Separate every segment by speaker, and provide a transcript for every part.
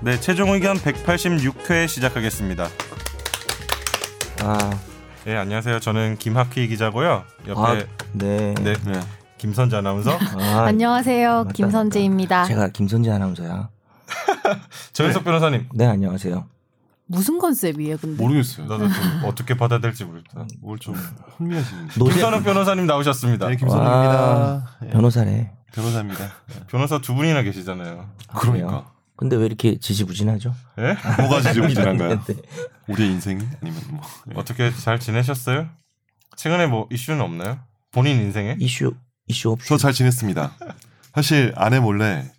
Speaker 1: 네, 최종 의견 186회 시작하겠습니다.
Speaker 2: 아,
Speaker 1: 예, 안녕하세요. 저는 김학휘 기자고요. 옆에
Speaker 2: 아, 네.
Speaker 1: 네, 김선재 아나운서.
Speaker 2: 아,
Speaker 3: 안녕하세요.
Speaker 2: 맞다,
Speaker 3: 김선재입니다.
Speaker 2: 제가 김선재 아나운서야.
Speaker 1: 전현석 변호사님.
Speaker 2: 네, 안녕하세요.
Speaker 3: 무슨 컨셉이에요, 근데?
Speaker 4: 모르겠어요.
Speaker 1: 나도 좀 어떻게 받아들일지 모르겠다.
Speaker 4: 뭘 좀 혼미하시는.
Speaker 2: 노재
Speaker 1: 김선욱 변호사님 나오셨습니다.
Speaker 4: 네, 김선입니다. 예,
Speaker 2: 아, 변호사래.
Speaker 4: 변호사입니다. 예.
Speaker 1: 네. 변호사 두 분이나 계시잖아요.
Speaker 2: 아, 그래요?
Speaker 4: 그러니까
Speaker 2: 근데 왜 이렇게 지지부진하죠?
Speaker 1: 예?
Speaker 4: 뭐가 지저분한가요?
Speaker 2: 네.
Speaker 4: 우리의 인생 아니면 뭐 예.
Speaker 1: 어떻게 잘 지내셨어요? 최근에 뭐 이슈는 없나요? 본인 인생에?
Speaker 2: 이슈 이슈 없이
Speaker 4: 저잘 지냈습니다. 사실 아내 몰래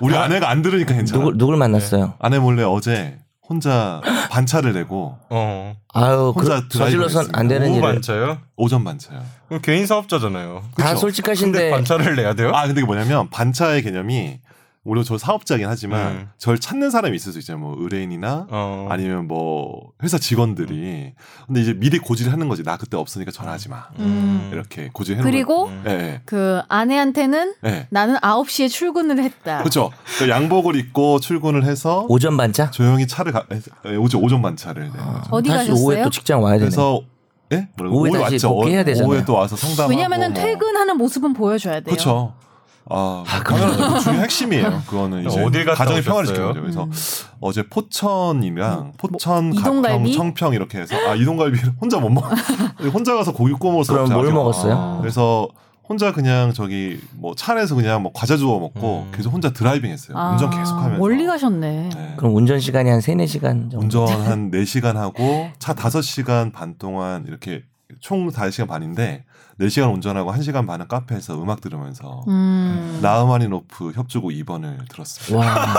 Speaker 4: 우리 아내가 안 들으니까 괜찮아.
Speaker 2: 누굴
Speaker 1: 네.
Speaker 2: 누굴 만났어요?
Speaker 4: 아내 몰래 어제 혼자 반차를 내고
Speaker 1: 어.
Speaker 2: 아유,
Speaker 4: 혼자
Speaker 2: 그 저질러선
Speaker 4: 드라이브를
Speaker 2: 안 되는
Speaker 1: 오후
Speaker 2: 일을
Speaker 1: 반차요?
Speaker 4: 오전 반차요.
Speaker 1: 그럼 개인 사업자잖아요.
Speaker 2: 다
Speaker 4: 그쵸?
Speaker 1: 근데
Speaker 2: 솔직하신데
Speaker 1: 반차를 내야 돼요?
Speaker 4: 아 근데 그게 뭐냐면 반차의 개념이 오히려 저 사업자긴 하지만
Speaker 1: 음.
Speaker 4: 절 찾는 사람이 있을 수 있잖아요. 뭐 의뢰인이나
Speaker 1: 어.
Speaker 4: 아니면 뭐 회사 직원들이 근데 이제 미리 고지를 하는 거지. 나 그때 없으니까 전화하지 마.
Speaker 3: 음.
Speaker 4: 이렇게 고지해 놓은
Speaker 3: 그리고
Speaker 1: 음.
Speaker 4: 예. 예.
Speaker 3: 그 아내한테는
Speaker 4: 예.
Speaker 3: 나는 9시에 출근을 했다.
Speaker 4: 그렇죠. 그 양복을 입고 출근을 해서
Speaker 2: 음. 오전 반차?
Speaker 4: 조용히 차를 가, 에, 오죠 오전 반차를. 네.
Speaker 2: 아,
Speaker 3: 어디
Speaker 2: 다시
Speaker 3: 가셨어요?
Speaker 2: 오후에 또 직장 와야 되네.
Speaker 4: 그래서 예? 뭐라고?
Speaker 2: 오후에 다시 복귀해야
Speaker 4: 어,
Speaker 2: 되잖아요.
Speaker 4: 오후에 또 와서 상담하고. 뭐.
Speaker 3: 왜냐면은 퇴근하는 모습은 보여줘야 돼요.
Speaker 4: 그렇죠. 아,
Speaker 2: 아,
Speaker 4: 당연하죠. 중요 핵심이에요. 그거는 이제
Speaker 1: 어딜 갔다
Speaker 4: 가정의 평화를
Speaker 1: 오셨어요?
Speaker 4: 지켜야 죠 그래서
Speaker 3: 음.
Speaker 4: 어제
Speaker 2: 뭐,
Speaker 4: 포천이랑 포천, 가평,
Speaker 3: 이동갈비?
Speaker 4: 청평 이렇게 해서 아 이동갈비 혼자 못 먹. 혼자 가서 고기 구워 먹을 수
Speaker 2: 그럼
Speaker 4: 없지
Speaker 2: 뭘
Speaker 4: 않아요?
Speaker 2: 먹었어요?
Speaker 4: 그래서 혼자 그냥 저기 뭐 차 안에서 그냥 뭐 과자 주워 먹고
Speaker 1: 음.
Speaker 4: 계속 혼자 드라이빙했어요.
Speaker 3: 아,
Speaker 4: 운전 계속하면서
Speaker 3: 멀리 가셨네.
Speaker 4: 네.
Speaker 2: 그럼 운전 시간이 한 3, 4시간 정도.
Speaker 4: 운전 한 4시간 하고 차 5시간 반 동안 이렇게 총 네 5시간 반인데 4시간 운전하고 1시간 반은 카페에서 음악 들으면서
Speaker 3: 음.
Speaker 4: 나우마니노프 협주곡 2번을 들었습니다.
Speaker 2: 와.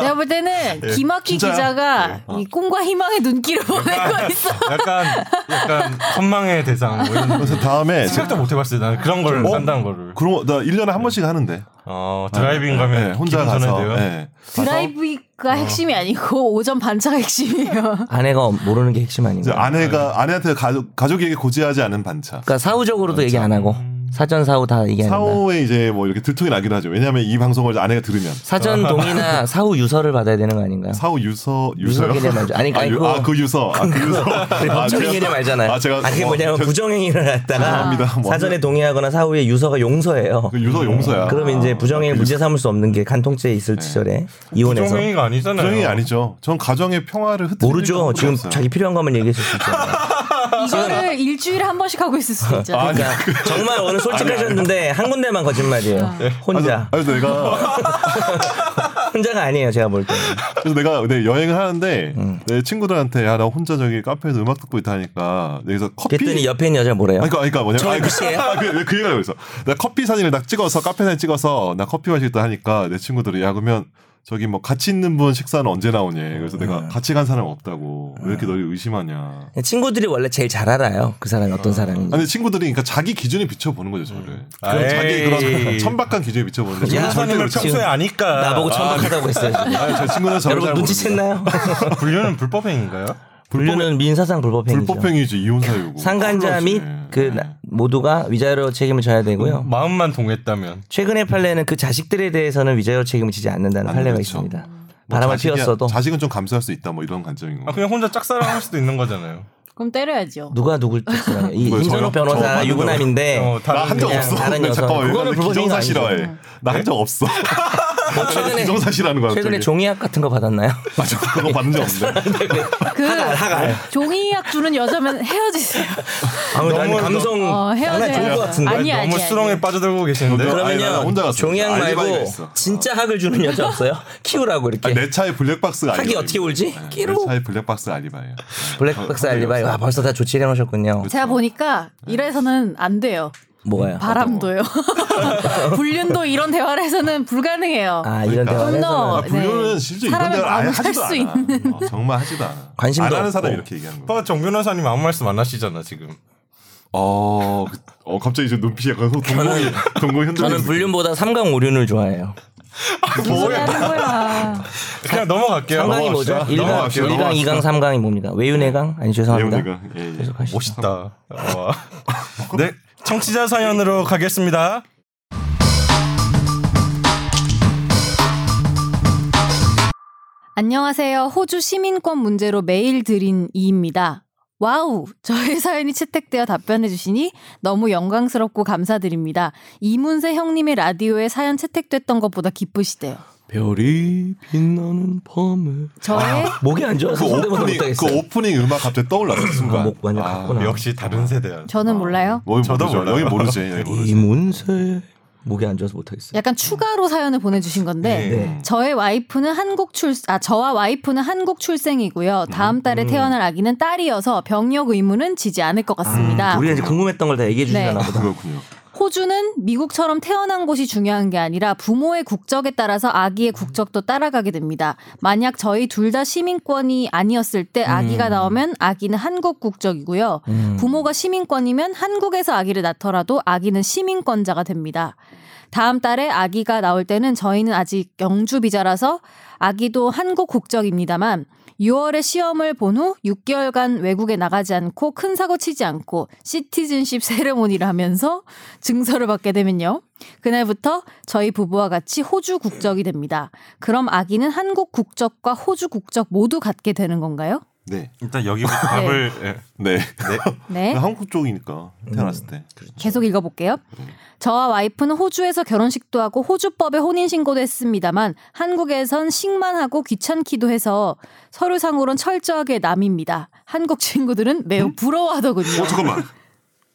Speaker 3: 내가 볼 때는 김학기
Speaker 4: 예, 진짜요?
Speaker 3: 기자가
Speaker 4: 예. 아. 어.
Speaker 3: 이 꿈과 희망의 눈길을 보내고 있어.
Speaker 1: 약간 약간 선망의 대상 뭐 이런
Speaker 4: 그래서 다음에
Speaker 1: 생각도 못 해봤어요. 나는 그런 걸
Speaker 4: 어?
Speaker 1: 한다는 거를.
Speaker 4: 그런 거나 1년에 한 번씩 하는데
Speaker 1: 어 드라이빙
Speaker 4: 네,
Speaker 1: 가면
Speaker 4: 혼자 가서 네. 어.
Speaker 3: 드라이브가 핵심이 아니고 오전 반차가 핵심이에요.
Speaker 2: 아내가 모르는 게 핵심
Speaker 4: 이제
Speaker 2: 아닌가?
Speaker 4: 아내가 아내한테 가족, 가족에게 고지하지 않은 반차. 음.
Speaker 2: 그러니까 사후적으로도 얘기 안 하고 사전 사후 다 얘기 안 한다.
Speaker 4: 사후에 이제 뭐 이렇게 들통이 나기도 하죠. 왜냐하면 이 방송을 아내가 들으면
Speaker 2: 사전 동의나 사후 유서를 받아야 되는 거 아닌가요?
Speaker 4: 사후 유서
Speaker 2: 유서
Speaker 4: 유서요?
Speaker 2: 개념 알죠? 아니,
Speaker 4: 아,
Speaker 2: 아니,
Speaker 4: 유-
Speaker 2: 그거-
Speaker 4: 아, 그 유서 아, 그 유서 아,
Speaker 2: 법적인
Speaker 4: 제가-
Speaker 2: 개념 알잖아요.
Speaker 4: 아, 제가-
Speaker 2: 그게
Speaker 4: 어,
Speaker 2: 뭐냐면
Speaker 4: 저-
Speaker 2: 부정행위를 했다가 아,
Speaker 4: 죄송합니다. 뭐.
Speaker 2: 사전에 동의하거나 사후에 유서가 용서예요.
Speaker 4: 그 유서 용서야. 그러니까 네.
Speaker 2: 그럼 이제 부정행위 문제 삼을 수 없는 게 간통죄에 있을 시절에 이혼해서
Speaker 1: 그 부정행위가 아니잖아요.
Speaker 4: 부정이 아니죠. 전 가정의 평화를 흐트리는
Speaker 2: 모르죠. 지금 자기 필요한 것만 얘기했을 수 있잖아요.
Speaker 3: 이거를 일주일에 한 번씩 하고 있을 수도 있잖아.
Speaker 4: 아니 네.
Speaker 2: 그러니까 정말 오늘 솔직하셨는데 한 군데만 거짓말이에요.
Speaker 4: 아,
Speaker 2: 혼자
Speaker 4: 그래서 내가
Speaker 2: 혼자가 아니에요. 제가 볼 때는 음.
Speaker 4: 그래서 내가 내 여행을 하는데 내 친구들한테 야 나 혼자 저기 카페에서 음악 듣고 있다니까 여기서 커피
Speaker 2: 그랬더니 옆에 있는 여자 뭐래요?
Speaker 4: 그러니까 그러니까 뭐냐
Speaker 2: 저희 글씨예요?
Speaker 4: 그그 얘기가 그래서 나 커피 사진을 딱 찍어서 카페 사진 찍어서 나 커피 마시겠다 하니까 내 친구들이 야 그러면 저기 뭐 같이 있는 분 식사는 언제 나오냐 그래서 내가 같이 간 사람 없다고 왜 이렇게 너희 의심하냐
Speaker 2: 음. 친구들이 원래 제일 잘 알아요. 그 사람이 어떤 사람인지.
Speaker 4: 아니 친구들이 그러니까 자기 기준에 비춰보는 거죠 저를
Speaker 2: 음.
Speaker 1: 아,
Speaker 4: 그런 자기
Speaker 1: 에이.
Speaker 4: 그런 천박한 기준에 비춰보는 거죠 저는
Speaker 2: 야,
Speaker 4: 절대
Speaker 1: 변호사님을
Speaker 4: 그렇지
Speaker 2: 지금
Speaker 1: 평소에 아니까
Speaker 2: 나보고 천박하다고 했어요. 지금.
Speaker 4: 않아요. 제 친구는 저를
Speaker 2: 여러분
Speaker 4: 잘 모릅니다.
Speaker 2: 눈치챘나요?
Speaker 1: 분류는 불법행위인가요?
Speaker 2: 분류는 민사상 불법행위죠.
Speaker 4: 불법행위지 이혼 사유고 네.
Speaker 2: 상간자 및 그 모두가 위자료 책임을 져야 되고요.
Speaker 1: 마음만 동했다면
Speaker 2: 최근의 판례는 그 자식들에 대해서는 위자료 책임을 지지 않는다는
Speaker 4: 안
Speaker 2: 판례가
Speaker 4: 그렇죠.
Speaker 2: 있습니다. 바람을 피웠어도
Speaker 4: 자식은 좀 감수할 수 있다 뭐 이런 관점인
Speaker 1: 아,
Speaker 4: 거.
Speaker 1: 그냥 혼자 짝사랑할 수도 있는 거잖아요.
Speaker 3: 그럼 때려야죠.
Speaker 2: 누가 누굴 짝사랑해? 이
Speaker 4: 뭐요, 저요?
Speaker 2: 임선호 변호사
Speaker 4: 저
Speaker 2: 유부남인데
Speaker 1: 어, 다른
Speaker 4: 나한 적
Speaker 2: 그냥
Speaker 4: 없어.
Speaker 2: 다른
Speaker 4: 나
Speaker 2: 여성.
Speaker 4: 잠깐만
Speaker 2: 그거는
Speaker 4: 왜
Speaker 2: 불법인 거
Speaker 4: 기정사
Speaker 2: 아니죠?
Speaker 4: 싫어해. 나 한 적 없어.
Speaker 2: 최근에-
Speaker 4: 그 기정사 싫어하는 거야.
Speaker 2: 최근에
Speaker 4: 갑자기.
Speaker 2: 종이학 같은 거 받았나요?
Speaker 4: 맞아 그거 받은 적 없네.
Speaker 3: 그 종이약 주는 여자면 헤어지세요.
Speaker 2: 아무래도
Speaker 1: 너무-
Speaker 2: 난 감성
Speaker 3: 어,
Speaker 2: 장난 좋을
Speaker 3: 헤어져요.
Speaker 2: 것 같은데. 뭐
Speaker 3: 아니, 아니,
Speaker 1: 너무
Speaker 3: 아니.
Speaker 1: 수렁에 빠져들고 계시는데
Speaker 4: 그럼- 아니,
Speaker 2: 그러면요
Speaker 4: 나는 혼자 갔어요.
Speaker 2: 종이학
Speaker 4: 알바이가
Speaker 2: 말고
Speaker 4: 있어.
Speaker 2: 진짜 학을 주는 여자 없어요? 키우라고
Speaker 1: 아,
Speaker 2: 이렇게
Speaker 1: 네.
Speaker 4: 내 차에 블랙박스가
Speaker 2: 하기
Speaker 4: 알리바이.
Speaker 2: 어떻게 울지?
Speaker 4: 네,
Speaker 2: 끼로.
Speaker 4: 내 차에 블랙박스 알리바이야.
Speaker 2: 블랙박스
Speaker 1: 아,
Speaker 2: 알리바이 와 벌써 다 조치해 놓으셨군요.
Speaker 1: 그
Speaker 3: 제가 보니까
Speaker 2: 네.
Speaker 3: 이래서는 안 돼요.
Speaker 2: 뭐가요?
Speaker 3: 바람도요. 불륜도 이런 대화를 해서는 불가능해요.
Speaker 2: 어. 아 이런 대화를
Speaker 3: 좀 더-
Speaker 2: 해서
Speaker 4: 아, 불륜은
Speaker 3: 네.
Speaker 4: 실제 이런
Speaker 3: 사람의
Speaker 4: 데를 아예
Speaker 3: 마음을 살
Speaker 4: 하지도
Speaker 3: 수
Speaker 4: 않아. 어, 정말 하지도 않아.
Speaker 2: 관심도
Speaker 4: 안 하는 사람이
Speaker 2: 없고.
Speaker 4: 이렇게 얘기하는 거야.
Speaker 1: 오빠 정 변호사님 아무 말씀 안 하시잖아 지금. 아,
Speaker 4: 어, 그- 어 갑자기 지금 눈빛이
Speaker 1: 그
Speaker 4: 약간 동공이 동공 현장
Speaker 2: 저는 불륜보다 삼강 오륜을 좋아해요.
Speaker 3: 무슨 소리 하는 거야.
Speaker 1: 그냥 넘어갈게요.
Speaker 2: 삼강이 뭐죠?
Speaker 4: 넘어갑시다.
Speaker 2: 일강
Speaker 4: 넘어갑시다.
Speaker 2: 일강이강삼강이 뭡니까? 외유내강? 아니 죄송합니다.
Speaker 4: 예우니까 예, 예.
Speaker 2: 계속하시죠.
Speaker 1: 멋있다. 어. 네, 청취자 사연으로 가겠습니다.
Speaker 3: 안녕하세요. 호주 시민권 문제로 메일 드린 이입니다. 와우! 저의 사연이 채택되어 답변해주시니 너무 영광스럽고 감사드립니다. 이문세 형님의 라디오에 사연 채택됐던 것보다 기쁘시대요.
Speaker 2: 별이 빛나는 밤에
Speaker 3: 저의
Speaker 2: 목이 안 좋아서
Speaker 4: 그
Speaker 2: 성대모사
Speaker 4: 오프닝 그
Speaker 2: 못하겠어요.
Speaker 4: 오프닝 음악 갑자기 떠올랐어 순간.
Speaker 2: 아, 목 완전
Speaker 4: 아,
Speaker 2: 갔구나.
Speaker 1: 역시 다른 세대야.
Speaker 3: 저는 몰라요.
Speaker 4: 너희
Speaker 1: 저도
Speaker 4: 모르죠.
Speaker 1: 몰라요.
Speaker 4: 너희 모르지. 너희 모르지.
Speaker 2: 이문세 목이 안 좋아서 못하겠어요.
Speaker 3: 약간 추가로 사연을 보내주신 건데
Speaker 2: 네.
Speaker 3: 저의 와이프는 한국 출, 아, 저와 와이프는 한국 출생이고요. 다음 달에 태어날 아기는 딸이어서 병력 의무는 지지 않을 것 같습니다.
Speaker 2: 아, 음, 우리가 이제 궁금했던 걸 다 얘기해 주시려나
Speaker 3: 네.
Speaker 2: 보다.
Speaker 4: 그렇군요.
Speaker 3: 호주는 미국처럼 태어난 곳이 중요한 게 아니라 부모의 국적에 따라서 아기의 국적도 따라가게 됩니다. 만약 저희 둘 다 시민권이 아니었을 때 아기가 나오면 아기는 한국 국적이고요.
Speaker 2: 음.
Speaker 3: 부모가 시민권이면 한국에서 아기를 낳더라도 아기는 시민권자가 됩니다. 다음 달에 아기가 나올 때는 저희는 아직 영주 비자라서 아기도 한국 국적입니다만 6월에 시험을 본 후 6개월간 외국에 나가지 않고 큰 사고 치지 않고 시티즌십 세레모니를 하면서 증서를 받게 되면요. 그날부터 저희 부부와 같이 호주 국적이 됩니다. 그럼 아기는 한국 국적과 호주 국적 모두 갖게 되는 건가요?
Speaker 4: 네.
Speaker 1: 일단 여기부터 답을 예.
Speaker 4: 네.
Speaker 3: 네.
Speaker 4: 한국 쪽이니까
Speaker 2: 음.
Speaker 4: 태어났을 때.
Speaker 3: 계속 읽어볼게요. 저와 와이프는 호주에서 결혼식도 하고 호주법에 혼인신고도 했습니다만 한국에선 식만 하고 귀찮기도 해서 서류상으론 철저하게 남입니다. 한국 친구들은 매우 부러워하더군요. 네.
Speaker 4: 어 잠깐만.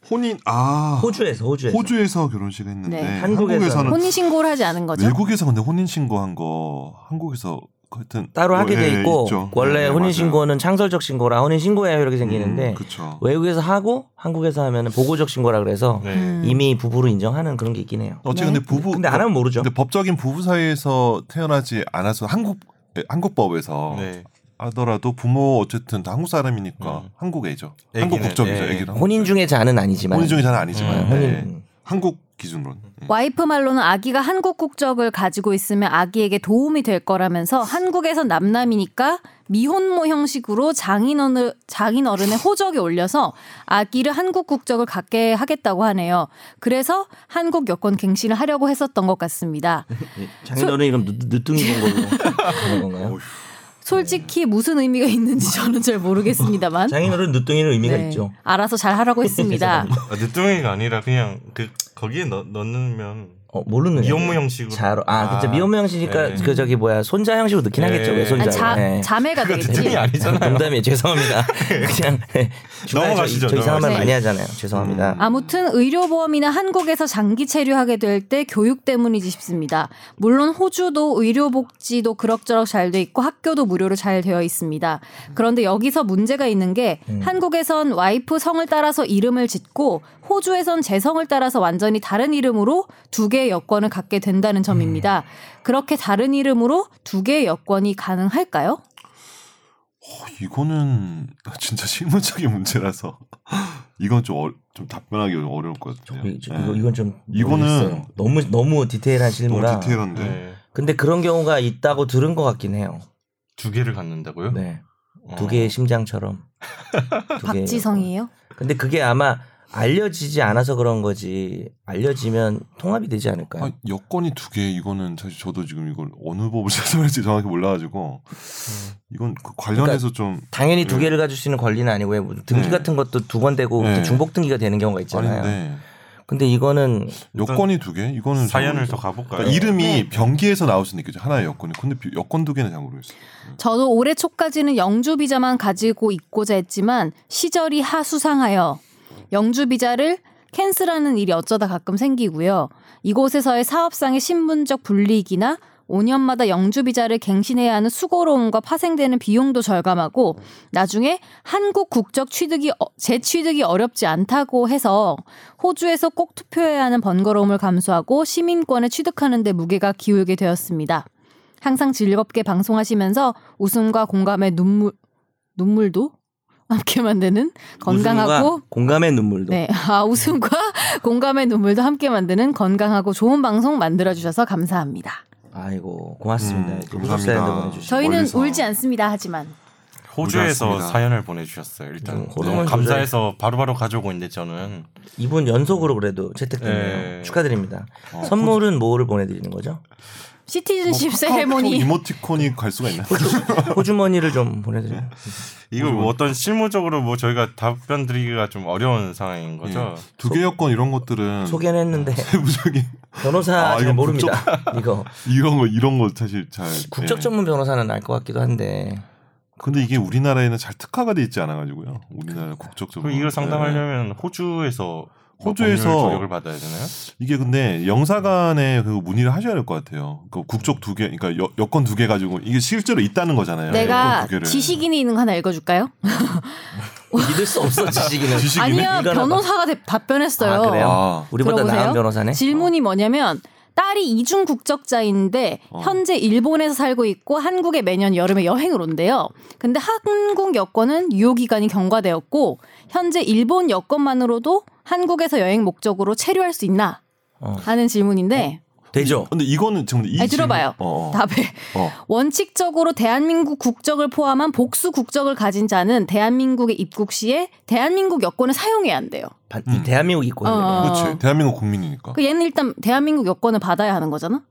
Speaker 4: 혼인 아
Speaker 2: 호주에서 호주에서
Speaker 4: 호주에서 결혼식 했는데
Speaker 3: 네.
Speaker 2: 한국에서는
Speaker 4: 한국에서는
Speaker 3: 혼인신고를 하지 않은 거죠.
Speaker 4: 외국에서 근데 혼인 신고한 거 한국에서 하여튼
Speaker 2: 따로 하게
Speaker 4: 뭐, 예,
Speaker 2: 돼 있고
Speaker 4: 있죠.
Speaker 2: 원래
Speaker 4: 네,
Speaker 2: 혼인
Speaker 4: 맞아요.
Speaker 2: 신고는 창설적 신고라 혼인 신고에 이렇게 생기는데
Speaker 4: 음, 그쵸.
Speaker 2: 외국에서 하고 한국에서 하면 보고적 신고라 그래서
Speaker 1: 네.
Speaker 2: 이미 부부로 인정하는 그런 게 있긴 해요.
Speaker 4: 어찌
Speaker 3: 음. 네.
Speaker 4: 근데 부부
Speaker 2: 근데 안 하면 모르죠.
Speaker 4: 뭐 근데 법적인 부부 사이에서 태어나지 않아서 한국 예, 한국법에서
Speaker 1: 네.
Speaker 4: 하더라도 부모 어쨌든 다 한국 사람이니까
Speaker 1: 음.
Speaker 4: 한국 애죠.
Speaker 1: 애기는,
Speaker 4: 한국 국적이죠.
Speaker 1: 예,
Speaker 4: 애기는
Speaker 2: 네. 혼인 중에 자는 아니지만
Speaker 4: 혼인 중에 잘는
Speaker 2: 네,
Speaker 4: 아니지만
Speaker 2: 혼인
Speaker 4: 네. 한국 기준론.
Speaker 3: 와이프 말로는 아기가 한국 국적을 가지고 있으면 아기에게 도움이 될 거라면서 한국에서 남남이니까 미혼모 형식으로 장인어른, 장인어른의 호적에 올려서 아기를 한국 국적을 갖게 하겠다고 하네요. 그래서 한국 여권 갱신을 하려고 했었던 것 같습니다.
Speaker 2: 장인어른 이름 늦둥이 본 걸로 하는 건가요?
Speaker 3: 솔직히 무슨 의미가 있는지 저는 잘 모르겠습니다만.
Speaker 2: 장인어른 늦둥이는 의미가
Speaker 3: 네,
Speaker 2: 있죠.
Speaker 3: 알아서 잘 하라고 했습니다.
Speaker 1: 아, 늦둥이가 아니라 그냥 그 거기에 넣, 넣으면
Speaker 2: 어, 모르는
Speaker 1: 미혼모 형식으로.
Speaker 2: 자로 아, 그쵸
Speaker 1: 아.
Speaker 2: 미혼모 형식이니까
Speaker 1: 네.
Speaker 2: 그 저기 뭐야 손자 형식으로 넣긴
Speaker 1: 네.
Speaker 2: 하겠죠
Speaker 3: 아,
Speaker 2: 외손자.
Speaker 3: 자, 네. 자매가
Speaker 4: 그러니까
Speaker 3: 되겠지.
Speaker 1: 늦둥이 아니잖아요.
Speaker 2: 농담이에요. 죄송합니다. 그냥 네. 중간에
Speaker 1: 넘어가시죠,
Speaker 2: 저, 저 이상한 말
Speaker 1: 넘어가시죠.
Speaker 2: 많이 하잖아요. 죄송합니다.
Speaker 4: 음.
Speaker 3: 아무튼 의료보험이나 한국에서 장기 체류하게 될 때 교육 때문이지 싶습니다. 물론 호주도 의료복지도 그럭저럭 잘 돼 있고 학교도 무료로 잘 되어 있습니다. 그런데 여기서 문제가 있는 게
Speaker 2: 음.
Speaker 3: 한국에선 와이프 성을 따라서 이름을 짓고 호주에선 제 성을 따라서 완전히 다른 이름으로 두 개의 여권을 갖게 된다는 점입니다.
Speaker 2: 음.
Speaker 3: 그렇게 다른 이름으로 두 개의 여권이 가능할까요?
Speaker 4: 어, 이거는 진짜 실무적인 문제라서 이건 좀, 어, 좀 답변하기 어려울 것 같아요.
Speaker 2: 이- 저-
Speaker 4: 네.
Speaker 2: 이거, 이건 좀
Speaker 4: 이거는-
Speaker 2: 모르겠어요. 너무 너무 디테일한
Speaker 4: 너무
Speaker 2: 실무라.
Speaker 4: 디테일한데.
Speaker 1: 네.
Speaker 2: 근데 그런 경우가 있다고 들은 것 같긴 해요.
Speaker 1: 두 개를 갖는다고요?
Speaker 2: 네,
Speaker 1: 어.
Speaker 2: 두 개의 심장처럼. 두 개의
Speaker 3: 박지성이에요?
Speaker 2: 여권. 근데 그게 아마 알려지지 않아서 그런 거지. 알려지면 통합이 되지 않을까요?
Speaker 4: 아, 여건이 두 개 이거는 사실 저도 지금 이걸 어느 법을 찾아볼지 정확히 몰라가지고 이건 그 관련해서 좀
Speaker 2: 음. 그러니까 당연히 두 개를 가질 수 있는 권리는 아니고 왜뭐 등기
Speaker 4: 네.
Speaker 2: 같은 것도 두 번 되고
Speaker 4: 네.
Speaker 2: 중복 등기가 되는 경우가 있잖아요.
Speaker 4: 아닌데
Speaker 2: 근데 이거는
Speaker 4: 여건이 두 개 이거는
Speaker 1: 사연을
Speaker 4: 잘
Speaker 1: 더
Speaker 4: 모르겠어요.
Speaker 1: 가볼까요?
Speaker 4: 그러니까 이름이
Speaker 3: 네.
Speaker 4: 변기에서 나올 수는 있겠죠 하나의 여건이 근데 비- 여건 두 개는 잘 모르겠어요.
Speaker 3: 저도 올해 초까지는 영주 비자만 가지고 있고자 했지만 시절이 하수상하여 영주 비자를 캔슬하는 일이 어쩌다 가끔 생기고요. 이곳에서의 사업상의 신분적 불이익이나 5년마다 영주 비자를 갱신해야 하는 수고로움과 파생되는 비용도 절감하고 나중에 한국 국적 취득이 어- 재취득이 어렵지 않다고 해서 호주에서 꼭 투표해야 하는 번거로움을 감수하고 시민권을 취득하는 데 무게가 기울게 되었습니다. 항상 즐겁게 방송하시면서 웃음과 공감의 눈물 눈물도 함께 만드는 건강하고
Speaker 2: 웃음과 공감의 눈물도
Speaker 3: 네, 아 웃음과 공감의 눈물도 함께 만드는 건강하고 좋은 방송 만들어 주셔서 감사합니다.
Speaker 2: 아이고 고맙습니다.
Speaker 4: 음,
Speaker 2: 이렇게
Speaker 4: 감사합니다.
Speaker 2: 호주 사연도 보내주시고.
Speaker 3: 저희는
Speaker 4: 멀리서. 뭐
Speaker 3: 울지 않습니다. 하지만
Speaker 1: 호주에서
Speaker 4: 모르겠습니다.
Speaker 1: 사연을 보내주셨어요. 일단
Speaker 2: 음,
Speaker 1: 너무
Speaker 2: 호주에-
Speaker 1: 감사해서 바로바로 가져오고 있는데 저는
Speaker 2: 이분 연속으로 그래도 채택됐네요.
Speaker 1: 네.
Speaker 2: 축하드립니다. 선물은 뭐를 보내드리는 거죠?
Speaker 3: 시티즌십
Speaker 4: 뭐 카카오톡
Speaker 3: 세레모니
Speaker 4: 이모티콘이 갈 수가 있나?
Speaker 2: 호주머니를 좀 보내드려요.
Speaker 1: 이걸 뭐 어떤 실무적으로 뭐 저희가 답변 드리기가 좀 어려운 상황인 거죠.
Speaker 4: 예. 두 개 여건 이런 것들은
Speaker 2: 소개는 했는데
Speaker 4: 세부적인
Speaker 2: 변호사
Speaker 4: 음. 아,
Speaker 2: 잘
Speaker 4: 이거
Speaker 2: 모릅니다. 이거
Speaker 4: 이런 거 이런 거 사실 잘
Speaker 2: 국적
Speaker 4: 예.
Speaker 2: 전문 변호사는 알 것 같기도 한데
Speaker 4: 근데 이게 우리나라에는 잘 특화가 돼 있지 않아 가지고요. 우리나라 국적
Speaker 1: 그
Speaker 4: 전문.
Speaker 1: 이걸
Speaker 4: 예.
Speaker 1: 상담하려면 호주에서 뭐
Speaker 4: 호주에서
Speaker 1: 법률 조력을 받아야 되나요?
Speaker 4: 이게 근데 영사관에 그 문의를 하셔야 될 것 같아요. 그 국적 두 개, 그러니까 여, 여권 두 개 가지고 이게 실제로 있다는 거잖아요.
Speaker 3: 내가
Speaker 4: 여권 두 개를.
Speaker 3: 지식인이 있는 거 하나 읽어줄까요?
Speaker 2: 믿을 수 없어 지식인은.
Speaker 4: 지식이네.
Speaker 3: 아니요
Speaker 2: 읽어놔봐.
Speaker 3: 변호사가 대- 답변했어요.
Speaker 2: 아, 그래요?
Speaker 4: 아,
Speaker 2: 우리보다
Speaker 3: 들어보세요.
Speaker 2: 나은 변호사네.
Speaker 3: 질문이 뭐냐면 딸이 이중 국적자인데
Speaker 4: 어.
Speaker 3: 현재 일본에서 살고 있고 한국에 매년 여름에 여행을 온대요. 근데 한국 여권은 유효 기간이 경과되었고 현재 일본 여권만으로도 한국에서 여행 목적으로 체류할 수 있나
Speaker 2: 어.
Speaker 3: 하는 질문인데
Speaker 2: 되죠.
Speaker 4: 근데 이거는 지금 이 질문-
Speaker 3: 아니, 들어봐요.
Speaker 4: 어, 어.
Speaker 3: 답에
Speaker 4: 어.
Speaker 3: 원칙적으로 대한민국 국적을 포함한 복수 국적을 가진 자는 대한민국에 입국 시에 대한민국 여권을 사용해야 한대요.
Speaker 2: 반-
Speaker 4: 음.
Speaker 2: 이 대한민국 입고
Speaker 3: 어.
Speaker 2: 어.
Speaker 4: 그렇지. 대한민국 국민이니까.
Speaker 3: 그 얘는 일단 대한민국 여권을 받아야 하는 거잖아.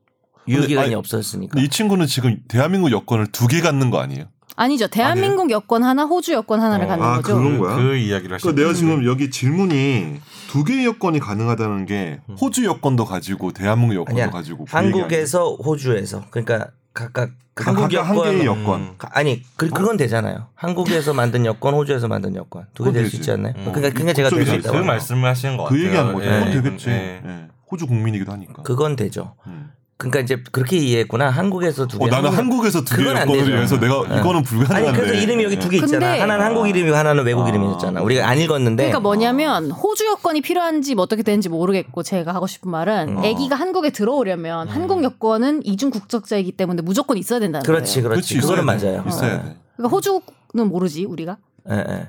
Speaker 2: 유효기간이
Speaker 4: 아니,
Speaker 2: 없어졌으니까.
Speaker 4: 근데 이 친구는 지금 대한민국 여권을 두 개 갖는 거 아니에요?
Speaker 3: 아니죠. 대한민국
Speaker 2: 네.
Speaker 3: 여권 하나, 호주 여권 하나를
Speaker 1: 어,
Speaker 3: 갖는
Speaker 4: 아,
Speaker 3: 거죠.
Speaker 4: 그런
Speaker 1: 그,
Speaker 4: 거야? 그러니까
Speaker 1: 그 이야기를 하시는
Speaker 4: 내가 지금 여기 질문이 두 개의 여권이 가능하다는 게 호주 여권도 가지고 대한민국 여권도
Speaker 2: 음. 아니야.
Speaker 4: 가지고 그 얘기 아니야?
Speaker 2: 한국에서 호주에서 그러니까 각각
Speaker 4: 그러니까
Speaker 2: 한국
Speaker 4: 각각 한 개의
Speaker 2: 여권
Speaker 4: 여권. 어?
Speaker 1: 음.
Speaker 2: 가- 아니 그, 그건 되잖아요. 한국에서 만든 여권, 호주에서 만든 여권 두 개 될 수
Speaker 4: 되지.
Speaker 2: 있지 않나요?
Speaker 1: 음.
Speaker 2: 그러니까 그게 제가 될 수
Speaker 4: 국적이
Speaker 1: 그, 그
Speaker 2: 있다고.
Speaker 4: 말-
Speaker 1: 말씀을 하시는 것 같아요.
Speaker 4: 그 얘기한 거죠.
Speaker 1: 예,
Speaker 4: 그건 되겠지.
Speaker 1: 예.
Speaker 4: 예. 호주 국민이기도 하니까.
Speaker 2: 그건 되죠.
Speaker 4: 음.
Speaker 2: 그러니까 이제 그렇게 이해했구나. 한국에서 두 개.
Speaker 4: 어, 나는 한국에서 두 개
Speaker 2: 그건 안
Speaker 4: 여권을
Speaker 2: 되죠.
Speaker 4: 위해서 내가
Speaker 2: 예.
Speaker 4: 이거는 불가능한데.
Speaker 2: 아니 그래서 이름이 여기 두 개 있잖아.
Speaker 3: 근데-
Speaker 2: 하나는 한국 이름이고 하나는 외국
Speaker 4: 아.
Speaker 2: 이름이었잖아. 우리가 안 읽었는데.
Speaker 3: 그러니까 뭐냐면 호주 여권이 필요한지 뭐 어떻게 되는지 모르겠고 제가 하고 싶은 말은
Speaker 4: 어.
Speaker 3: 아기가 한국에
Speaker 2: 음.
Speaker 3: 들어오려면 한국 여권은 이중 국적자이기 때문에 무조건 있어야 된다는
Speaker 2: 그렇지,
Speaker 3: 거예요.
Speaker 2: 그렇지.
Speaker 4: 있어야
Speaker 2: 그거는
Speaker 4: 돼.
Speaker 2: 맞아요.
Speaker 4: 있어야 돼.
Speaker 3: 그러니까 호주는 모르지 우리가.
Speaker 2: 예, 예.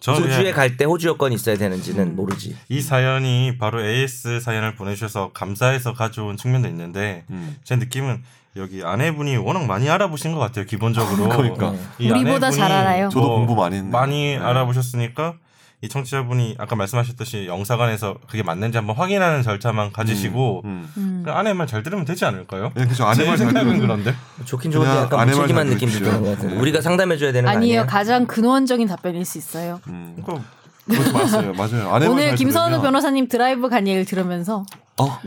Speaker 1: 저는 그냥
Speaker 2: 호주에 갈 때 호주 여권 있어야
Speaker 3: 음.
Speaker 2: 되는지는 모르지.
Speaker 1: 이 사연이 바로 AS 사연을 보내주셔서 감사해서 가져온 측면도 있는데
Speaker 4: 음.
Speaker 1: 제 느낌은 여기 아내분이 워낙 많이 알아보신 것 같아요 기본적으로
Speaker 4: 그러니까.
Speaker 1: 이
Speaker 3: 우리보다
Speaker 1: 아내분이 뭐
Speaker 3: 잘 알아요.
Speaker 4: 저도 공부 많이 했네요.
Speaker 1: 많이
Speaker 4: 네.
Speaker 1: 알아보셨으니까 이 청취자분이 아까 말씀하셨듯이 영사관에서 그게 맞는지 한번 확인하는 절차만 가지시고
Speaker 4: 음.
Speaker 3: 음.
Speaker 1: 그 아내만 잘 들으면 되지 않을까요?
Speaker 4: 예, 그죠.
Speaker 1: 제
Speaker 4: 아내만 잘
Speaker 1: 생각은
Speaker 4: 들으면.
Speaker 1: 그런데
Speaker 2: 좋긴 좋은데
Speaker 4: 그냥
Speaker 2: 약간
Speaker 4: 아내
Speaker 2: 무책임한
Speaker 4: 말잘
Speaker 2: 느낌도
Speaker 4: 들으십시오.
Speaker 2: 드는 것 같은데.
Speaker 4: 네.
Speaker 2: 우리가 상담해줘야 되는 거 아니에요?
Speaker 3: 아니에요. 가장 근원적인 답변일 수 있어요.
Speaker 4: 음.
Speaker 1: 그러니까
Speaker 4: 그거 맞아요. 맞아요. 아내만
Speaker 3: 오늘
Speaker 4: 잘
Speaker 3: 김선우
Speaker 4: 들으면.
Speaker 3: 변호사님 드라이브 간 얘기를 들으면서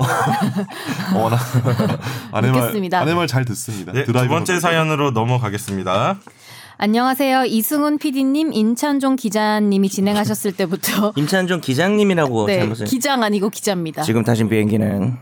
Speaker 4: 어머나. 아내 말,
Speaker 3: 듣겠습니다.
Speaker 4: 아내 말 잘 듣습니다.
Speaker 1: 네, 두
Speaker 4: 드라이브로
Speaker 1: 번째
Speaker 4: 듣고.
Speaker 1: 사연으로 넘어가겠습니다.
Speaker 3: 안녕하세요. 이승훈 PD님, 임찬종 기자님이 진행하셨을 때부터
Speaker 2: 임찬종 기장님이라고
Speaker 3: 네,
Speaker 2: 잘못을.
Speaker 3: 기장 아니고 기자입니다.
Speaker 2: 지금 다시 비행기는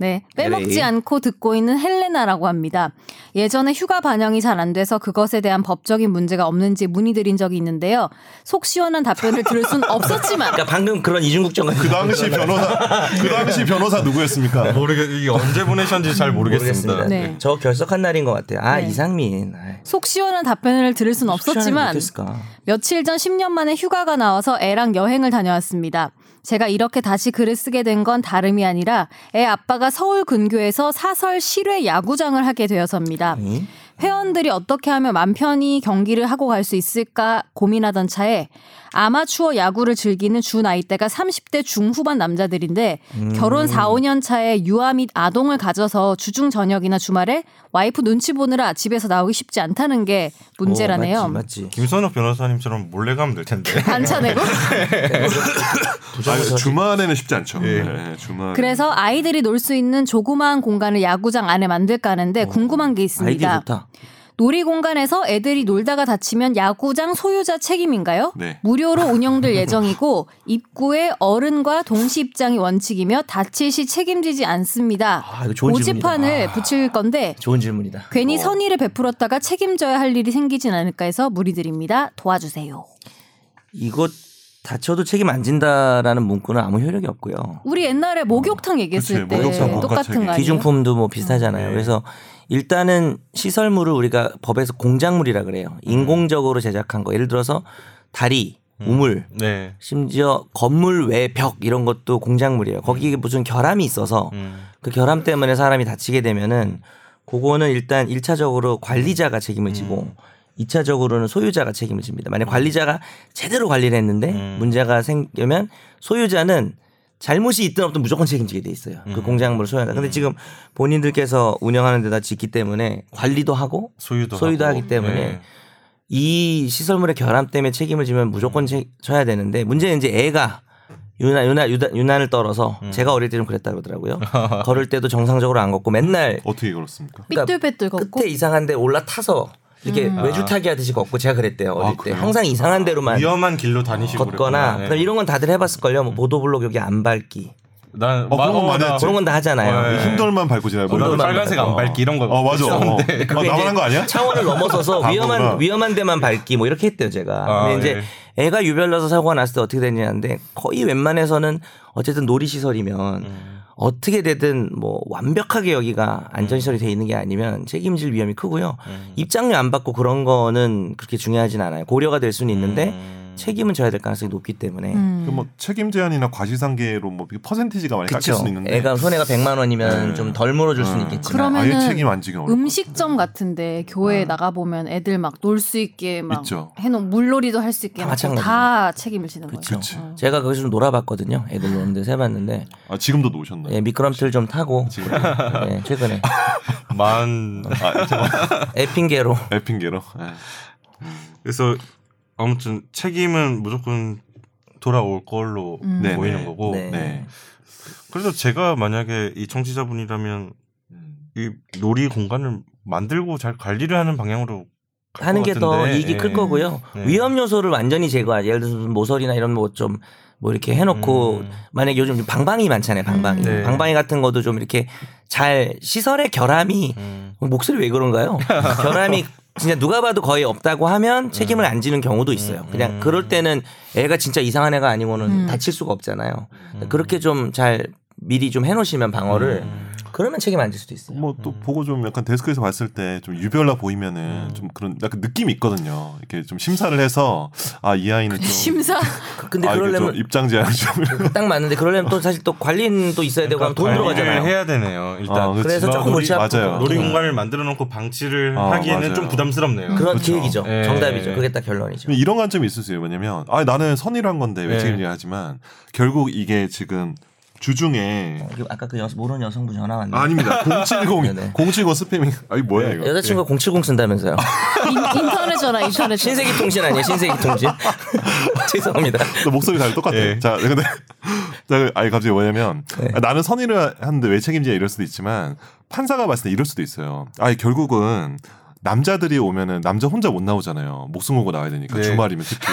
Speaker 3: 네, 빼먹지
Speaker 2: LA.
Speaker 3: 않고 듣고 있는 헬레나라고 합니다. 예전에 휴가 반영이 잘 안 돼서 그것에 대한 법적인 문제가 없는지 문의드린 적이 있는데요. 속 시원한 답변을 들을 순 없었지만
Speaker 2: 그러니까 방금 그런 이중국적 같은
Speaker 4: 그 당시 변호사, 그 당시 변호사 누구였습니까?
Speaker 1: 모르겠 이게 언제 보내셨는지 잘 모르겠습니다.
Speaker 2: 모르겠습니다.
Speaker 3: 네.
Speaker 2: 저 결석한 날인 것 같아요. 아
Speaker 3: 네.
Speaker 2: 이상민. 아이,
Speaker 3: 속 시원한 답변을 들을 순
Speaker 2: 시원하게
Speaker 3: 없었지만
Speaker 2: 못했을까.
Speaker 3: 며칠 전 10년 만에 휴가가 나와서 애랑 여행을 다녀왔습니다. 제가 이렇게 다시 글을 쓰게 된 건 다름이 아니라 애 아빠가 서울 근교에서 사설 실외 야구장을 하게 되어서입니다.
Speaker 2: 응?
Speaker 3: 회원들이 어떻게 하면 맘 편히 경기를 하고 갈 수 있을까 고민하던 차에 아마추어 야구를 즐기는 주 나이대가 30대 중후반 남자들인데
Speaker 2: 음.
Speaker 3: 결혼 4, 5년 차에 유아 및 아동을 가져서 주중 저녁이나 주말에 와이프 눈치 보느라 집에서 나오기 쉽지 않다는 게 문제라네요.
Speaker 2: 어, 맞지, 맞지.
Speaker 1: 김선욱 변호사님처럼 몰래 가면 될 텐데.
Speaker 3: 반차 내고
Speaker 4: 아니,
Speaker 2: 부정에서
Speaker 4: 주말에는 쉽지 않죠.
Speaker 1: 예.
Speaker 4: 예, 주말.
Speaker 3: 그래서 아이들이 놀 수 있는 조그마한 공간을 야구장 안에 만들까 하는데 궁금한
Speaker 2: 어,
Speaker 3: 게
Speaker 2: 아이디어
Speaker 3: 있습니다.
Speaker 2: 좋다.
Speaker 3: 놀이 공간에서 애들이 놀다가 다치면 야구장 소유자 책임인가요?
Speaker 4: 네.
Speaker 3: 무료로 운영될 예정이고 입구에 어른과 동시 입장이 원칙이며 다칠 시 책임지지 않습니다.
Speaker 2: 아, 이거 좋은
Speaker 3: 모집판을
Speaker 2: 질문이다. 아,
Speaker 3: 붙일 건데
Speaker 2: 좋은 질문이다. 어,
Speaker 3: 괜히 선의를 베풀었다가 책임져야 할 일이 생기진 않을까 해서 무리드립니다. 도와주세요.
Speaker 2: 이거 다쳐도 책임 안 진다라는 문구는 아무 효력이 없고요.
Speaker 3: 우리 옛날에
Speaker 2: 어,
Speaker 3: 목욕탕 얘기했을
Speaker 4: 그치,
Speaker 3: 때
Speaker 4: 목욕탕 뭐 국가
Speaker 3: 똑같은
Speaker 4: 책임.
Speaker 3: 거 아니에요? 음.
Speaker 2: 기준품도 뭐 비슷하잖아요.
Speaker 1: 네.
Speaker 2: 그래서 일단은 시설물을 우리가 법에서 공작물이라 그래요.
Speaker 3: 음.
Speaker 2: 인공적으로 제작한 거. 예를 들어서 다리,
Speaker 3: 음.
Speaker 2: 우물,
Speaker 1: 네.
Speaker 2: 심지어 건물 외 벽 이런 것도 공작물이에요. 거기에 무슨 결함이 있어서
Speaker 1: 음.
Speaker 2: 그 결함 때문에 사람이 다치게 되면은 그거는 일단 일차적으로 관리자가
Speaker 1: 음.
Speaker 2: 책임을 지고 이차적으로는 소유자가 책임을 집니다. 만약 관리자가 제대로 관리를 했는데
Speaker 1: 음.
Speaker 2: 문제가 생기면 소유자는 잘못이 있든 없든 무조건 책임지게 돼 있어요.
Speaker 1: 음.
Speaker 2: 그 공작물을 소유한다. 근데 지금 본인들께서 운영하는 데다 짓기 때문에 관리도 하고
Speaker 1: 소유도
Speaker 2: 소유도
Speaker 1: 하고.
Speaker 2: 하기 때문에
Speaker 1: 예.
Speaker 2: 이 시설물의 결함 때문에 책임을 지면 무조건 책- 져야 되는데 문제는 이제 애가 유나 유나 유다, 유난을 떨어서
Speaker 4: 음.
Speaker 2: 제가 어릴 때 좀 그랬다 그러더라고요. 걸을 때도 정상적으로 안 걷고 맨날
Speaker 4: 어떻게 걸었습니까?
Speaker 3: 삐뚤빼뚤 걷고
Speaker 2: 끝에 이상한데 올라타서 이렇게 외줄타기 하듯이 걷고 제가 그랬대요 어릴 때
Speaker 4: 아, 그래요?
Speaker 2: 항상 이상한 데로만
Speaker 1: 위험한 길로 다니시고
Speaker 2: 걷거나
Speaker 1: 그랬구나. 예.
Speaker 2: 그다음에 이런 건 다들 해봤을걸요. 뭐 보도블록 여기 안 밟기
Speaker 1: 난
Speaker 4: 어, 그런 거 많이
Speaker 1: 나-
Speaker 4: 했지.
Speaker 2: 그런 건 다 하잖아요. 어,
Speaker 1: 네.
Speaker 4: 흰돌만 밟고 지나요.
Speaker 1: 나도
Speaker 2: 그런 거
Speaker 1: 빨간색 안
Speaker 4: 많이
Speaker 1: 밝기 이런 거.
Speaker 4: 어 맞아. 어. 아,
Speaker 2: 그게
Speaker 4: 나만
Speaker 2: 이제
Speaker 4: 한 거 아니야?
Speaker 2: 차원을 넘어서서
Speaker 4: 아,
Speaker 2: 위험한
Speaker 4: 그렇구나.
Speaker 2: 위험한 데만 밟기 뭐 이렇게 했대요 제가.
Speaker 1: 아,
Speaker 2: 근데 이제 애가 유별나서 사고가 났을 때 어떻게 되냐는데 거의 웬만해서는 어쨌든 놀이 시설이면
Speaker 4: 음.
Speaker 2: 어떻게 되든 뭐 완벽하게 여기가 안전
Speaker 4: 음.
Speaker 2: 시설이 돼 있는 게 아니면 책임질 위험이 크고요. 입장료 안 받고 그런 거는 그렇게 중요하진 않아요. 고려가 될 수는 있는데 책임은 져야 될 가능성이 높기 때문에.
Speaker 4: 음.
Speaker 3: 음.
Speaker 4: 그럼 뭐 책임 제한이나 과시상계로 뭐 이렇게 퍼센티지가 많이 깎일
Speaker 2: 그렇죠.
Speaker 4: 수는 있는데
Speaker 2: 애가 손해가 100만 원이면 좀 덜 물어줄 수는
Speaker 4: 네.
Speaker 2: 있겠지만.
Speaker 3: 그러면 그러면은
Speaker 4: 아예 책임 안 지기 어려운
Speaker 3: 음식점 같은데 교회 에 나가 보면 애들 막 놀 수 있게 막
Speaker 4: 있죠.
Speaker 3: 해놓 물놀이도 할 수 있게
Speaker 2: 다
Speaker 3: 해놓고
Speaker 2: 마찬가지죠.
Speaker 3: 다 책임을 지는 거죠.
Speaker 4: 그치.
Speaker 3: 어.
Speaker 2: 제가 거기서 좀 놀아봤거든요. 애들 노는데 세봤는데
Speaker 4: 아 지금도 놓으셨나요?
Speaker 2: 예, 미끄럼틀 좀 타고
Speaker 4: 지금
Speaker 2: 예, 최근에
Speaker 1: 만
Speaker 4: 아 잠깐
Speaker 2: 에핑계로
Speaker 4: 에핑계로 예.
Speaker 1: 그래서 아무튼 책임은 무조건 돌아올 걸로
Speaker 3: 음.
Speaker 4: 네,
Speaker 1: 보이는
Speaker 4: 네.
Speaker 1: 거고.
Speaker 2: 네.
Speaker 4: 네.
Speaker 1: 그래서 제가 만약에 이 청취자분이라면
Speaker 4: 음.
Speaker 1: 이 놀이 공간을 만들고 잘 관리를 하는 방향으로 갈것
Speaker 2: 하는 게 더
Speaker 1: 같은데,
Speaker 2: 이익이
Speaker 1: 예.
Speaker 2: 클 거고요.
Speaker 1: 네.
Speaker 2: 위험 요소를 완전히 제거하지. 그 예를 들어서 모서리나 이런 뭐 좀 뭐 이렇게 해놓고
Speaker 1: 음.
Speaker 2: 만약 에 요즘 방방이 많잖아요. 방방이.
Speaker 3: 음.
Speaker 1: 네.
Speaker 2: 방방이 같은 것도 좀 이렇게 잘 시설의 결함이
Speaker 1: 음.
Speaker 2: 목소리 왜 그런가요? 결함이 진짜 누가 봐도 거의 없다고 하면
Speaker 1: 음.
Speaker 2: 책임을 안 지는 경우도 있어요. 그냥 그럴 때는 애가 진짜 이상한 애가 아니고는
Speaker 3: 음.
Speaker 2: 다칠 수가 없잖아요.
Speaker 1: 음.
Speaker 2: 그렇게 좀 잘 미리 좀 해놓으시면 방어를 음. 그러면 책임 안 질 수도 있어요.
Speaker 4: 뭐
Speaker 3: 음.
Speaker 4: 또 보고 좀 약간 데스크에서 봤을 때 좀 유별나
Speaker 2: 음.
Speaker 4: 보이면은 좀 그런 약간 느낌이 있거든요. 이렇게 좀 심사를 해서 아 이 아이는 좀
Speaker 3: 그 심사
Speaker 2: 근데
Speaker 4: 아, 이게 좀
Speaker 2: 그러려면
Speaker 4: 입장 제한 좀
Speaker 2: 딱 맞는데 그러려면 또 사실 또 관리인도 있어야 되고 하면 돈
Speaker 1: 그러니까 관리를
Speaker 2: 들어가잖아요.
Speaker 1: 해야 되네요. 일단
Speaker 4: 아, 그치.
Speaker 2: 그래서
Speaker 1: 뭐
Speaker 2: 조금
Speaker 1: 놀이-
Speaker 2: 골치 아프고
Speaker 4: 맞아요.
Speaker 1: 놀이 공간을 만들어 놓고 방치를
Speaker 4: 아,
Speaker 1: 하기에는
Speaker 4: 맞아요.
Speaker 1: 좀 부담스럽네요.
Speaker 2: 그런
Speaker 4: 그렇죠.
Speaker 2: 계획이죠.
Speaker 1: 예.
Speaker 2: 정답이죠. 그게 딱 결론이죠.
Speaker 4: 근데 이런 관점이 있을 수 있어요. 왜냐면 아 나는 선의로 한 건데 왜
Speaker 1: 네.
Speaker 4: 책임져야 하지만 결국 이게 지금 주중에
Speaker 2: 그리고 아까 그 여, 모르는 여성분 전화 왔는데
Speaker 4: 아, 아닙니다. 070
Speaker 2: 네네.
Speaker 4: 070 스팸이 아니 뭐야 이거. 예.
Speaker 2: 여자친구 가070 쓴다면서요.
Speaker 3: 인, 인터넷 전화 인터넷 전화.
Speaker 2: 신세기 통신 아니에요? 신세기 통신. 죄송합니다. 네.
Speaker 4: 또 목소리 다 똑같아.
Speaker 1: 예.
Speaker 4: 자, 근데 자, 아니 갑자기 뭐냐면 아, 나는 선의를 하는데 왜 책임지냐 이럴 수도 있지만 판사가 봤을 때 이럴 수도 있어요. 아, 결국은 남자들이 오면은 남자 혼자 못 나오잖아요. 목숨 걸고 나와야 되니까
Speaker 1: 네.
Speaker 4: 주말이면 특히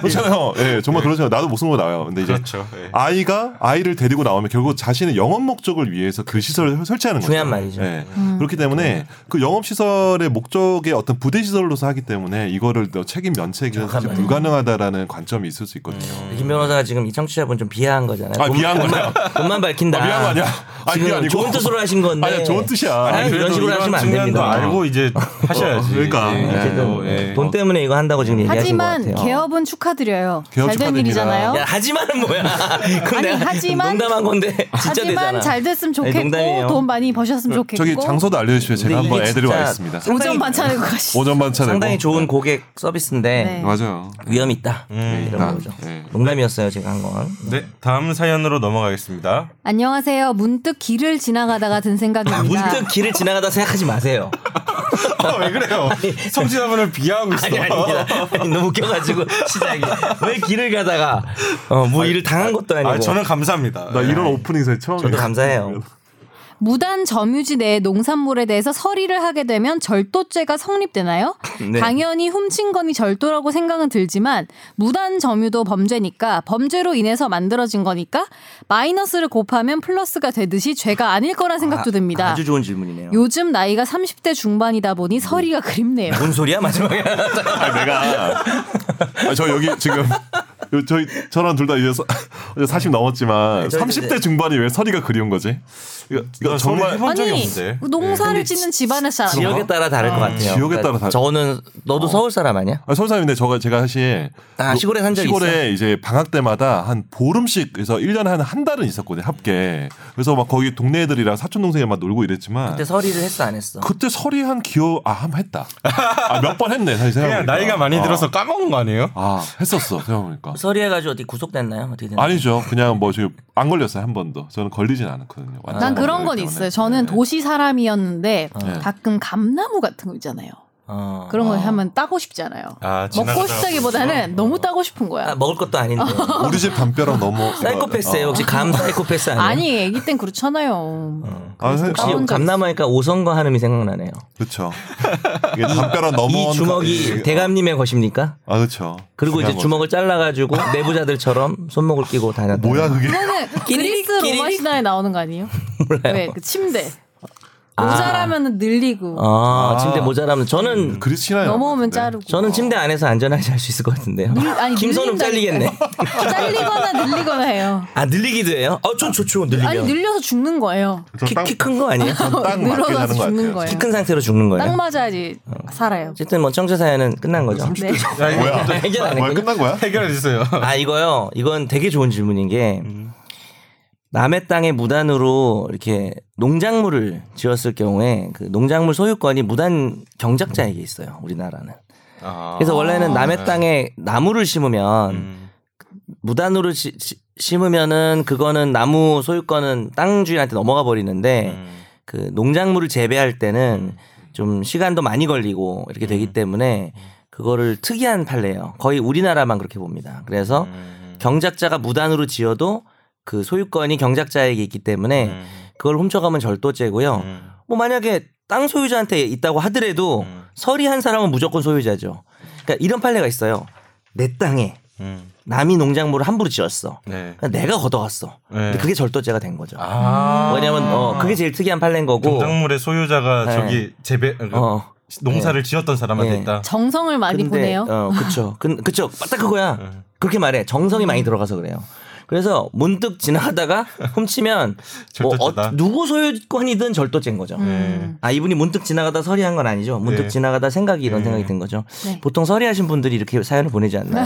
Speaker 4: 그렇잖아요. 예,
Speaker 2: 네.
Speaker 4: 정말 그렇잖아요. 나도 목숨 걸고 나와요. 근데 이제
Speaker 1: 그렇죠. 예.
Speaker 4: 아이가 아이를 데리고 나오면 결국 자신의 영업 목적을 위해서 그 시설을 설치하는 거죠.
Speaker 2: 중요한 말이죠.
Speaker 4: 예. 그렇기 때문에 그 영업 시설의 목적의 어떤 부대 시설로서 하기 때문에 이거를 또 책임 면책은 사실
Speaker 2: 정확한 말이죠.
Speaker 4: 불가능하다라는 음. 관점이 있을 수 있거든요.
Speaker 2: 김 변호사가 지금 이 청취자분 좀 비하한 거잖아요.
Speaker 4: 아, 비하한
Speaker 2: 돈만, 돈만 밝힌다.
Speaker 4: 아, 비하한 거 아니야? 아니,
Speaker 2: 지금
Speaker 4: 그게 아니고.
Speaker 2: 좋은 뜻으로 하신 건데.
Speaker 4: 아니야, 좋은 뜻이야.
Speaker 2: 아니,
Speaker 4: 그래도
Speaker 2: 이런 식으로
Speaker 1: 이런
Speaker 2: 하시면 안
Speaker 1: 중요한 거
Speaker 2: 됩니다. 어,
Speaker 1: 알고 이제 하셔야지.
Speaker 4: 그러니까.
Speaker 1: 예,
Speaker 4: 이제
Speaker 1: 또,
Speaker 4: 좀
Speaker 1: 예.
Speaker 2: 돈 때문에 이거 한다고 지금 얘기하신 것
Speaker 3: 하지만
Speaker 2: 같아요.
Speaker 3: 개업은 축하드려요.
Speaker 4: 개업
Speaker 3: 잘 된
Speaker 4: 축하드립니다.
Speaker 3: 일이잖아요.
Speaker 2: 야, 하지만은 뭐야? 그건
Speaker 3: 아니,
Speaker 2: 내가
Speaker 3: 하지만-
Speaker 2: 농담한 건데 진짜
Speaker 3: 하지만
Speaker 2: 되잖아.
Speaker 3: 잘 됐으면
Speaker 2: 아니,
Speaker 3: 좋겠고
Speaker 2: 농담이에요.
Speaker 3: 돈 많이 버셨으면 좋겠고
Speaker 4: 그, 저기 장소도 알려주시면
Speaker 2: 근데
Speaker 4: 제가 한번
Speaker 2: 이게
Speaker 4: 애들이 와
Speaker 2: 진짜
Speaker 4: 있습니다.
Speaker 2: 상-
Speaker 3: 오전 반찬을 가시.
Speaker 4: 오전 반찬에
Speaker 2: 상당히
Speaker 4: 뭐.
Speaker 2: 좋은 고객 서비스인데
Speaker 3: 네.
Speaker 4: 맞아요.
Speaker 2: 위험이 있다. 이런 거죠.
Speaker 4: 네.
Speaker 2: 농담이었어요 제가 한 건.
Speaker 1: 네, 다음 사연으로 넘어가겠습니다.
Speaker 3: 안녕하세요. 문득 길을 지나가다가 든 생각입니다.
Speaker 2: 아, 문득 길을 지나가다 생각하지 마세요.
Speaker 1: 왜 그래요? 청취자분을 비하하고 있어.
Speaker 2: 아니 아닙니다. 아니, 너무 웃겨가지고 시작이 왜 길을 가다가 어, 뭐 일을 당한 것도 아니고.
Speaker 1: 아, 저는 감사합니다.
Speaker 4: 나
Speaker 1: 예.
Speaker 4: 이런 오프닝 사 처음이에요.
Speaker 2: 저도 감사해요.
Speaker 3: 무단 점유지 내 농산물에 대해서 서리를 하게 되면 절도죄가 성립되나요?
Speaker 2: 네.
Speaker 3: 당연히 훔친 건이 절도라고 생각은 들지만 무단 점유도 범죄니까 범죄로 인해서 만들어진 거니까 마이너스를 곱하면 플러스가 되듯이 죄가 아닐 거란 생각도 듭니다.
Speaker 2: 아주 좋은 질문이네요.
Speaker 3: 요즘 나이가 30대 중반이다 보니 서리가 그립네요.
Speaker 2: 뭔 소리야 마지막에?
Speaker 4: 아, 내가 아, 저 여기 지금 요- 저희 저랑 둘 다 이제 서- 이제 40 넘었지만
Speaker 2: 저희
Speaker 4: 30대 네, 중반이 왜 서리가 그리운 거지? 이거, 이거
Speaker 1: 나 정말
Speaker 4: 정말
Speaker 1: 해본 적이
Speaker 3: 아니
Speaker 1: 없는데.
Speaker 3: 농사를 짓는 집안에서
Speaker 2: 지역에 따라 다를 것 같아요. 그러니까
Speaker 4: 지역에 따라 다- 어.
Speaker 2: 저는 너도 서울 사람 아니야?
Speaker 4: 아, 서울 사람인데 저가 제가 사실
Speaker 2: 아,
Speaker 4: 노-
Speaker 2: 시골에 산 적이
Speaker 4: 시골에 이제 방학 때마다 한 보름씩 그래서 1년에 한 한 달은 있었거든요. 합계. 그래서 막 거기 동네 애들이랑 사촌 동생이랑 막 놀고 이랬지만
Speaker 2: 그때 서리를 했어 안 했어?
Speaker 4: 그때 서리한 기억 아 한 번 했다. 아 몇 번 했네 사실 생각해
Speaker 1: 그냥 나이가 많이 들어서 까먹은 거 아니에요?
Speaker 4: 아 했었어 생각해보니까
Speaker 2: 서리해가지고 어디 구속됐나요? 어떻게 됐나요?
Speaker 4: 아니죠. 그냥 뭐 지금 안 걸렸어요 한 번도. 저는 걸리진 않았거든요. 완전
Speaker 3: 난
Speaker 2: 아,
Speaker 3: 그런 건
Speaker 4: 때문에.
Speaker 3: 있어요. 저는
Speaker 4: 네.
Speaker 3: 도시 사람이었는데
Speaker 4: 네.
Speaker 3: 가끔 감나무 같은 거 있잖아요.
Speaker 2: 어.
Speaker 3: 그런 거
Speaker 4: 어.
Speaker 3: 하면 따고 싶잖아요.
Speaker 1: 아,
Speaker 3: 먹고
Speaker 1: 지나가다가
Speaker 3: 싶다기보다는 너무 따고 싶은
Speaker 2: 아,
Speaker 3: 거야.
Speaker 2: 먹을 것도 아닌데.
Speaker 3: 어.
Speaker 4: 우리 집 담벼락 너무
Speaker 2: 사이코패스예요.
Speaker 5: 어.
Speaker 2: 혹시 감 사이코패스 아니에요? 어.
Speaker 3: 아니, 애기 땐 그렇잖아요.
Speaker 4: 아, 사-
Speaker 3: 혹시-
Speaker 2: 혹시 감남하니까 오성과 한음이 생각나네요.
Speaker 4: 그렇죠. 이게 담벼락 넘어 그,
Speaker 2: 이 주먹이 대감님의 것입니까?
Speaker 4: 아 그렇죠.
Speaker 2: 그리고 이제
Speaker 4: 중요한
Speaker 2: 주먹을 잘라가지고 내부자들처럼 손목을 끼고
Speaker 4: 거죠.
Speaker 2: 다녔다.
Speaker 4: 뭐야 그게?
Speaker 3: 그거는
Speaker 2: 끼리릭,
Speaker 3: 그리스 로마
Speaker 2: 끼리릭.
Speaker 3: 시대에 나오는 거 아니에요?
Speaker 2: 몰라요.
Speaker 3: 왜? 그 침대.
Speaker 2: 아.
Speaker 3: 모자라면 늘리고
Speaker 2: 아,
Speaker 4: 아. 음,
Speaker 2: 침대 모자라면 저는
Speaker 4: 그리스 신화요. 네.
Speaker 3: 넘어오면
Speaker 2: 네.
Speaker 3: 자르고.
Speaker 2: 저는 침대 안에서 안전하게 할 수 있을 것 같은데요.
Speaker 3: 늘- 아니,
Speaker 2: 김선욱
Speaker 3: 늘린다니까요.
Speaker 2: 잘리겠네.
Speaker 3: 잘리거나 늘리거나 해요.
Speaker 2: 아 늘리기도 해요? 어전 좋죠 늘리면.
Speaker 3: 아니 늘려서 죽는 거예요. 어,
Speaker 2: 키큰 거 아니에요?
Speaker 4: 딱 맞게
Speaker 3: 늘어나서
Speaker 4: 자는 것
Speaker 3: 죽는
Speaker 4: 같아요.
Speaker 3: 거예요.
Speaker 2: 키 큰 상태로 죽는
Speaker 3: 딱
Speaker 2: 거예요.
Speaker 3: 맞아야지 살아요.
Speaker 2: 어쨌든 뭐 청취 사연은 끝난 거죠.
Speaker 3: 네.
Speaker 1: 야, 이거
Speaker 4: 아, 뭐야?
Speaker 1: 좀
Speaker 2: 해결 안
Speaker 4: 뭐야
Speaker 2: 했군요.
Speaker 4: 끝난 거야?
Speaker 1: 해결해 주세요.
Speaker 2: 아 이거요. 이건 되게 좋은 질문인 게 남의 땅에 무단으로 이렇게 농작물을 지었을 경우에 그 농작물 소유권이 무단 경작자에게 있어요. 우리나라는.
Speaker 1: 아.
Speaker 2: 그래서 원래는 남의
Speaker 1: 네.
Speaker 2: 땅에 나무를 심으면
Speaker 1: 음.
Speaker 2: 무단으로 시- 시- 심으면은 그거는 나무 소유권은 땅 주인한테 넘어가 버리는데
Speaker 1: 음.
Speaker 2: 그 농작물을 재배할 때는 좀 시간도 많이 걸리고 이렇게
Speaker 1: 음.
Speaker 2: 되기 때문에 그거를 특이한 판례예요. 거의 우리나라만 그렇게 봅니다. 그래서
Speaker 1: 음.
Speaker 2: 경작자가 무단으로 지어도 그 소유권이 경작자에게 있기 때문에
Speaker 1: 음.
Speaker 2: 그걸 훔쳐가면 절도죄고요.
Speaker 1: 음.
Speaker 2: 뭐 만약에 땅 소유자한테 있다고 하더라도
Speaker 1: 음.
Speaker 2: 서리한 사람은 무조건 소유자죠. 그러니까 이런 판례가 있어요. 내 땅에
Speaker 1: 음.
Speaker 2: 남이 농작물을 함부로 지었어.
Speaker 1: 네.
Speaker 2: 그러니까 내가 걷어갔어. 근데
Speaker 1: 네.
Speaker 2: 그게 절도죄가 된 거죠.
Speaker 1: 아.
Speaker 2: 왜냐면 어, 그게 제일 특이한 판례인 거고.
Speaker 1: 경작물의 소유자가
Speaker 2: 네.
Speaker 1: 저기 재배 그
Speaker 2: 어.
Speaker 1: 농사를 지었던 사람한테
Speaker 2: 네.
Speaker 1: 있다.
Speaker 3: 정성을 많이 보내요. 음,
Speaker 2: 어, 그쵸. 그, 그쵸. 딱 그거야.
Speaker 1: 음.
Speaker 2: 그렇게 말해. 정성이 많이 들어가서 그래요. 그래서 문득 지나가다가 훔치면 뭐
Speaker 1: 절도죄다.
Speaker 2: 어, 누구 소유권이든 절도죄인 거죠.
Speaker 3: 음.
Speaker 2: 아 이분이 문득 지나가다 서리한 건 아니죠. 문득
Speaker 1: 네.
Speaker 2: 지나가다 생각이 이런
Speaker 1: 네.
Speaker 2: 생각이 든 거죠.
Speaker 3: 네.
Speaker 2: 보통 서리하신 분들이 이렇게 사연을 보내지 않나요?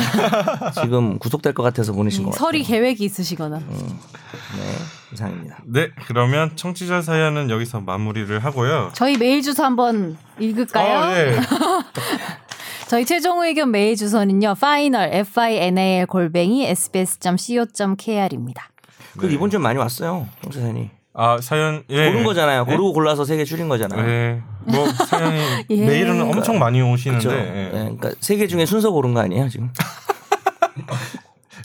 Speaker 2: 지금 구속될 것 같아서 보내신 것 같아요. 음.
Speaker 3: 설이 계획이 있으시거나
Speaker 2: 네, 이상입니다.
Speaker 1: 네, 그러면 청취자 사연은 여기서 마무리를 하고요.
Speaker 3: 저희 메일 주소 한번 읽을까요?
Speaker 1: 아, 예.
Speaker 3: 저희 최종 의견 메일 주소는요. final f i n a l 골뱅이 sbs.co.kr입니다.
Speaker 2: 그 이번 좀 많이 왔어요, 홍 사연이.
Speaker 1: 네. 아, 사연 예.
Speaker 2: 고른 거잖아요. 고르고 골라서 세 개 줄인 거잖아요.
Speaker 1: 예. 뭐 사연이
Speaker 3: 예.
Speaker 1: 메일은 엄청 많이 오시는데
Speaker 2: 그렇죠.
Speaker 1: 예.
Speaker 2: 그러니까 세 개 중에 순서 고른 거 아니에요 지금?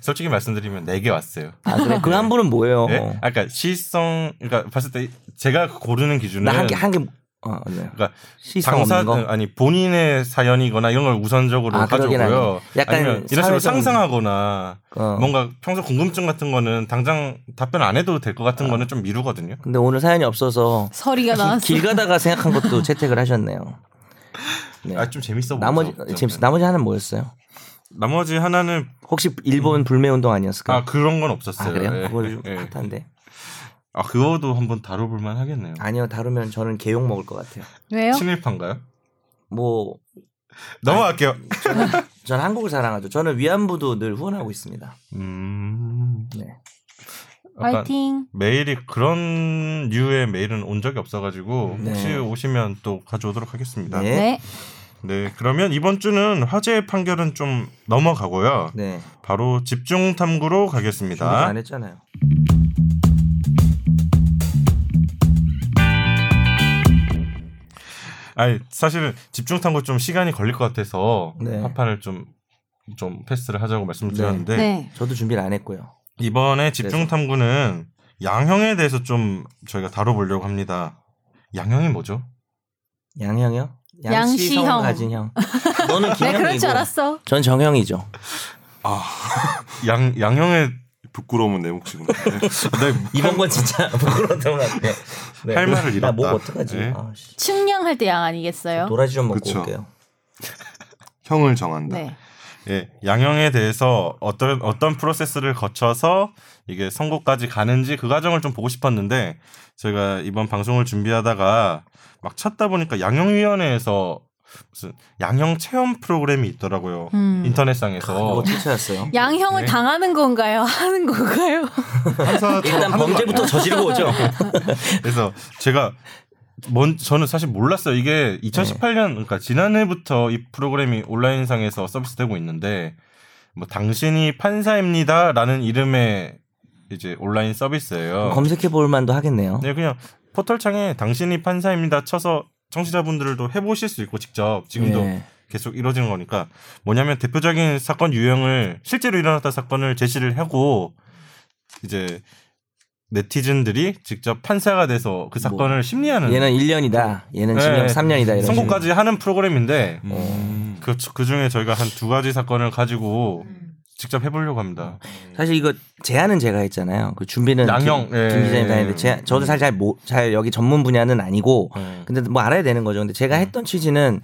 Speaker 1: 솔직히 말씀드리면 4개 왔어요.
Speaker 2: 아 그래 그 한 분은 뭐예요?
Speaker 1: 예? 아까 시성 그러니까 봤을 때 제가 고르는 기준은
Speaker 2: 나 한 개 한개 아, 네.
Speaker 1: 그러니까
Speaker 2: 시성
Speaker 1: 당사
Speaker 2: 없는 거?
Speaker 1: 아니 본인의 사연이거나 이런 걸 우선적으로
Speaker 2: 아, 그러긴
Speaker 1: 가져고요.
Speaker 2: 하네. 약간
Speaker 1: 아니면 이런 식으로
Speaker 2: 사회적-
Speaker 1: 상상하거나
Speaker 2: 어.
Speaker 1: 뭔가 평소 궁금증 같은 거는 당장 답변 안 해도 될 것 같은 거는 좀 미루거든요.
Speaker 2: 아. 근데 오늘 사연이 없어서
Speaker 3: 설이가 나왔어.
Speaker 2: 길 가다가 생각한 것도 채택을 하셨네요. 네.
Speaker 1: 아 좀 재밌어 보여.
Speaker 2: 나머지 재밌어. 나머지 하나는 뭐였어요?
Speaker 1: 나머지 하나는 음.
Speaker 2: 혹시 일본 불매 운동 아니었을까?
Speaker 1: 아
Speaker 2: 요
Speaker 1: 그런 건 없었어요.
Speaker 2: 아 그래요?
Speaker 1: 예,
Speaker 2: 그걸 좀
Speaker 1: 예.
Speaker 2: 핫한데
Speaker 1: 아 그거도 한번 다뤄볼만 하겠네요.
Speaker 2: 아니요 다루면 저는 개욕 먹을 것 같아요.
Speaker 3: 왜요?
Speaker 1: 친일파인가요?
Speaker 2: 뭐 전
Speaker 1: 넘어갈게요.
Speaker 2: 한국을 사랑하죠. 저는 위안부도 늘 후원하고 있습니다.
Speaker 1: 음.
Speaker 2: 네.
Speaker 1: 약간
Speaker 3: 화이팅.
Speaker 1: 메일이 그런 류의 메일은 온 적이 없어가지고
Speaker 2: 네.
Speaker 1: 혹시 오시면 또 가져오도록 하겠습니다.
Speaker 2: 네.
Speaker 1: 네.
Speaker 3: 네.
Speaker 1: 그러면 이번 주는 화제의 판결은 좀 넘어가고요.
Speaker 2: 네.
Speaker 1: 바로 집중 탐구로
Speaker 2: 준비
Speaker 1: 가겠습니다.
Speaker 2: 안 했잖아요.
Speaker 1: 아니 사실 집중 탐구 좀 시간이 걸릴 것 같아서
Speaker 2: 네.
Speaker 1: 화판을 좀 좀 패스를 하자고 말씀을
Speaker 2: 네.
Speaker 1: 드렸는데
Speaker 3: 네.
Speaker 2: 저도 준비를 안 했고요.
Speaker 1: 이번에 집중 탐구는 양형에 대해서 좀 저희가 다뤄보려고 합니다. 양형이 뭐죠?
Speaker 2: 양형이요?
Speaker 3: 양시형.
Speaker 2: 양시형 가진 형. 너는
Speaker 3: 네,
Speaker 2: 김형이고.
Speaker 3: 그럴 줄 알았어.
Speaker 2: 전 정형이죠.
Speaker 1: 아, 양 양형의
Speaker 4: 부끄러움은 내 몫이구나.
Speaker 2: 이번 건 진짜 부끄러웠던 것 같아. 네.
Speaker 1: 할 말을 잃었다.
Speaker 2: 나목 어떡하지?
Speaker 1: 네.
Speaker 2: 아, 씨.
Speaker 3: 측량할 때 양 아니겠어요?
Speaker 2: 도라지 좀 먹고
Speaker 4: 그쵸.
Speaker 2: 올게요.
Speaker 4: 형을 정한다.
Speaker 3: 네.
Speaker 1: 예, 양형에 대해서 어떤 어떤 프로세스를 거쳐서 이게 선고까지 가는지 그 과정을 좀 보고 싶었는데 저희가 이번 방송을 준비하다가 막 찾다 보니까 양형위원회에서 무슨 양형 체험 프로그램이 있더라고요
Speaker 3: 음.
Speaker 2: 이거
Speaker 1: 인터넷상에서
Speaker 2: 아, 어떻게 찾았어요?
Speaker 3: 양형을
Speaker 1: 네.
Speaker 3: 당하는 건가요? 하는 건가요?
Speaker 4: 판사처럼
Speaker 2: 일단
Speaker 4: 하는 거
Speaker 2: 범죄부터
Speaker 4: 아니야?
Speaker 2: 저지르고 오죠.
Speaker 1: 그래서 제가 뭔 저는 사실 몰랐어요 이게
Speaker 2: 네.
Speaker 1: 2018년 그러니까 지난해부터 이 프로그램이 온라인상에서 서비스되고 있는데 뭐 당신이 판사입니다라는 이름의 이제 온라인 서비스예요.
Speaker 2: 검색해 볼 만도 하겠네요.
Speaker 1: 네, 그냥 포털창에 당신이 판사입니다 쳐서 청취자분들도 해보실 수 있고 직접 지금도
Speaker 2: 예.
Speaker 1: 계속 이루어지는 거니까 뭐냐면 대표적인 사건 유형을 실제로 일어났던 사건을 제시를 하고 이제 네티즌들이 직접 판사가 돼서 그 사건을 심리하는
Speaker 2: 뭐, 얘는 1년이다. 얘는
Speaker 1: 네.
Speaker 2: 징역 3년이다. 이런 음.
Speaker 1: 선고까지 하는 프로그램인데
Speaker 2: 식으로.
Speaker 1: 그, 그 중에 저희가 한 두 가지 사건을 가지고 직접 해보려고 합니다.
Speaker 2: 사실 이거 제안은 제가 했잖아요. 그 준비는
Speaker 1: 양형,
Speaker 2: 김,
Speaker 1: 예.
Speaker 2: 김 기자님 다 했는데 제안- 저도 사실 잘, 모, 잘 여기 전문 분야는 아니고
Speaker 1: 네.
Speaker 2: 근데 뭐 알아야 되는 거죠. 근데 제가 했던 취지는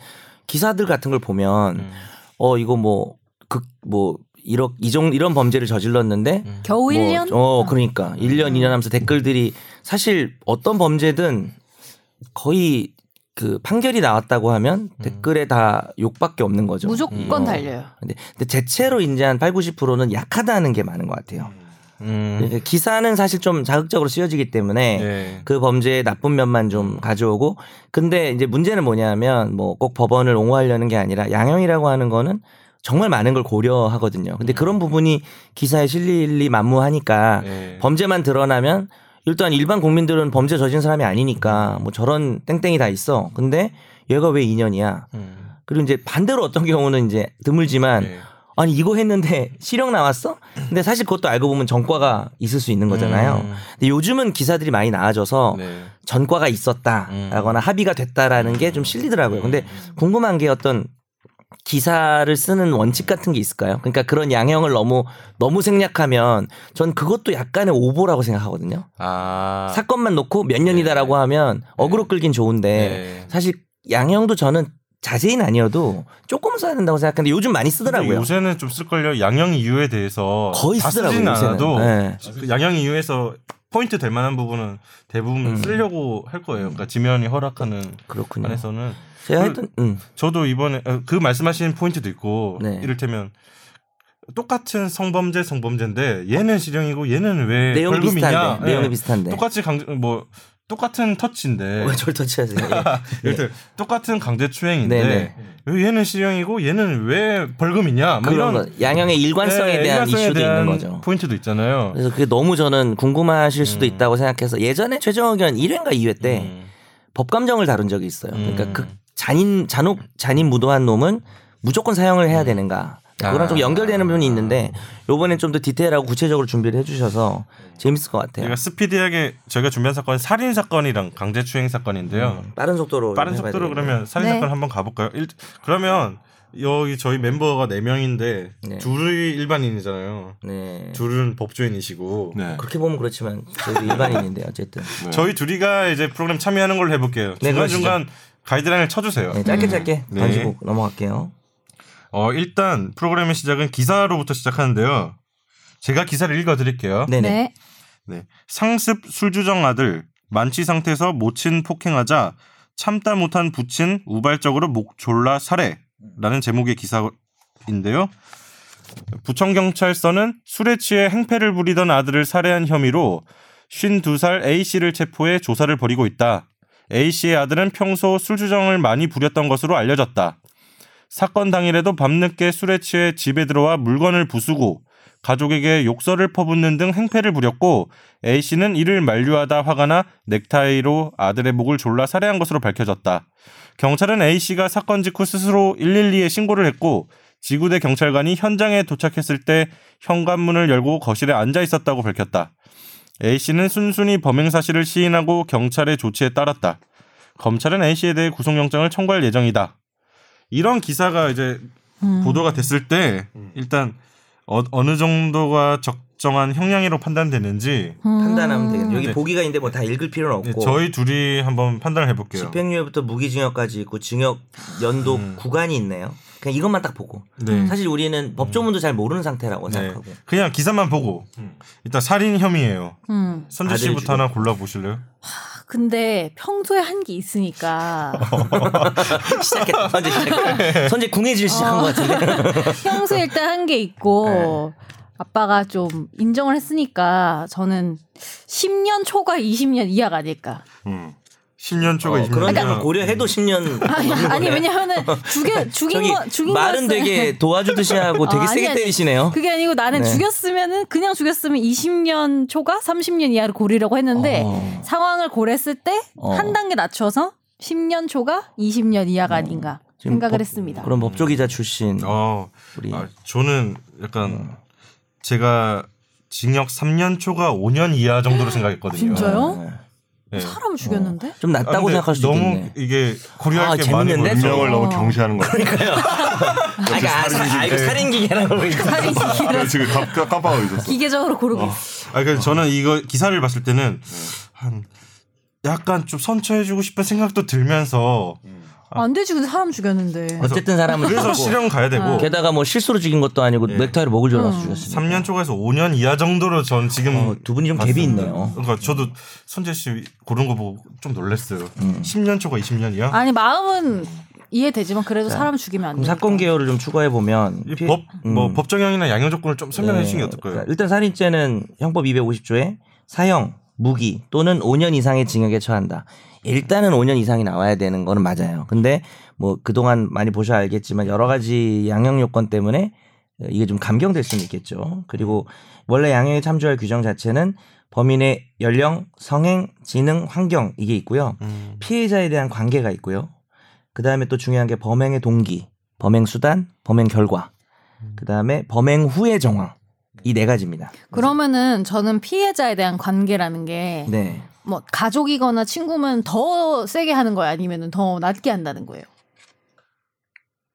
Speaker 2: 기사들 같은 걸 보면
Speaker 1: 음.
Speaker 2: 어 이거 뭐극뭐 이런 이종 이런 범죄를 저질렀는데
Speaker 1: 음.
Speaker 2: 뭐,
Speaker 3: 겨우 1년? 아.
Speaker 2: 어 그러니까 1년 2년 하면서 댓글들이 사실 어떤 범죄든 거의 그 판결이 나왔다고 하면 댓글에 다 욕밖에 없는 거죠.
Speaker 3: 음. 무조건
Speaker 2: 어.
Speaker 3: 달려요.
Speaker 2: 근데, 근데 대체로 인제 한 8, 90%는 약하다는 게 많은 것 같아요.
Speaker 1: 음.
Speaker 2: 그러니까 기사는 사실 좀 자극적으로 쓰여지기 때문에
Speaker 1: 예.
Speaker 2: 그 범죄의 나쁜 면만 좀 가져오고 근데 이제 문제는 뭐냐면 뭐 꼭 법원을 옹호하려는 게 아니라 양형이라고 하는 거는 정말 많은 걸 고려하거든요. 근데 그런 부분이 기사에 실릴리 만무하니까
Speaker 1: 예.
Speaker 2: 범죄만 드러나면 일단 일반 국민들은 범죄 저지른 사람이 아니니까 뭐 저런 땡땡이 다 있어. 근데 얘가 왜 2년이야?
Speaker 1: 음.
Speaker 2: 그리고 이제 반대로 어떤 경우는 이제 드물지만
Speaker 1: 예.
Speaker 2: 아니 이거 했는데 실형 나왔어? 근데 사실 그것도 알고 보면 전과가 있을 수 있는 거잖아요.
Speaker 1: 음.
Speaker 2: 근데 요즘은 기사들이 많이 나아져서
Speaker 1: 네.
Speaker 2: 전과가 있었다라거나 합의가 됐다라는
Speaker 1: 음.
Speaker 2: 게 좀 실리더라고요. 근데 궁금한 게 어떤 기사를 쓰는 원칙 같은 게 있을까요? 그러니까 그런 양형을 너무 너무 생략하면 전 그것도 약간의 오보라고 생각하거든요.
Speaker 1: 아.
Speaker 2: 사건만 놓고 몇 년이다라고 하면 어그로 끌긴 좋은데
Speaker 1: 네.
Speaker 2: 사실 양형도 저는 자세히는 아니어도 조금 써야 된다고 생각하는데 요즘 많이 쓰더라고요.
Speaker 1: 요새는 좀 쓸걸요. 양형 이유에 대해서
Speaker 2: 거의
Speaker 1: 다
Speaker 2: 쓰더라고요.
Speaker 1: 쓰진
Speaker 2: 요새는.
Speaker 1: 않아도
Speaker 2: 네.
Speaker 1: 그 양형 이유에서 포인트 될 만한 부분은 대부분 쓰려고 할 거예요. 그러니까 지면이 허락하는
Speaker 2: 음. 그렇군요.
Speaker 1: 안에서는
Speaker 2: 제가
Speaker 1: 그-
Speaker 2: 했던 음.
Speaker 1: 저도 이번에 어, 그 말씀하신 포인트도 있고
Speaker 2: 네.
Speaker 1: 이를테면 똑같은 성범죄 성범죄인데 얘는 실형이고 얘는 왜
Speaker 2: 내용이
Speaker 1: 벌금이냐?
Speaker 2: 비슷한데
Speaker 1: 예.
Speaker 2: 내용이 비슷한데
Speaker 1: 똑같이 강 뭐 똑같은 터치인데
Speaker 2: 왜 저를 터치하세요? 예.
Speaker 1: 이를테 똑같은 강제 추행인데
Speaker 2: 네,
Speaker 1: 왜 얘는 실형이고 얘는 왜 벌금이냐? 뭐
Speaker 2: 그런
Speaker 1: 이런
Speaker 2: 거. 양형의 일관성에
Speaker 1: 예,
Speaker 2: 대한
Speaker 1: 일관성에
Speaker 2: 이슈도
Speaker 1: 대한
Speaker 2: 있는 거죠.
Speaker 1: 포인트도 있잖아요.
Speaker 2: 그래서 그게 너무 저는 궁금하실 수도 있다고 생각해서 예전에 최종 의견 1회인가 2회 때
Speaker 1: 음.
Speaker 2: 법감정을 다룬 적이 있어요.
Speaker 1: 음.
Speaker 2: 그러니까 그 잔인 잔혹 잔인 무도한 놈은 무조건 사형을 해야 되는가?
Speaker 1: 음.
Speaker 2: 그거랑
Speaker 1: 아.
Speaker 2: 좀 연결되는 부분이 있는데 요번엔 좀 더 디테일하고 구체적으로 준비를 해주셔서 재밌을 것 같아요.
Speaker 1: 저희가 스피디하게 저희가 준비한 사건 살인 사건이랑 강제추행 사건인데요.
Speaker 2: 음, 빠른 속도로
Speaker 1: 빠른
Speaker 2: 좀 해봐야
Speaker 1: 속도로
Speaker 2: 되겠네요.
Speaker 1: 그러면 살인
Speaker 3: 네.
Speaker 1: 사건 한번 가볼까요? 일, 그러면 여기 저희 멤버가 네 명인데
Speaker 2: 네.
Speaker 1: 둘이 일반인이잖아요.
Speaker 2: 네.
Speaker 1: 둘은 법조인이시고
Speaker 4: 네.
Speaker 2: 그렇게 보면 그렇지만 저희도 일반인인데 어쨌든
Speaker 4: 네.
Speaker 1: 저희 둘이가 이제 프로그램 참여하는 걸로 해볼게요.
Speaker 2: 네,
Speaker 1: 중간 중간 가이드라인을 쳐주세요.
Speaker 2: 네, 짧게 짧게
Speaker 1: 네.
Speaker 2: 던지고 넘어갈게요.
Speaker 1: 어 일단 프로그램의 시작은 기사로부터 시작하는데요. 제가 기사를 읽어드릴게요.
Speaker 2: 네네.
Speaker 3: 네.
Speaker 1: 네. 상습 술주정 아들 만취 상태에서 모친 폭행하자 참다 못한 부친 우발적으로 목 졸라 살해라는 제목의 기사인데요. 부천 경찰서는 술에 취해 행패를 부리던 아들을 살해한 혐의로 52살 A 씨를 체포해 조사를 벌이고 있다. A 씨의 아들은 평소 술주정을 많이 부렸던 것으로 알려졌다. 사건 당일에도 밤늦게 술에 취해 집에 들어와 물건을 부수고 가족에게 욕설을 퍼붓는 등 행패를 부렸고 A 씨는 이를 만류하다 화가 나 넥타이로 아들의 목을 졸라 살해한 것으로 밝혀졌다. 경찰은 A 씨가 사건 직후 스스로 112에 신고를 했고 지구대 경찰관이 현장에 도착했을 때 현관문을 열고 거실에 앉아 있었다고 밝혔다. A 씨는 순순히 범행 사실을 시인하고 경찰의 조치에 따랐다. 검찰은 A 씨에 대해 구속영장을 청구할 예정이다. 이런 기사가 이제
Speaker 3: 음.
Speaker 1: 보도가 됐을 때
Speaker 2: 음.
Speaker 1: 일단 어, 어느 정도가 적정한 형량으로 판단되는지
Speaker 3: 음.
Speaker 2: 판단하면 되겠네요. 여기
Speaker 1: 네.
Speaker 2: 보기가 있는데 뭐 다 읽을 필요는
Speaker 1: 네,
Speaker 2: 없고
Speaker 1: 저희 둘이 한번 판단을 해볼게요. 음.
Speaker 2: 집행유예부터 무기징역까지 있고 징역 연도 구간이 있네요. 그냥 이것만 딱 보고
Speaker 1: 네.
Speaker 2: 사실 우리는 법조문도 잘 모르는 상태라고
Speaker 1: 네.
Speaker 2: 생각하고
Speaker 1: 그냥 기사만 보고 일단 살인 혐의예요.
Speaker 3: 음. 아,
Speaker 1: 선재
Speaker 2: 아들
Speaker 1: 씨부터
Speaker 2: 죽여.
Speaker 1: 하나 골라 보실래요?
Speaker 3: 근데 평소에 한 게 있으니까
Speaker 1: 아,
Speaker 2: 시작했다 선제 시작. 선제 궁해질 시작한 것 같은데.
Speaker 3: 평소에 일단 한 게 있고
Speaker 1: 네.
Speaker 3: 아빠가 좀 인정을 했으니까 저는 10년 초과 20년 이하가 아닐까.
Speaker 1: 10년 음. 초가
Speaker 2: 어,
Speaker 1: 20년 음.
Speaker 2: 그런 점
Speaker 1: 전.
Speaker 2: 고려해도 10년
Speaker 3: 아니, 아니 왜냐면은 죽여 죽인
Speaker 2: 저기
Speaker 3: 거 죽인
Speaker 2: 말은
Speaker 3: 거였어요.
Speaker 2: 되게 도와주듯이 하고 뭐 되게
Speaker 3: 어,
Speaker 2: 세게
Speaker 3: 아니, 아니.
Speaker 2: 때리시네요.
Speaker 3: 그게 아니고 나는
Speaker 2: 네.
Speaker 3: 죽였으면은 그냥 죽였으면 20년 초과 30년 이하를 고리라고 했는데
Speaker 2: 어.
Speaker 3: 상황을 고렸을 때
Speaker 2: 어.
Speaker 3: 한 단계 낮춰서 10년 초과 20년 이하가
Speaker 2: 어.
Speaker 3: 아닌가
Speaker 2: 지금
Speaker 3: 생각을
Speaker 2: 법-
Speaker 3: 했습니다.
Speaker 2: 그런 법조기자 출신
Speaker 1: 어,
Speaker 2: 우리
Speaker 1: 음.
Speaker 2: 음.
Speaker 1: 아, 저는 약간 제가 징역 3년 초가 5년 이하 정도로 생각했거든요.
Speaker 3: 아, 진짜요?
Speaker 2: 네.
Speaker 1: 네.
Speaker 3: 사람을 죽였는데?
Speaker 2: 좀
Speaker 1: 아,
Speaker 2: 낫다고
Speaker 1: 근데
Speaker 2: 생각할 수도
Speaker 1: 너무
Speaker 2: 있네.
Speaker 1: 이게 고려할
Speaker 2: 아,
Speaker 1: 게 많은
Speaker 2: 재밌는데?
Speaker 1: 거죠.
Speaker 4: 운명을 너무
Speaker 3: 어.
Speaker 4: 경시하는 거예요.
Speaker 2: 아, 이거 아, 사- 아,
Speaker 6: 네.
Speaker 2: 이거 살인기계라는 거 있잖아.
Speaker 4: 아, 지금 깜- 깜- 깜빡하고 있었어.
Speaker 3: 기계적으로 고르고 있어.
Speaker 1: 아, 그러니까 저는 이거 기사를 봤을 때는
Speaker 2: 네.
Speaker 1: 한 약간 좀 선처해주고 싶은 생각도 들면서
Speaker 3: 안 되지 근데 사람 죽였는데.
Speaker 2: 네.
Speaker 3: 어.
Speaker 2: 어쨌든 사람은
Speaker 1: 아. 그래서
Speaker 2: 죽고
Speaker 1: 실형 가야
Speaker 3: 아.
Speaker 1: 되고
Speaker 2: 게다가 뭐 실수로 죽인 것도 아니고
Speaker 1: 예.
Speaker 2: 넥타이로
Speaker 3: 음.
Speaker 2: 먹을 줄 알아서 죽였습니다.
Speaker 1: 3년 초과해서 5년 이하 정도로 전 지금
Speaker 2: 어, 두 분이 좀 갭이 있네요.
Speaker 1: 그러니까 저도 손재 씨 고른 거 보고 좀 놀랐어요.
Speaker 2: 음.
Speaker 1: 10년 초과 20년이야?
Speaker 3: 아니 마음은 이해되지만 그래도 사람 죽이면 안
Speaker 2: 그럼
Speaker 3: 돼.
Speaker 2: 사건 개요를 좀 추가해 보면
Speaker 1: 그러니까.
Speaker 2: 음. 네.
Speaker 1: 이 법, 뭐 법정형이나 양형 조건을 좀 설명해 주시는 게 어떨까요?
Speaker 2: 일단 살인죄는 형법 250조에 사형, 무기 또는 5년 이상의 징역에 처한다. 일단은 5년 이상이 나와야 되는 거는 맞아요. 근데 뭐 그동안 많이 보셔 알겠지만 여러 가지 양형 요건 때문에 이게 좀 감경될 수는 있겠죠. 그리고 원래 양형에 참조할 규정 자체는 범인의 연령, 성행, 지능, 환경 이게 있고요.
Speaker 1: 음.
Speaker 2: 피해자에 대한 관계가 있고요. 그 다음에 또 중요한 게 범행의 동기, 범행 수단, 범행 결과, 그 다음에 범행 후의 정황 이 네 가지입니다.
Speaker 3: 그러면은 저는 피해자에 대한 관계라는 게 뭐
Speaker 2: 네.
Speaker 3: 가족이거나 친구면 더 세게 하는 거예요, 아니면은 더 낮게 한다는 거예요.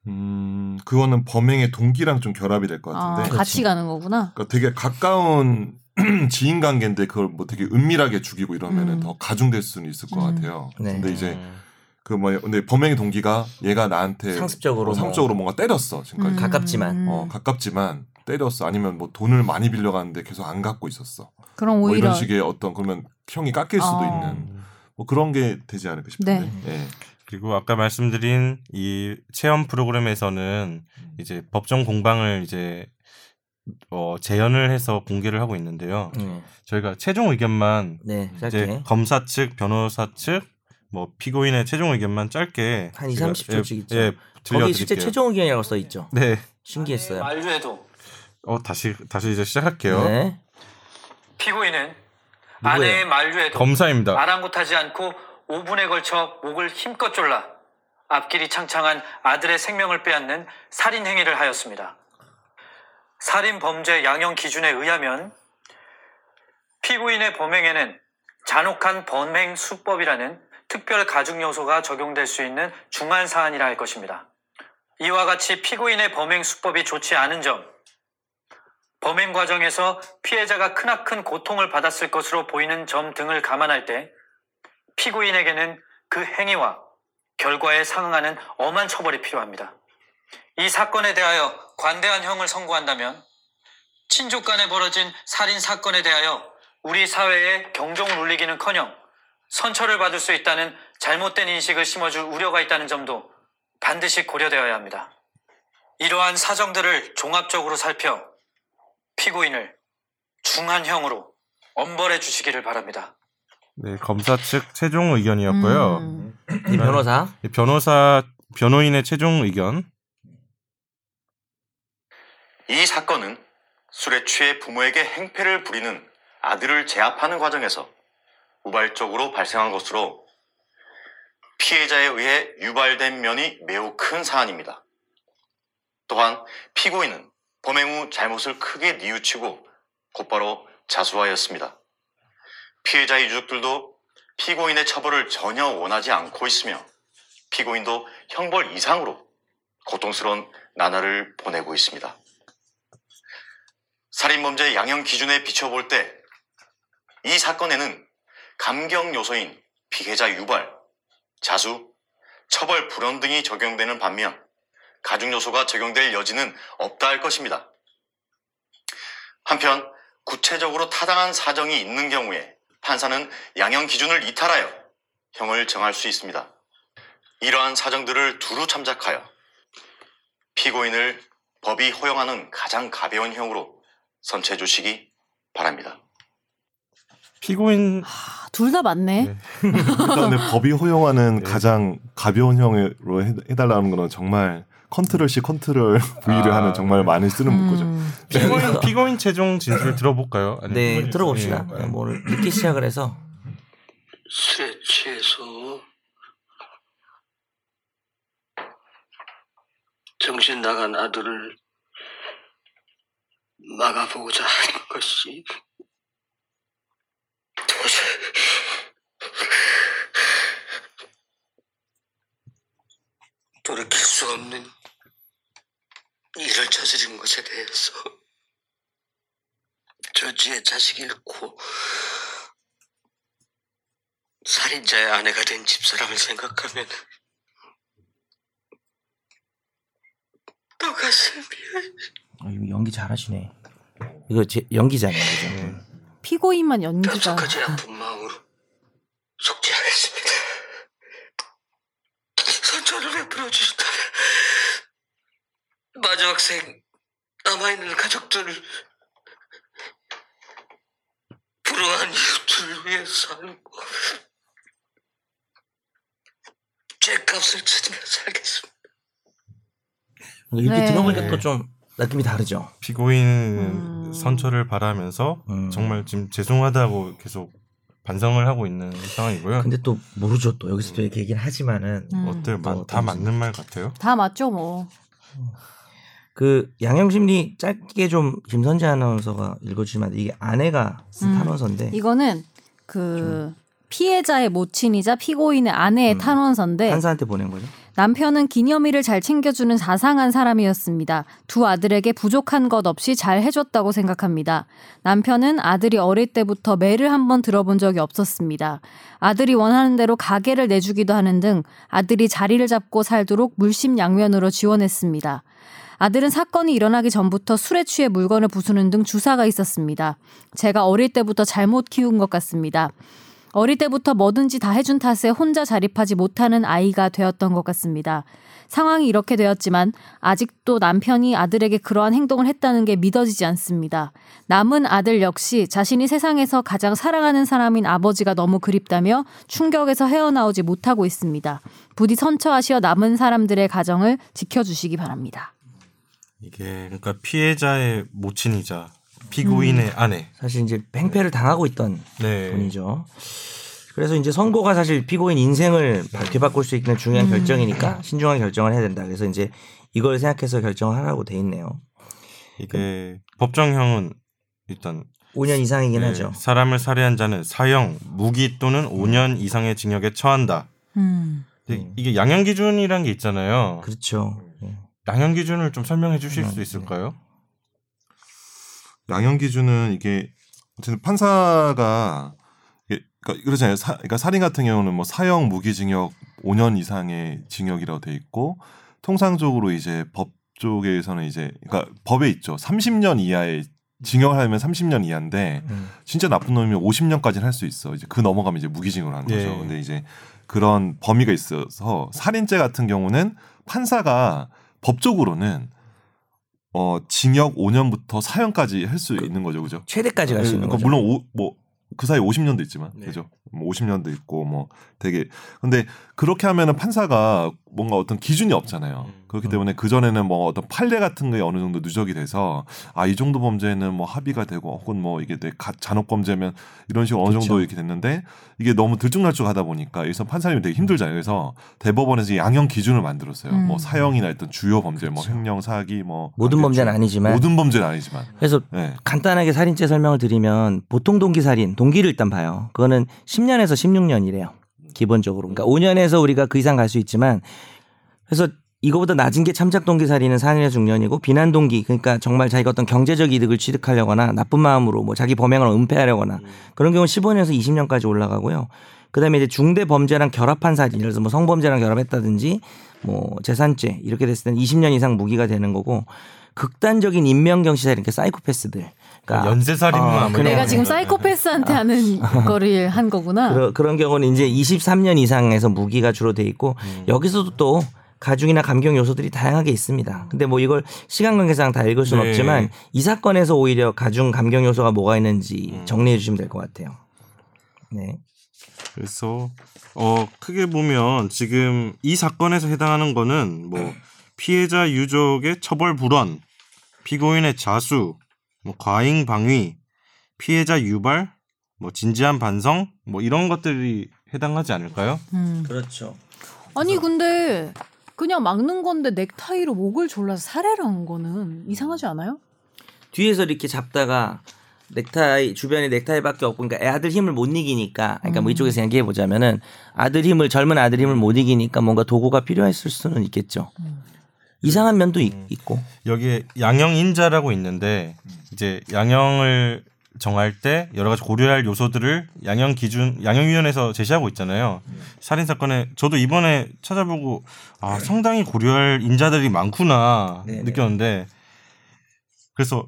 Speaker 5: 음, 그거는 범행의 동기랑 좀 결합이 될 것
Speaker 3: 아,
Speaker 5: 같은데.
Speaker 3: 같이
Speaker 4: 그렇죠.
Speaker 3: 가는 거구나.
Speaker 5: 그러니까 되게 가까운 지인 관계인데 그걸 뭐 되게 은밀하게 죽이고 이러면은
Speaker 3: 음.
Speaker 5: 더 가중될 수는 있을 것
Speaker 3: 음.
Speaker 5: 같아요.
Speaker 2: 네.
Speaker 5: 근데 이제 그 뭐 근데 범행의 동기가 얘가 나한테
Speaker 2: 상습적으로
Speaker 5: 어,
Speaker 2: 뭐.
Speaker 5: 상적으로 뭔가 때렸어 지금까지.
Speaker 3: 음,
Speaker 2: 가깝지만.
Speaker 3: 음.
Speaker 5: 어, 가깝지만 때렸어. 아니면 뭐 돈을 많이 빌려갔는데 계속 안 갚고 있었어.
Speaker 3: 그럼
Speaker 5: 뭐
Speaker 3: 오히려
Speaker 5: 이런 식의 어떤 그러면 형이 깎일 수도
Speaker 3: 어.
Speaker 5: 있는 뭐 그런 게 되지 않을까 싶은데.
Speaker 3: 네.
Speaker 5: 예.
Speaker 1: 그리고 아까 말씀드린 이 체험 프로그램에서는
Speaker 2: 음.
Speaker 1: 이제 법정 공방을 이제 어, 재연을 해서 공개를 하고 있는데요.
Speaker 2: 네.
Speaker 1: 저희가 최종 의견만
Speaker 2: 네.
Speaker 1: 이제
Speaker 2: 짧게.
Speaker 1: 검사 측, 변호사 측, 뭐 피고인의 최종 의견만 짧게
Speaker 2: 한 20,
Speaker 1: 제가-
Speaker 2: 30 초씩 있죠.
Speaker 1: 예,
Speaker 2: 거기
Speaker 1: 들려드릴게요.
Speaker 2: 실제 최종 의견이라고 써 있죠.
Speaker 1: 네. 아,
Speaker 2: 신기했어요.
Speaker 6: 만류에도
Speaker 1: 어 다시 다시 이제 시작할게요.
Speaker 2: 네.
Speaker 6: 피고인은
Speaker 2: 누구예요?
Speaker 6: 아내의 만류에도
Speaker 1: 검사입니다.
Speaker 6: 아랑곳하지 않고 5분에 걸쳐 목을 힘껏 졸라 앞길이 창창한 아들의 생명을 빼앗는 살인 행위를 하였습니다. 살인 범죄 양형 기준에 의하면 피고인의 범행에는 잔혹한 범행 수법이라는 특별 가중 요소가 적용될 수 있는 중한 사안이라 할 것입니다. 이와 같이 피고인의 범행 수법이 좋지 않은 점, 범행 과정에서 피해자가 크나큰 고통을 받았을 것으로 보이는 점 등을 감안할 때 피고인에게는 그 행위와 결과에 상응하는 엄한 처벌이 필요합니다. 이 사건에 대하여 관대한 형을 선고한다면 친족 간에 벌어진 살인 사건에 대하여 우리 사회에 경종을 울리기는커녕 선처를 받을 수 있다는 잘못된 인식을 심어줄 우려가 있다는 점도 반드시 고려되어야 합니다. 이러한 사정들을 종합적으로 살펴 피고인을 중한형으로 엄벌해 주시기를 바랍니다.
Speaker 1: 네, 검사 측 최종 의견이었고요.
Speaker 3: 음.
Speaker 2: 이 변호사.
Speaker 1: 이 변호사 변호인의 최종 의견.
Speaker 7: 이 사건은 술에 취해 부모에게 행패를 부리는 아들을 제압하는 과정에서 우발적으로 발생한 것으로 피해자에 의해 유발된 면이 매우 큰 사안입니다. 또한 피고인은 범행 후 잘못을 크게 뉘우치고 곧바로 자수하였습니다. 피해자 유족들도 피고인의 처벌을 전혀 원하지 않고 있으며 피고인도 형벌 이상으로 고통스러운 나날을 보내고 있습니다. 살인범죄 양형 기준에 비춰볼 때 이 사건에는 감경 요소인 피해자 유발, 자수, 처벌 불원 등이 적용되는 반면 가중 요소가 적용될 여지는 없다 할 것입니다. 한편 구체적으로 타당한 사정이 있는 경우에 판사는 양형 기준을 이탈하여 형을 정할 수 있습니다. 이러한 사정들을 두루 참작하여 피고인을 법이 허용하는 가장 가벼운 형으로 선처해 주시기 바랍니다.
Speaker 1: 피고인
Speaker 3: 아, 둘 다 맞네.
Speaker 1: 네.
Speaker 4: 일단 근데 법이
Speaker 1: 네.
Speaker 4: 허용하는 가장 가벼운 형으로 해- 해달라는 거는 정말 컨트롤 C 컨트롤 V를
Speaker 1: 아,
Speaker 4: 하는 정말
Speaker 1: 네.
Speaker 4: 많이 쓰는 문구죠.
Speaker 3: 음.
Speaker 5: 네.
Speaker 1: 피고인 피고인 최종 진술을 들어볼까요? 아니,
Speaker 2: 네,
Speaker 1: 피고인-
Speaker 2: 들어봅시다.
Speaker 1: 예.
Speaker 2: 네, 뭐 오늘 늦게 시작을 해서
Speaker 8: 새 취해서 정신 나간 아들을 막아보고자 한 것이 도저히 돌이킬 수 없는 일을 저지른 것에 대해서 저지의 자식 잃고 살인자의 아내가 된 집사람을 생각하면 또 가슴이
Speaker 2: 아, 이거 연기 잘하시네. 이거 제, 연기잖아요, 그죠?
Speaker 1: 네.
Speaker 3: 피고인만 연기자.
Speaker 8: 뼛속까지 아픈 마음으로 속지 않았습니다. 선처를 베풀어 주셨다면 마지막 생 남아있는 가족들을 불우한 이웃을 위해 살고 죄값을 치르며 살겠습니다.
Speaker 2: 이렇게
Speaker 3: 네.
Speaker 2: 들어보니까 또 좀 느낌이 다르죠.
Speaker 1: 피고인
Speaker 3: 음.
Speaker 1: 선처를 바라면서
Speaker 2: 음.
Speaker 1: 정말 지금 죄송하다고 계속 반성을 하고 있는 상황이고요.
Speaker 2: 근데 또 모르죠. 또 여기서 또 이렇게 얘기는 하지만은
Speaker 3: 음.
Speaker 1: 어때요? 마-
Speaker 2: 또
Speaker 1: 다
Speaker 2: 어떤지.
Speaker 1: 맞는 말 같아요?
Speaker 3: 다 맞죠 뭐.
Speaker 2: 그 양형심리 짧게 좀 김선재 아나운서가 읽어주시면 이게 아내가 쓴
Speaker 3: 음.
Speaker 2: 탄원서인데
Speaker 3: 이거는 그 피해자의 모친이자 피고인의 아내의
Speaker 2: 음.
Speaker 3: 탄원서인데
Speaker 2: 판사한테 보낸 거죠.
Speaker 3: 남편은 기념일을 잘 챙겨주는 자상한 사람이었습니다. 두 아들에게 부족한 것 없이 잘 해줬다고 생각합니다. 남편은 아들이 어릴 때부터 매를 한번 들어본 적이 없었습니다. 아들이 원하는 대로 가게를 내주기도 하는 등 아들이 자리를 잡고 살도록 물심양면으로 지원했습니다. 아들은 사건이 일어나기 전부터 술에 취해 물건을 부수는 등 주사가 있었습니다. 제가 어릴 때부터 잘못 키운 것 같습니다. 어릴 때부터 뭐든지 다 해준 탓에 혼자 자립하지 못하는 아이가 되었던 것 같습니다. 상황이 이렇게 되었지만 아직도 남편이 아들에게 그러한 행동을 했다는 게 믿어지지 않습니다. 남은 아들 역시 자신이 세상에서 가장 사랑하는 사람인 아버지가 너무 그립다며 충격에서 헤어나오지 못하고 있습니다. 부디 선처하시어 남은 사람들의 가정을 지켜주시기 바랍니다.
Speaker 1: 이게 그러니까 피해자의 모친이자 피고인의 아내.
Speaker 2: 음. 사실 이제 행패를 당하고 있던
Speaker 1: 네.
Speaker 2: 분이죠. 그래서 이제 선고가 사실 피고인 인생을 밝혀바꿀 수 있는
Speaker 4: 음.
Speaker 2: 중요한 결정이니까 신중하게 결정을 해야 된다. 그래서 이제 이걸 생각해서 결정을 하라고 돼 있네요.
Speaker 1: 이게 법정형은 일단
Speaker 2: 5년 이상이긴
Speaker 1: 네,
Speaker 2: 하죠.
Speaker 1: 사람을 살해한 자는 사형, 무기 또는 5년 이상의 징역에 처한다. 근데
Speaker 2: 음.
Speaker 1: 이게 양형 기준이란 게 있잖아요.
Speaker 2: 그렇죠. 예.
Speaker 1: 양형 기준을 좀 설명해 주실 수
Speaker 2: 네.
Speaker 1: 있을까요?
Speaker 4: 양형 기준은 이게 어쨌든 판사가 이게 그러니까 그러잖아요. 사, 그러니까 살인 같은 경우는 뭐 사형, 무기징역 5년 이상의 징역이라고 돼 있고 통상적으로 이제 법 쪽에서는 이제 그러니까 법에 있죠. 30년 이하의 징역을 하면 30년
Speaker 1: 네.
Speaker 4: 이하인데
Speaker 2: 음.
Speaker 4: 진짜 나쁜 놈이면 50년까지는 할 수 있어. 이제 그 넘어가면 이제 무기징역을 하는 거죠.
Speaker 1: 예.
Speaker 4: 근데 이제 그런 범위가 있어서 살인죄 같은 경우는 판사가 법적으로는 어 징역 5년부터 사형까지 할 수 있는 거죠, 그죠?
Speaker 2: 최대까지 갈 수 있는
Speaker 4: 그러니까
Speaker 2: 거죠.
Speaker 4: 물론 뭐 그 사이 50년도 있지만
Speaker 1: 네.
Speaker 4: 그죠? 뭐 50년도 있고 뭐 되게 근데 그렇게 하면은 판사가 뭔가 어떤 기준이 없잖아요.
Speaker 1: 음.
Speaker 4: 그렇기 때문에 그 전에는 뭐 어떤 판례 같은 게 어느 정도 누적이 돼서 아 이 정도 범죄는 뭐 합의가 되고 혹은 뭐 이게 내 가- 잔혹 범죄면 이런 식으로 어느
Speaker 2: 그쵸.
Speaker 4: 정도 이렇게 됐는데 이게 너무 들쭉날쭉하다 보니까 그래서 판사님이 되게 힘들잖아요. 그래서 대법원에서 양형 기준을 만들었어요.
Speaker 3: 음.
Speaker 4: 뭐 사형이나 일단 주요 범죄, 뭐
Speaker 2: 그쵸.
Speaker 4: 횡령, 사기, 뭐
Speaker 2: 모든
Speaker 4: 강제추-
Speaker 2: 범죄는 아니지만
Speaker 4: 모든 범죄는 아니지만
Speaker 2: 그래서
Speaker 4: 예.
Speaker 2: 간단하게 살인죄 설명을 드리면 보통 동기 살인 동기를 일단 봐요. 그거는 10년에서 16년이래요. 기본적으로. 그러니까 5년에서 우리가 그 이상 갈 수 있지만 그래서 이거보다 낮은 게 참작 동기 살인은 4년에서 6년이고 비난 동기 그러니까 정말 자기가 어떤 경제적 이득을 취득하려거나 나쁜 마음으로 뭐 자기 범행을 은폐하려거나
Speaker 1: 음.
Speaker 2: 그런 경우 는 15년에서 20년까지 올라가고요. 그다음에 이제 중대 범죄랑 결합한 살인, 예를 들어서 뭐 성범죄랑 결합했다든지 뭐 재산죄 이렇게 됐을 때는 20년 이상 무기가 되는 거고 극단적인 인명경시살인, 그러니까 사이코패스들, 그러니까
Speaker 1: 연쇄살인만
Speaker 2: 아,
Speaker 1: 아무래도
Speaker 2: 그래요. 아.
Speaker 3: 내가 지금
Speaker 1: 아니라.
Speaker 3: 사이코패스한테 하는 거를 한 거구나.
Speaker 2: 그러, 그런 경우는 이제 23년 이상에서 무기가 주로 돼 있고 여기서도 또 가중이나 감경 요소들이 다양하게 있습니다. 근데 뭐 이걸 시간 관계상 다 읽을 수는
Speaker 1: 네.
Speaker 2: 음. 없지만 이 사건에서 오히려 가중 감경 요소가 뭐가 있는지 정리해 주시면 될 것 같아요. 네.
Speaker 1: 그래서 어 크게 보면 지금 이 사건에서 해당하는 거는
Speaker 2: 네.
Speaker 1: 뭐 피해자 유족의 처벌 불원, 피고인의 자수, 뭐 과잉 방위, 피해자 유발, 뭐 진지한 반성, 뭐 이런 것들이 해당하지 않을까요?
Speaker 3: 음.
Speaker 2: 그렇죠.
Speaker 3: 아니 근데 그냥 막는 건데 넥타이로 목을 졸라서 살해를 한 거는 이상하지 않아요?
Speaker 2: 뒤에서 이렇게 잡다가 넥타이 주변에 넥타이밖에 없고 그러니까 애들 힘을 못 이기니까 그러니까 뭐
Speaker 3: 음.
Speaker 2: 이쪽에서 얘기해 보자면은 아들 힘을 젊은 아들 힘을 못 이기니까 뭔가 도구가 필요했을 수는 있겠죠.
Speaker 3: 음.
Speaker 2: 이상한 면도 있, 고
Speaker 1: 여기에 양형 인자라고 있는데
Speaker 2: 음.
Speaker 1: 이제 양형을 정할 때 여러 가지 고려할 요소들을 양형 기준 양형 위원회에서 제시하고 있잖아요.
Speaker 2: 음.
Speaker 1: 살인 사건에 저도 이번에 찾아보고 아 상당히 고려할 인자들이 많구나
Speaker 2: 네, 네.
Speaker 1: 느꼈는데 그래서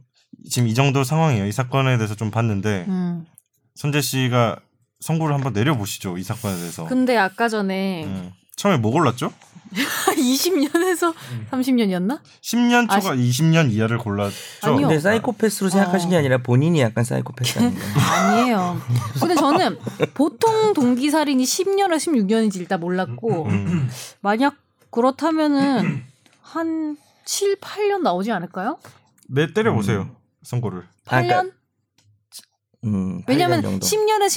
Speaker 1: 지금 이 정도 상황이에요. 이 사건에 대해서 좀 봤는데
Speaker 3: 음.
Speaker 1: 선재 씨가 선고를 한번 내려보시죠. 이 사건에 대해서.
Speaker 3: 근데 아까 전에
Speaker 1: 어. 음. 처음에 뭐 골랐죠?
Speaker 3: 20년에서 30년이었나?
Speaker 1: 10년
Speaker 3: 아,
Speaker 1: 음. 초과 20년 이하를 골랐죠.
Speaker 3: 아니요. 어. 네.
Speaker 2: 근데 사이코패스로 생각하신 게 아니라 본인이 약간 사이코패스 아닌가요?
Speaker 3: 아니에요. 근데 저는 보통 동기 살인이 10년에 16년인지 일단 몰랐고
Speaker 1: 음.
Speaker 3: 만약 그렇다면은 한 7, 8년 나오지 않을까요?
Speaker 1: 네 때려보세요. 선고를.
Speaker 2: 음. 아,
Speaker 3: 8년?
Speaker 2: 그러니까 음,
Speaker 3: 왜냐면
Speaker 2: 8년 정도.
Speaker 3: 10년에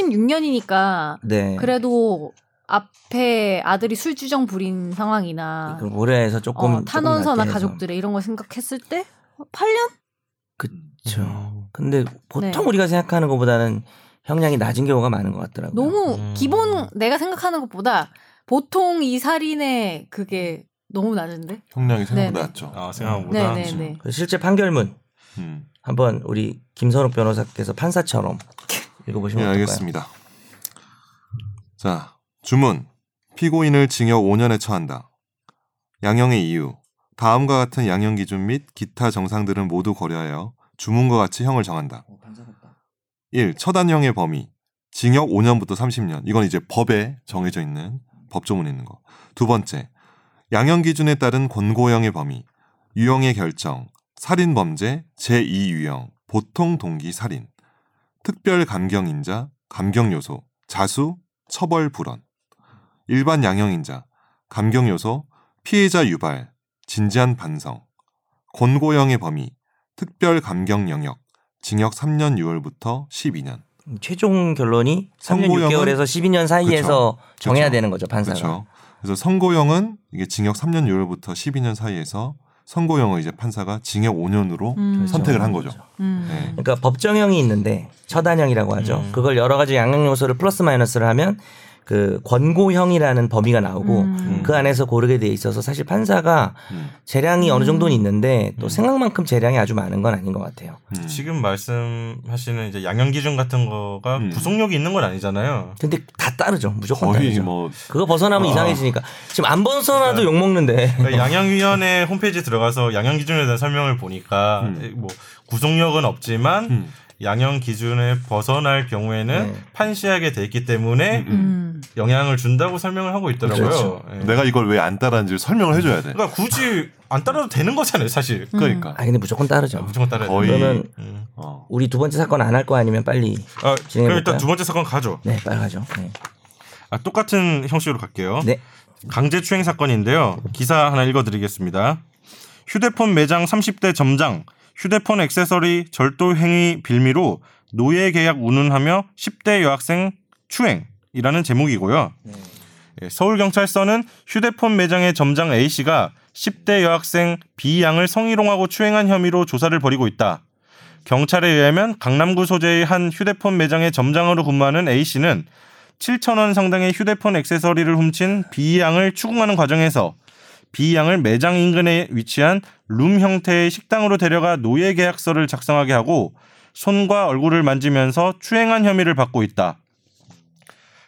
Speaker 3: 16년이니까
Speaker 2: 네.
Speaker 3: 그래도 앞에 아들이 술주정 부린 상황이나
Speaker 2: 그 고려해서
Speaker 3: 어,
Speaker 2: 조금
Speaker 3: 탄원서나 가족들의 이런 걸 생각했을 때 어, 8년?
Speaker 4: 음.
Speaker 2: 그렇죠. 근데 보통
Speaker 3: 네.
Speaker 2: 우리가 생각하는 것보다는 형량이 낮은 경우가 많은 것 같더라고요.
Speaker 3: 너무
Speaker 1: 음.
Speaker 3: 기본 내가 생각하는 것보다 보통 이 살인의 그게 너무 낮은데?
Speaker 4: 형량이 생각보다
Speaker 3: 네네.
Speaker 4: 낮죠.
Speaker 1: 아 생각보다.
Speaker 3: 네네네.
Speaker 2: 그래서 실제 판결문
Speaker 4: 음.
Speaker 2: 한번 우리 김선욱 변호사께서 판사처럼
Speaker 4: 예,
Speaker 2: 읽어보시면 어떨까요?
Speaker 4: 알겠습니다. 자, 주문. 피고인을 징역 5년에 처한다. 양형의 이유. 다음과 같은 양형 기준 및 기타 정상들은 모두 고려하여 주문과 같이 형을 정한다. 1. 처단형의 범위. 징역 5년부터 30년. 이건 이제 법에 정해져 있는 법조문에 있는 거. 두 번째. 양형 기준에 따른 권고형의 범위. 유형의 결정. 살인 범죄 제2 유형. 보통 동기 살인. 특별 감경인자, 감경요소, 자수, 처벌 불원. 일반 양형인자, 감경요소, 피해자 유발, 진지한 반성. 권고형의 범위, 특별 감경 영역, 징역 3년 6월부터 12년.
Speaker 2: 최종 결론이 3년
Speaker 4: 선고형은-
Speaker 2: 6개월에서 12년 사이에서 정해야
Speaker 4: 그쵸.
Speaker 2: 되는 거죠 판사가.
Speaker 4: 그렇죠. 그래서 선고형은 이게 징역 3년 6월부터 12년 사이에서 선고형을 이제 판사가 징역 5년으로
Speaker 3: 음.
Speaker 2: 그렇죠.
Speaker 4: 선택을 한 거죠.
Speaker 3: 음.
Speaker 2: 그러니까 법정형이 있는데 처단형이라고 하죠. 그걸 여러 가지 양형 요소를 플러스 마이너스를 하면 그 권고형이라는 범위가 나오고
Speaker 3: 음.
Speaker 2: 그 안에서 고르게 돼 있어서 사실 판사가
Speaker 4: 음.
Speaker 2: 재량이 어느 정도는 있는데 또
Speaker 1: 음.
Speaker 2: 생각만큼 재량이 아주 많은 건 아닌 것 같아요.
Speaker 4: 음.
Speaker 1: 지금 말씀하시는 이제 양형 기준 같은 거가
Speaker 4: 음.
Speaker 1: 구속력이 있는 건 아니잖아요.
Speaker 2: 근데 다 따르죠. 무조건
Speaker 4: 거의
Speaker 2: 따르죠.
Speaker 4: 뭐
Speaker 2: 그거 벗어나면
Speaker 4: 아.
Speaker 2: 이상해지니까 지금 안 벗어나도 욕 먹는데
Speaker 1: 네. 그러니까 양형위원회 홈페이지 들어가서 양형 기준에 대한 설명을 보니까
Speaker 4: 음.
Speaker 1: 뭐 구속력은 없지만
Speaker 4: 음.
Speaker 1: 양형 기준에 벗어날 경우에는
Speaker 2: 네.
Speaker 1: 판시하게 돼 있기 때문에
Speaker 4: 음.
Speaker 3: 음.
Speaker 1: 영향을 준다고 설명을 하고 있더라고요.
Speaker 2: 그렇죠.
Speaker 1: 예.
Speaker 4: 내가 이걸 왜 안 따라하는지 설명을 해줘야 돼.
Speaker 1: 그러니까 굳이 안 따라도 되는 거잖아요, 사실.
Speaker 4: 그러니까.
Speaker 2: 아 근데 무조건 따르죠.
Speaker 1: 무조건 따라야
Speaker 4: 거의-
Speaker 1: 돼.
Speaker 2: 그러면
Speaker 1: 음.
Speaker 4: 어.
Speaker 2: 우리 두 번째 사건 안 할 거 아니면 빨리
Speaker 1: 아, 그럼
Speaker 2: 진행해볼까요?
Speaker 1: 일단 두 번째 사건 가죠.
Speaker 2: 네 빨리 가죠. 네.
Speaker 1: 아, 똑같은 형식으로 갈게요.
Speaker 2: 네.
Speaker 1: 강제추행 사건인데요. 기사 하나 읽어드리겠습니다. 휴대폰 매장 30대 점장, 휴대폰 액세서리 절도 행위 빌미로 노예 계약 운운하며 10대 여학생 추행이라는 제목이고요. 예, 서울경찰서는 휴대폰 매장의 점장 A씨가 10대 여학생 B양을 성희롱하고 추행한 혐의로 조사를 벌이고 있다. 경찰에 의하면 강남구 소재의 한 휴대폰 매장의 점장으로 근무하는 A씨는 7,000원 상당의 휴대폰 액세서리를 훔친 B양을 추궁하는 과정에서 B양을 매장 인근에 위치한 룸 형태의 식당으로 데려가 노예 계약서를 작성하게 하고 손과 얼굴을 만지면서 추행한 혐의를 받고 있다.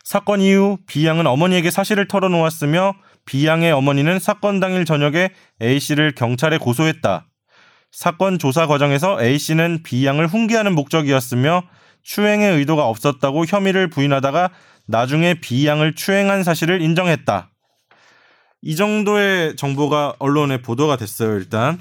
Speaker 1: 사건 이후 B양은 어머니에게 사실을 털어놓았으며 B양의 어머니는 사건 당일 저녁에 A씨를 경찰에 고소했다. 사건 조사 과정에서 A씨는 B양을 훈계하는 목적이었으며 추행의 의도가 없었다고 혐의를 부인하다가 나중에 B양을 추행한 사실을 인정했다. 이 정도의 정보가 언론에 보도가 됐어요. 일단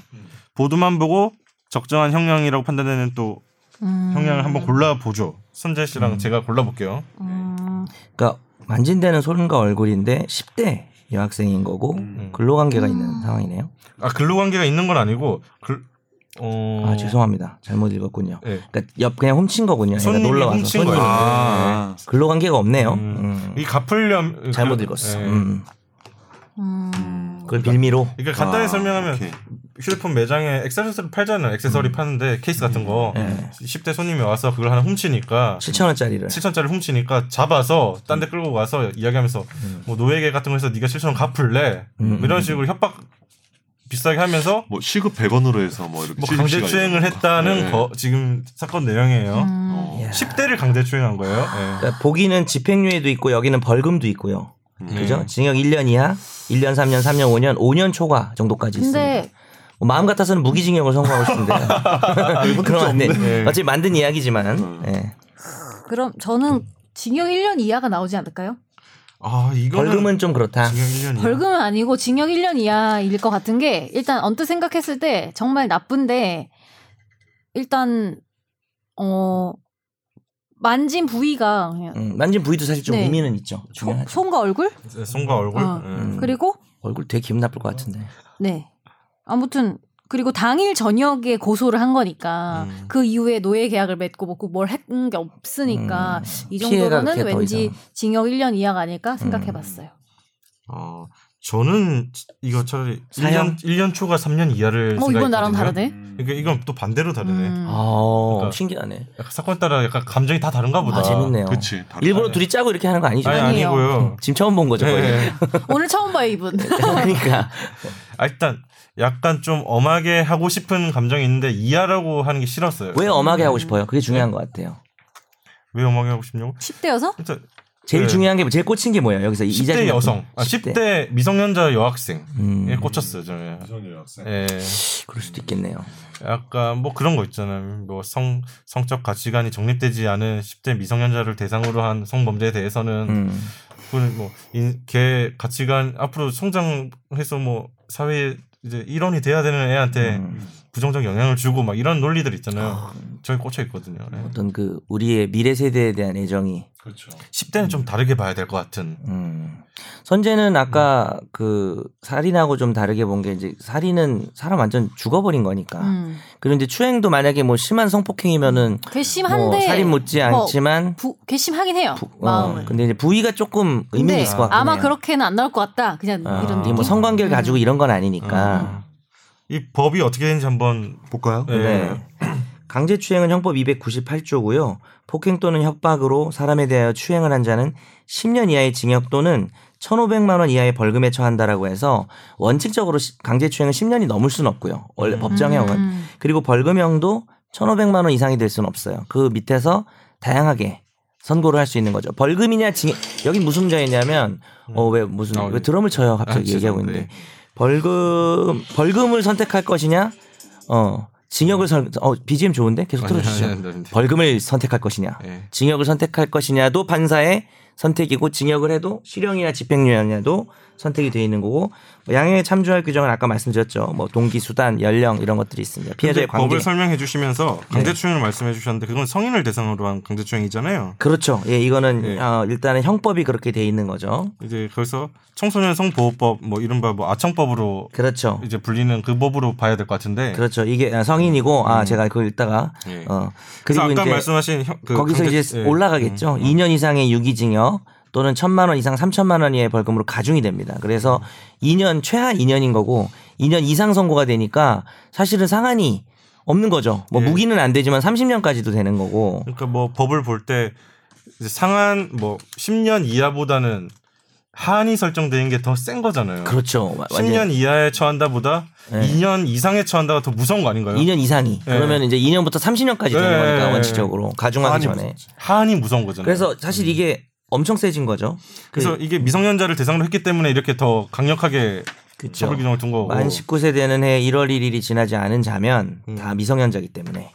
Speaker 1: 보도만 보고 적정한 형량이라고 판단되는 또
Speaker 3: 음.
Speaker 1: 형량을 한번 골라 보죠. 선재 씨랑 제가 골라 볼게요.
Speaker 3: 음. 음.
Speaker 2: 그러니까 만진 데는 손과 얼굴인데 10대 여학생인 거고
Speaker 4: 음.
Speaker 2: 근로관계가
Speaker 3: 음.
Speaker 2: 있는 상황이네요.
Speaker 1: 아 근로관계가 있는 건 아니고 글, 어...
Speaker 2: 아 죄송합니다. 잘못 읽었군요.
Speaker 1: 예.
Speaker 2: 그러니까 옆 그냥 훔친 거군요. 얘가
Speaker 1: 손님이
Speaker 2: 놀러 와서
Speaker 1: 훔친
Speaker 2: 손님이.
Speaker 1: 거예요.
Speaker 5: 아.
Speaker 2: 네. 근로관계가 없네요.
Speaker 1: 음.
Speaker 2: 음.
Speaker 1: 이 갚으려
Speaker 2: 잘못
Speaker 1: 그-
Speaker 2: 읽었어.
Speaker 1: 예.
Speaker 2: 음.
Speaker 3: 음.
Speaker 2: 그걸 빌미로
Speaker 1: 그러니까 간단히
Speaker 4: 아,
Speaker 1: 설명하면
Speaker 4: 오케이.
Speaker 1: 휴대폰 매장에 액세서리를 팔잖아요. 액세서리 파는데 케이스 같은 거
Speaker 2: 음. 예.
Speaker 1: 10대 손님이 와서 그걸 하나 훔치니까
Speaker 2: 7천 원짜리를
Speaker 1: 7천짜리 훔치니까 잡아서 딴 데 끌고 가서 이야기하면서 뭐 노예계 같은 거에서 네가 7천 원 갚을래
Speaker 2: 음,
Speaker 1: 뭐 이런 식으로 협박 비싸게 하면서
Speaker 4: 뭐 시급 100원으로 해서 뭐 이렇게
Speaker 1: 뭐
Speaker 4: 시급
Speaker 1: 강제
Speaker 4: 시간이
Speaker 1: 추행을
Speaker 4: 있는 건가?
Speaker 1: 했다는
Speaker 4: 네.
Speaker 1: 거 지금 사건 내용이에요.
Speaker 3: 음.
Speaker 4: 어.
Speaker 2: 예.
Speaker 1: 10대를 강제 추행한 거예요. 예.
Speaker 2: 그러니까 보기는 집행유예도 있고 여기는 벌금도 있고요. 그죠?
Speaker 1: 음.
Speaker 2: 징역 1년 이하, 1년, 3년, 3년, 5년, 5년 초과 정도까지 있습니다.
Speaker 3: 근데
Speaker 2: 뭐 마음 같아서는 무기징역을 선고하고 싶은데요. 그럼 안 돼.
Speaker 1: 아, 없네. 예. 음.
Speaker 2: 어차피 만든 이야기지만 예.
Speaker 3: 그럼 저는 징역 1년 이하가 나오지 않을까요?
Speaker 1: 아 이거는
Speaker 2: 벌금은 좀 그렇다.
Speaker 1: 징역 1년이야.
Speaker 3: 벌금은 아니고 징역 1년 이하일 것 같은 게 일단 언뜻 생각했을 때 정말 나쁜데 일단 어 만진 부위가 그냥
Speaker 2: 음, 만진 부위도 사실 좀
Speaker 3: 네.
Speaker 2: 의미는 있죠.
Speaker 3: 손-
Speaker 2: 중요하죠. 음.
Speaker 3: 손과 얼굴
Speaker 1: 손과 얼굴.
Speaker 3: 어.
Speaker 1: 예.
Speaker 3: 그리고
Speaker 2: 얼굴 되게 기분 나쁠 것 같은데.
Speaker 3: 네 아무튼 그리고 당일 저녁에 고소를 한 거니까
Speaker 1: 음.
Speaker 3: 그 이후에 노예 계약을 맺고 먹고 뭘 한 게 없으니까
Speaker 2: 음,
Speaker 3: 이
Speaker 2: 피해가
Speaker 3: 정도로는
Speaker 2: 그게 더
Speaker 3: 왠지
Speaker 2: 이상. 음.
Speaker 3: 징역 1년 이하가 아닐까 생각해봤어요.
Speaker 1: 어, 저는 이거 차라리
Speaker 2: 사형?
Speaker 1: 1년, 1년 초가 3년 이하를
Speaker 3: 어 이건 나랑
Speaker 1: 생각했거든요.
Speaker 3: 다르네.
Speaker 1: 그러니까 이건 또 반대로 다르네.
Speaker 3: 음.
Speaker 2: 음. 아,
Speaker 1: 그러니까
Speaker 2: 신기하네.
Speaker 1: 약간 사건 따라 약간 감정이 다 다른가 보다.
Speaker 2: 아, 재밌네요.
Speaker 4: 그치. 다르다.
Speaker 2: 일부러
Speaker 1: 네.
Speaker 2: 둘이 짜고 이렇게 하는 거 아니죠?
Speaker 1: 아니
Speaker 3: 아니에요.
Speaker 1: 아니고요.
Speaker 2: 지금 처음 본 거죠. 거의.
Speaker 1: 예.
Speaker 3: 오늘 처음 봐요 이분.
Speaker 2: 그러니까
Speaker 1: 아, 일단 약간 좀 엄하게 하고 싶은 감정이 있는데 이하라고 하는 게 싫었어요.
Speaker 2: 왜 엄하게 하고 싶어요? 그게 중요한 것 같아요.
Speaker 1: 왜 엄하게 하고 싶냐고?
Speaker 3: 10대여서?
Speaker 1: 일단
Speaker 2: 제일
Speaker 1: 네.
Speaker 2: 중요한 게 제일 꽂힌 게 뭐예요? 여기서 이
Speaker 1: 10대
Speaker 2: 자리
Speaker 1: 여성, 아, 10대.
Speaker 2: 10대.
Speaker 1: 미성년자 여학생에 예,
Speaker 2: 음,
Speaker 1: 꽂혔어요 저는.
Speaker 4: 미성년 여학생.
Speaker 1: 예,
Speaker 2: 그럴 수도 있겠네요.
Speaker 1: 약간 뭐 그런 거 있잖아요. 뭐 성 성적 가치관이 정립되지 않은 10대 미성년자를 대상으로 한 성범죄에 대해서는
Speaker 2: 음.
Speaker 1: 그건 뭐, 인, 걔 가치관 앞으로 성장해서 뭐 사회에 이제 일원이 돼야 되는 애한테
Speaker 2: 음.
Speaker 1: 부정적 영향을 주고 막 이런 논리들 있잖아요. 저기 꽂혀 있거든요. 네.
Speaker 2: 어떤 그 우리의 미래 세대에 대한 애정이.
Speaker 4: 그렇죠.
Speaker 1: 10대는 좀 다르게 봐야 될 것 같은. 음.
Speaker 2: 음. 선재는 아까 그 살인하고 좀 다르게 본 게 이제 살인은 사람 완전 죽어버린 거니까.
Speaker 3: 음.
Speaker 2: 그런데 추행도 만약에 뭐 심한 성폭행이면은
Speaker 3: 괘씸한데
Speaker 2: 뭐 살인 묻지
Speaker 3: 뭐
Speaker 2: 않지만
Speaker 3: 부, 괘씸하긴 해요.
Speaker 2: 부- 어,
Speaker 3: 마음을.
Speaker 2: 근데 이제 부위가 조금 의미 가
Speaker 3: 근데
Speaker 2: 있을 것 같아요.
Speaker 3: 아마 그렇게는 안 나올 것 같다. 그냥 이런 음.
Speaker 2: 이게
Speaker 3: 느낌.
Speaker 2: 뭐 성관계를 가지고 이런 건 아니니까.
Speaker 1: 음. 이 법이 어떻게 되는지 한번
Speaker 4: 볼까요?
Speaker 1: 네.
Speaker 2: 네. 강제추행은 형법 298조고요. 폭행 또는 협박으로 사람에 대하여 추행을 한 자는 10년 이하의 징역 또는 1,500만 원 이하의 벌금에 처한다라고 해서 원칙적으로 시- 강제추행은 10년이 넘을 수는 없고요. 원래
Speaker 1: 음.
Speaker 2: 법정형은
Speaker 3: 음.
Speaker 2: 그리고 벌금형도 1,500만 원 이상이 될 수는 없어요. 그 밑에서 다양하게 선고를 할 수 있는 거죠. 벌금이냐 징 여기 무슨 문제냐면
Speaker 4: 음.
Speaker 2: 어 왜 무슨
Speaker 1: 아, 네.
Speaker 2: 왜 드럼을 쳐요 갑자기
Speaker 1: 아,
Speaker 2: 얘기하고
Speaker 1: 죄송합니다.
Speaker 2: 있는데 벌금 벌금을 선택할 것이냐 어 징역을 선, 어 BGM 좋은데 계속
Speaker 1: 아니,
Speaker 2: 틀어주시죠.
Speaker 1: 아니, 아니, 아니, 아니.
Speaker 2: 벌금을 선택할 것이냐
Speaker 1: 네.
Speaker 2: 징역을 선택할 것이냐도 판사의 선택이고 징역을 해도 실형이나 집행유예냐도 선택이 돼 있는 거고 뭐 양형에 참조할 규정은 아까 말씀드렸죠. 뭐 동기 수단 연령 이런 것들이 있습니다. 피해자의
Speaker 1: 근데 법을
Speaker 2: 관계 네.
Speaker 1: 설명해 주시면서 강제추행을 말씀해 주셨는데 그건 성인을 대상으로 한 강제추행이잖아요.
Speaker 2: 그렇죠. 예, 이거는
Speaker 1: 예.
Speaker 2: 어, 일단은 형법이 그렇게 돼 있는 거죠.
Speaker 1: 이제 그래서 청소년 성보호법 뭐 이른바 뭐 아청법으로
Speaker 2: 그렇죠.
Speaker 1: 이제 불리는 그 법으로 봐야 될 것 같은데.
Speaker 2: 그렇죠. 이게 아, 성인이고 아 제가 그걸 읽다가
Speaker 1: 음. 예.
Speaker 2: 어
Speaker 1: 그래서
Speaker 2: 그리고
Speaker 1: 아까
Speaker 2: 이제
Speaker 1: 말씀하신 형- 그
Speaker 2: 거기서
Speaker 1: 강제-
Speaker 2: 이제
Speaker 1: 예.
Speaker 2: 올라가겠죠. 2년 이상의 유기징역 또는 1천만 원 이상 3천만 원 이하의 벌금으로 가중이 됩니다. 그래서 2년 최하 2년인 거고 2년 이상 선고가 되니까 사실은 상한이 없는 거죠. 뭐
Speaker 1: 예.
Speaker 2: 무기는 안 되지만 30년까지도 되는 거고.
Speaker 1: 그러니까 뭐 법을 볼 때 상한 뭐 10년 이하보다는 한이 설정된 게 더 센 거잖아요.
Speaker 2: 그렇죠. 와-
Speaker 1: 10년
Speaker 2: 완전히
Speaker 1: 이하에 처한다보다 2년 이상에 처한다가 더 무서운 거 아닌가요?
Speaker 2: 2년 이상이
Speaker 1: 예.
Speaker 2: 그러면 이제 2년부터 30년까지 되는
Speaker 1: 예.
Speaker 2: 거니까 원칙적으로 가중하기 전에.
Speaker 1: 한이 무서운 거잖아요. 음.
Speaker 2: 그래서 사실 이게 엄청 세진 거죠. 그-
Speaker 1: 그래서 이게 미성년자를 대상으로 했기 때문에 이렇게 더 강력하게
Speaker 2: 그쵸.
Speaker 1: 처벌 규정을 둔 거고.
Speaker 2: 그렇죠. 만 19세 되는 해 1월 1일이 지나지 않은 자면
Speaker 1: 음.
Speaker 2: 다 미성년자이기 때문에.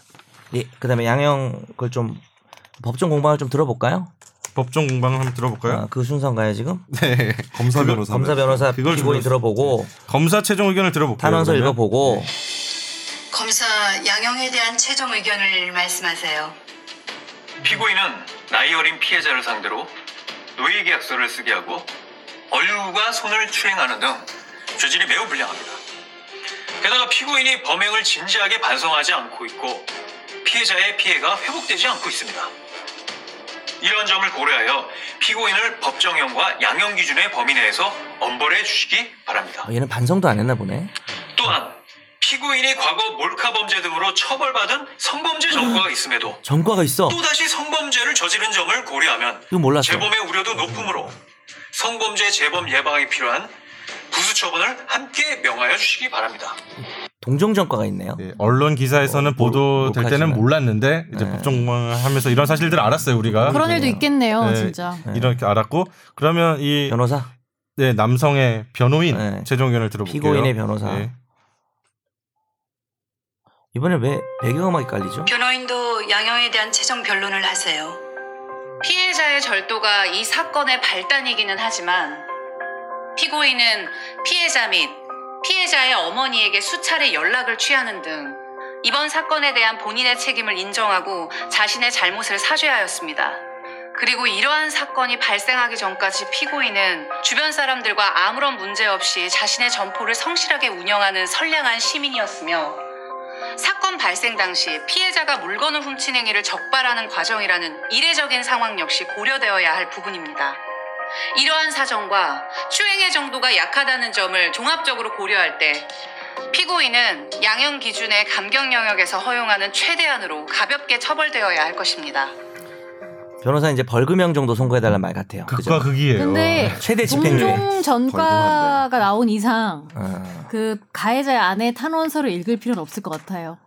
Speaker 2: 예, 그다음에 양형 그걸 좀 법정 공방을 좀 들어볼까요?
Speaker 1: 법정 공방을 한번 들어볼까요? 네.
Speaker 2: 아, 그 순서인가요 지금?
Speaker 4: 검사 변호사.
Speaker 2: 검사 변호사
Speaker 1: 그걸
Speaker 2: 피고인
Speaker 1: 좀
Speaker 2: 들어보고
Speaker 1: 검사 최종 의견을 들어볼게요.
Speaker 2: 탄원서
Speaker 1: 그러면.
Speaker 2: 읽어보고
Speaker 9: 검사 양형에 대한 최종 의견을 말씀하세요.
Speaker 6: 피고인은 나이 어린 피해자를 상대로 노예 계약서를 쓰게 하고 얼류가 손을 추행하는 등 죄질이 매우 불량합니다. 게다가 피고인이 범행을 진지하게 반성하지 않고 있고 피해자의 피해가 회복되지 않고 있습니다. 이런 점을 고려하여 피고인을 법정형과 양형 기준의 범위 내에서 엄벌해 주시기 바랍니다.
Speaker 2: 어, 얘는 반성도 안 했나 보네.
Speaker 6: 또한 피고인이 과거 몰카 범죄 등으로 처벌받은 성범죄 전과가 있음에도
Speaker 2: 전과가 있어.
Speaker 6: 또다시 성범죄를 저지른 점을 고려하면
Speaker 2: 이거 몰랐어.
Speaker 6: 재범의 우려도 높음으로 성범죄 재범 예방에 필요한 부수 처분을 함께 명하여 주시기 바랍니다.
Speaker 2: 동종 전과가 있네요.
Speaker 1: 예, 언론 기사에서는
Speaker 2: 어,
Speaker 1: 보도될
Speaker 2: 녹화지만.
Speaker 1: 때는 몰랐는데 이제
Speaker 2: 네.
Speaker 1: 법정하면서 이런 사실들을 알았어요 우리가.
Speaker 3: 그런 일도 있겠네요,
Speaker 1: 네.
Speaker 3: 진짜.
Speaker 2: 네.
Speaker 1: 이렇게 알았고 그러면 이
Speaker 2: 변호사,
Speaker 1: 네, 남성의 변호인
Speaker 2: 네.
Speaker 1: 최종 의견을 들어볼게요.
Speaker 2: 피고인의 변호사.
Speaker 1: 예.
Speaker 2: 이번에 왜 배경음악이 깔리죠?
Speaker 9: 변호인도 양형에 대한 최종 변론을 하세요. 피해자의 절도가 이 사건의 발단이기는 하지만 피고인은 피해자 및 피해자의 어머니에게 수차례 연락을 취하는 등 이번 사건에 대한 본인의 책임을 인정하고 자신의 잘못을 사죄하였습니다. 그리고 이러한 사건이 발생하기 전까지 피고인은 주변 사람들과 아무런 문제 없이 자신의 점포를 성실하게 운영하는 선량한 시민이었으며 사건 발생 당시 피해자가 물건을 훔친 행위를 적발하는 과정이라는 이례적인 상황 역시 고려되어야 할 부분입니다. 이러한 사정과 추행의 정도가 약하다는 점을 종합적으로 고려할 때 피고인은 양형 기준의 감경 영역에서 허용하는 최대한으로 가볍게 처벌되어야 할 것입니다.
Speaker 2: 변호사 이제 벌금형 정도 선고해달라는 말 같아요.
Speaker 1: 극과
Speaker 2: 그죠?
Speaker 1: 극이에요. 네.
Speaker 3: 근데
Speaker 2: 최대 집행유예.
Speaker 3: 종종 전과가 나온 이상
Speaker 2: 어.
Speaker 3: 그 가해자의 아내 탄원서를 읽을 필요는 없을 것 같아요.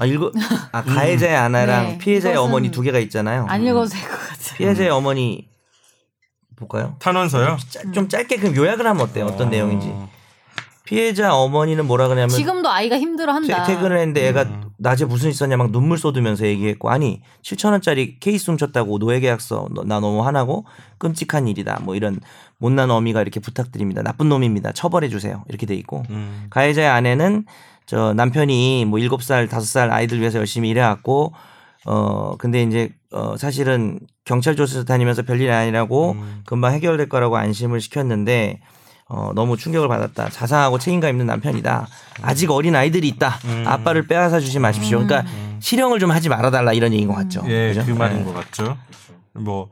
Speaker 2: 아 일곱 아 가해자의 아내랑
Speaker 3: 네,
Speaker 2: 피해자의
Speaker 3: 이것은
Speaker 2: 어머니 두 개가 있잖아요.
Speaker 3: 안 읽어도 될 것 같아요.
Speaker 2: 피해자의 어머니 볼까요?
Speaker 1: 음. 탄원서요?
Speaker 2: 짜- 좀 짧게 그럼 요약을 하면 어때요? 어떤 내용인지. 피해자 어머니는 뭐라 그러냐면
Speaker 3: 지금도 아이가 힘들어한다.
Speaker 2: 퇴- 퇴근을 했는데 애가
Speaker 1: 음.
Speaker 2: 낮에 무슨 있었냐 막 눈물 쏟으면서 얘기했고 아니 7천 원짜리 케이스 훔쳤다고 노예계약서 너- 나 너무 화나고 끔찍한 일이다 뭐 이런 못난 어미가 이렇게 부탁드립니다 나쁜 놈입니다 처벌해 주세요 이렇게 돼 있고
Speaker 1: 음.
Speaker 2: 가해자의 아내는 저 남편이 뭐 일곱 살 다섯 살 아이들 위해서 열심히 일해왔고 어 근데 이제 어 사실은 경찰 조사 다니면서 별일 아니라고
Speaker 1: 음.
Speaker 2: 금방 해결될 거라고 안심을 시켰는데 어 너무 충격을 받았다 자상하고 책임감 있는 남편이다 아직 어린 아이들이 있다
Speaker 1: 음.
Speaker 2: 아빠를 빼앗아 주지 마십시오 그러니까 실형을 좀 하지 말아달라 이런 얘기인 것 같죠
Speaker 1: 예,
Speaker 2: 그죠?
Speaker 1: 그 말인
Speaker 2: 예.
Speaker 1: 것 같죠. 뭐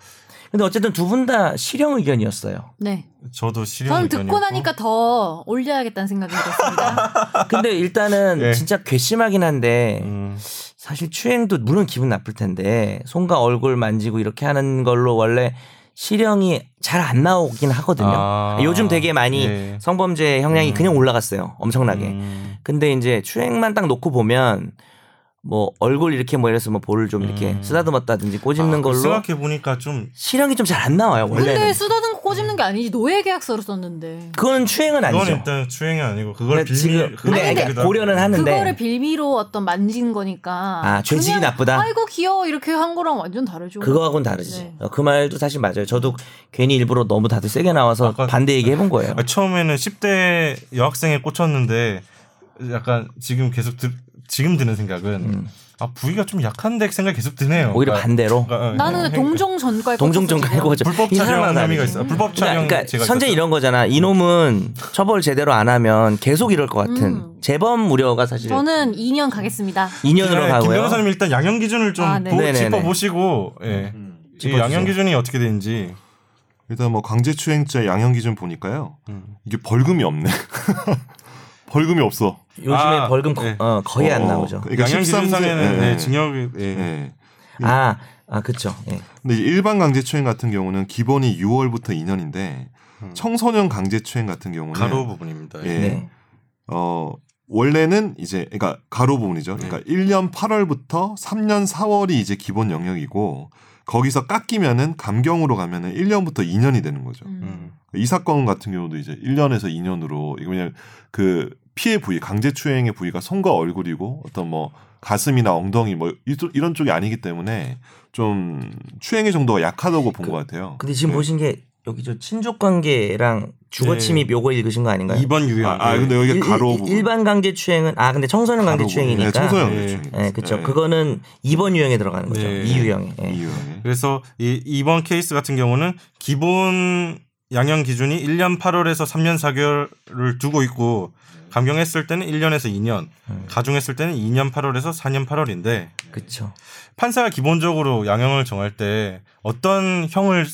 Speaker 2: 근데 어쨌든 두 분 다 실형 의견이었어요
Speaker 3: 네.
Speaker 1: 저도 실형
Speaker 3: 저는
Speaker 1: 의견이었고.
Speaker 3: 듣고 나니까 더 올려야겠다는 생각이 들었습니다.
Speaker 2: 근데 일단은
Speaker 1: 예.
Speaker 2: 진짜 괘씸하긴 한데
Speaker 1: 음.
Speaker 2: 사실 추행도 물론 기분 나쁠 텐데 손과 얼굴 만지고 이렇게 하는 걸로 원래 실형이 잘 안 나오긴 하거든요.
Speaker 1: 아.
Speaker 2: 요즘 되게 많이
Speaker 1: 예.
Speaker 2: 성범죄 형량이 그냥 올라갔어요. 엄청나게.
Speaker 1: 음.
Speaker 2: 근데 이제 추행만 딱 놓고 보면 뭐 얼굴 이렇게 뭐 이래서 뭐 볼을 좀 이렇게
Speaker 1: 음.
Speaker 2: 쓰다듬었다든지 꼬집는
Speaker 1: 아,
Speaker 2: 걸로
Speaker 1: 생각해 보니까 좀
Speaker 2: 실형이 좀 잘 안 나와요.
Speaker 3: 근데
Speaker 2: 원래는.
Speaker 3: 쓰다듬고 꼬집는 게 아니지 노예 계약서로 썼는데
Speaker 2: 그건 추행은
Speaker 1: 그건
Speaker 2: 아니죠.
Speaker 1: 일단 추행이 아니고 그걸
Speaker 2: 근데 지금
Speaker 1: 빌미 그걸
Speaker 2: 근데
Speaker 1: 빌미다.
Speaker 2: 고려는 하는데
Speaker 3: 그거를 빌미로 어떤 만진 거니까
Speaker 2: 아, 죄질이
Speaker 3: 그냥
Speaker 2: 나쁘다?
Speaker 3: 아이고 귀여워 이렇게 한 거랑 완전 다르죠.
Speaker 2: 음. 그거하고는 다르지.
Speaker 3: 네.
Speaker 2: 어, 그 말도 사실 맞아요. 저도 괜히 일부러 너무 다들 세게 나와서
Speaker 1: 아까-
Speaker 2: 반대 얘기 해본 거예요.
Speaker 1: 아, 처음에는 10대 여학생에 꽂혔는데 약간 지금 계속 드, 지금 드는 생각은 아 부위가 좀 약한데 생각 이 계속 드네요.
Speaker 2: 음. 오히려 반대로
Speaker 1: 그러니까, 어,
Speaker 3: 나는
Speaker 1: 그러니까
Speaker 3: 동종 전과에
Speaker 2: 동종 좀
Speaker 3: 꽂혔었거든요.
Speaker 2: 깔고 오죠.
Speaker 1: 불법
Speaker 2: 이 사람마다
Speaker 1: 촬영 혐의가
Speaker 2: 다르지.
Speaker 1: 있어. 불법 촬영
Speaker 2: 그러니까
Speaker 1: 제가
Speaker 2: 선제 이런 거잖아. 이놈은 처벌 제대로 안 하면 계속 이럴 것 같은
Speaker 3: 음.
Speaker 2: 재범 우려가 사실
Speaker 3: 저는 2년 가겠습니다.
Speaker 2: 2년으로
Speaker 1: 네, 김
Speaker 2: 가고요.
Speaker 1: 변호사님 일단 양형 기준을 좀
Speaker 3: 아, 네.
Speaker 1: 보-
Speaker 2: 네네네.
Speaker 1: 짚어보시고 예.
Speaker 2: 음.
Speaker 1: 이 양형 기준이 어떻게 되는지
Speaker 4: 네. 일단 뭐 강제추행죄 양형 기준 보니까요.
Speaker 1: 음.
Speaker 4: 이게 벌금이 없네. 벌금이 없어.
Speaker 2: 요즘에
Speaker 1: 아,
Speaker 2: 벌금 거,
Speaker 1: 네.
Speaker 2: 어, 거의 안
Speaker 4: 어,
Speaker 2: 나오죠.
Speaker 4: 그러니까
Speaker 1: 양형
Speaker 4: 13세
Speaker 1: 기준상에는
Speaker 4: 예,
Speaker 1: 네,
Speaker 4: 예.
Speaker 1: 징역이 예.
Speaker 4: 예.
Speaker 2: 아, 아 그렇죠. 예.
Speaker 4: 근데 이제 일반 강제추행 같은 경우는 기본이 6월부터 2년인데 청소년 강제추행 같은 경우는
Speaker 1: 가로 음. 부분입니다.
Speaker 4: 예.
Speaker 2: 네.
Speaker 4: 어 원래는 이제 그러니까 가로 부분이죠.
Speaker 1: 네.
Speaker 4: 그러니까 1년 8월부터 3년 4월이 이제 기본 영역이고 거기서 깎이면은 감경으로 가면은 1년부터 2년이 되는 거죠.
Speaker 3: 음.
Speaker 4: 이 사건 같은 경우도 이제 1년에서 2년으로 이거 그냥 그 피해 부위 강제추행의 부위가 손과 얼굴이고 어떤 뭐 가슴이나 엉덩이 뭐 이쪽- 이런
Speaker 1: 그
Speaker 4: 쪽이 아니기 때문에 좀 추행의 정도가 약하다고 본 것 같아요.
Speaker 2: 근데 지금
Speaker 4: 네.
Speaker 2: 보신 게 여기 저 친족 관계랑 주거
Speaker 1: 네.
Speaker 2: 침입 요거 읽으신 거 아닌가요?
Speaker 1: 2번 유형.
Speaker 4: 아, 아, 근데 여기
Speaker 2: 일-
Speaker 4: 가로
Speaker 2: 일-
Speaker 4: 부분.
Speaker 2: 일반 관계 추행은 아 근데 청소년 관계
Speaker 4: 가로 부분.
Speaker 2: 추행이니까
Speaker 4: 네, 청소년 관계
Speaker 1: 네.
Speaker 4: 추행.
Speaker 2: 네, 그렇죠.
Speaker 4: 네.
Speaker 2: 그거는 2번 유형에 들어가는 거죠.
Speaker 1: 네.
Speaker 2: 이 유형에. 예.
Speaker 4: 이유.
Speaker 1: 그래서 이 이번 케이스 같은 경우는 기본 양형 기준이 1년 8월에서 3년 4개월을 두고 있고 감경했을 때는 1년에서 2년, 가중했을 때는 2년 8월에서 4년 8월인데
Speaker 2: 음. 그렇죠.
Speaker 1: 판사가 기본적으로 양형을 정할 때 어떤 형을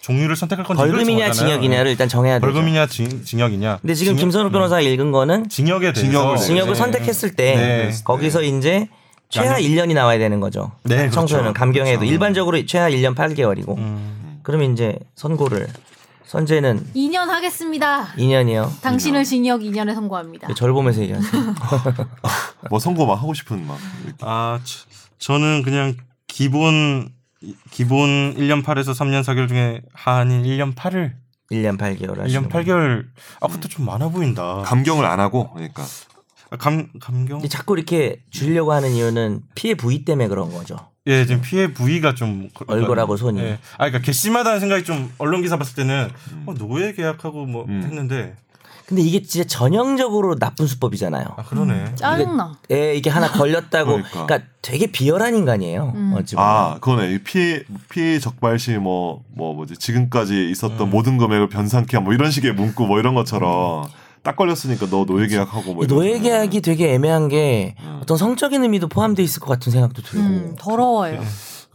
Speaker 1: 종류를 선택할 건지 이걸
Speaker 2: 벌금이냐
Speaker 1: 정하잖아요.
Speaker 2: 징역이냐를 일단 정해야 되죠.
Speaker 1: 벌금이냐 징, 징역이냐.
Speaker 2: 근데 지금
Speaker 1: 징역-
Speaker 2: 김선욱 변호사 가 읽은 거는
Speaker 1: 징역에 대해서
Speaker 4: 음. 징역을 네.
Speaker 2: 징역을 선택했을 때
Speaker 1: 네.
Speaker 2: 거기서 이제 최하
Speaker 1: 양형-
Speaker 2: 1년이 나와야 되는 거죠.
Speaker 1: 네, 그렇죠.
Speaker 2: 청소년은 감경에도 일반적으로 최하 1년 8개월이고.
Speaker 1: 음,
Speaker 2: 그럼 이제 선고를 선재는
Speaker 3: 2년 하겠습니다.
Speaker 2: 2년이요.
Speaker 3: 당신을 징역 2년에 선고합니다.
Speaker 2: 절 보면서 얘기하세요.
Speaker 4: 뭐 선고 막 하고 싶은 막. 이렇게.
Speaker 1: 아, 저, 는 그냥 기본 기본 1년 8에서 3년 4개월 중에 하한인 1년 8을
Speaker 2: 1년 8개월 하시는
Speaker 1: 1년 8개월 아 그때 좀 많아 보인다.
Speaker 4: 감경을 안 하고 그러니까.
Speaker 1: 아, 감 감경?
Speaker 2: 근데 자꾸 이렇게 줄려고 하는 이유는 피해 부위 때문에 그런 거죠.
Speaker 1: 예, 지금 피해 부위가 좀 그-
Speaker 2: 얼굴하고 손이.
Speaker 1: 예. 아 그러니까 괘씸하다는 생각이 좀 언론 기사 봤을 때는 어, 노예 계약하고 뭐
Speaker 4: 음.
Speaker 1: 했는데
Speaker 2: 근데 이게 진짜 전형적으로 나쁜 수법이잖아요.
Speaker 1: 아 그러네.
Speaker 3: 음. 짜증나.
Speaker 2: 에 예, 이게 하나 걸렸다고. 그러니까.
Speaker 4: 그러니까.
Speaker 2: 되게 비열한 인간이에요.
Speaker 3: 음.
Speaker 2: 어찌 보면.
Speaker 4: 아, 그거네. 이 피해 피해 적발시 뭐 뭐 뭐지 지금까지 있었던
Speaker 1: 음.
Speaker 4: 모든 금액을 변상케 한뭐 이런 식의 문구 뭐 이런 것처럼 딱 걸렸으니까 너 노예 계약하고 뭐
Speaker 2: 이
Speaker 4: 이런
Speaker 2: 노예
Speaker 4: 거.
Speaker 2: 계약이 되게 애매한 게 어떤 성적인 의미도 포함되어 있을 것 같은 생각도 들고.
Speaker 3: 음, 더러워요.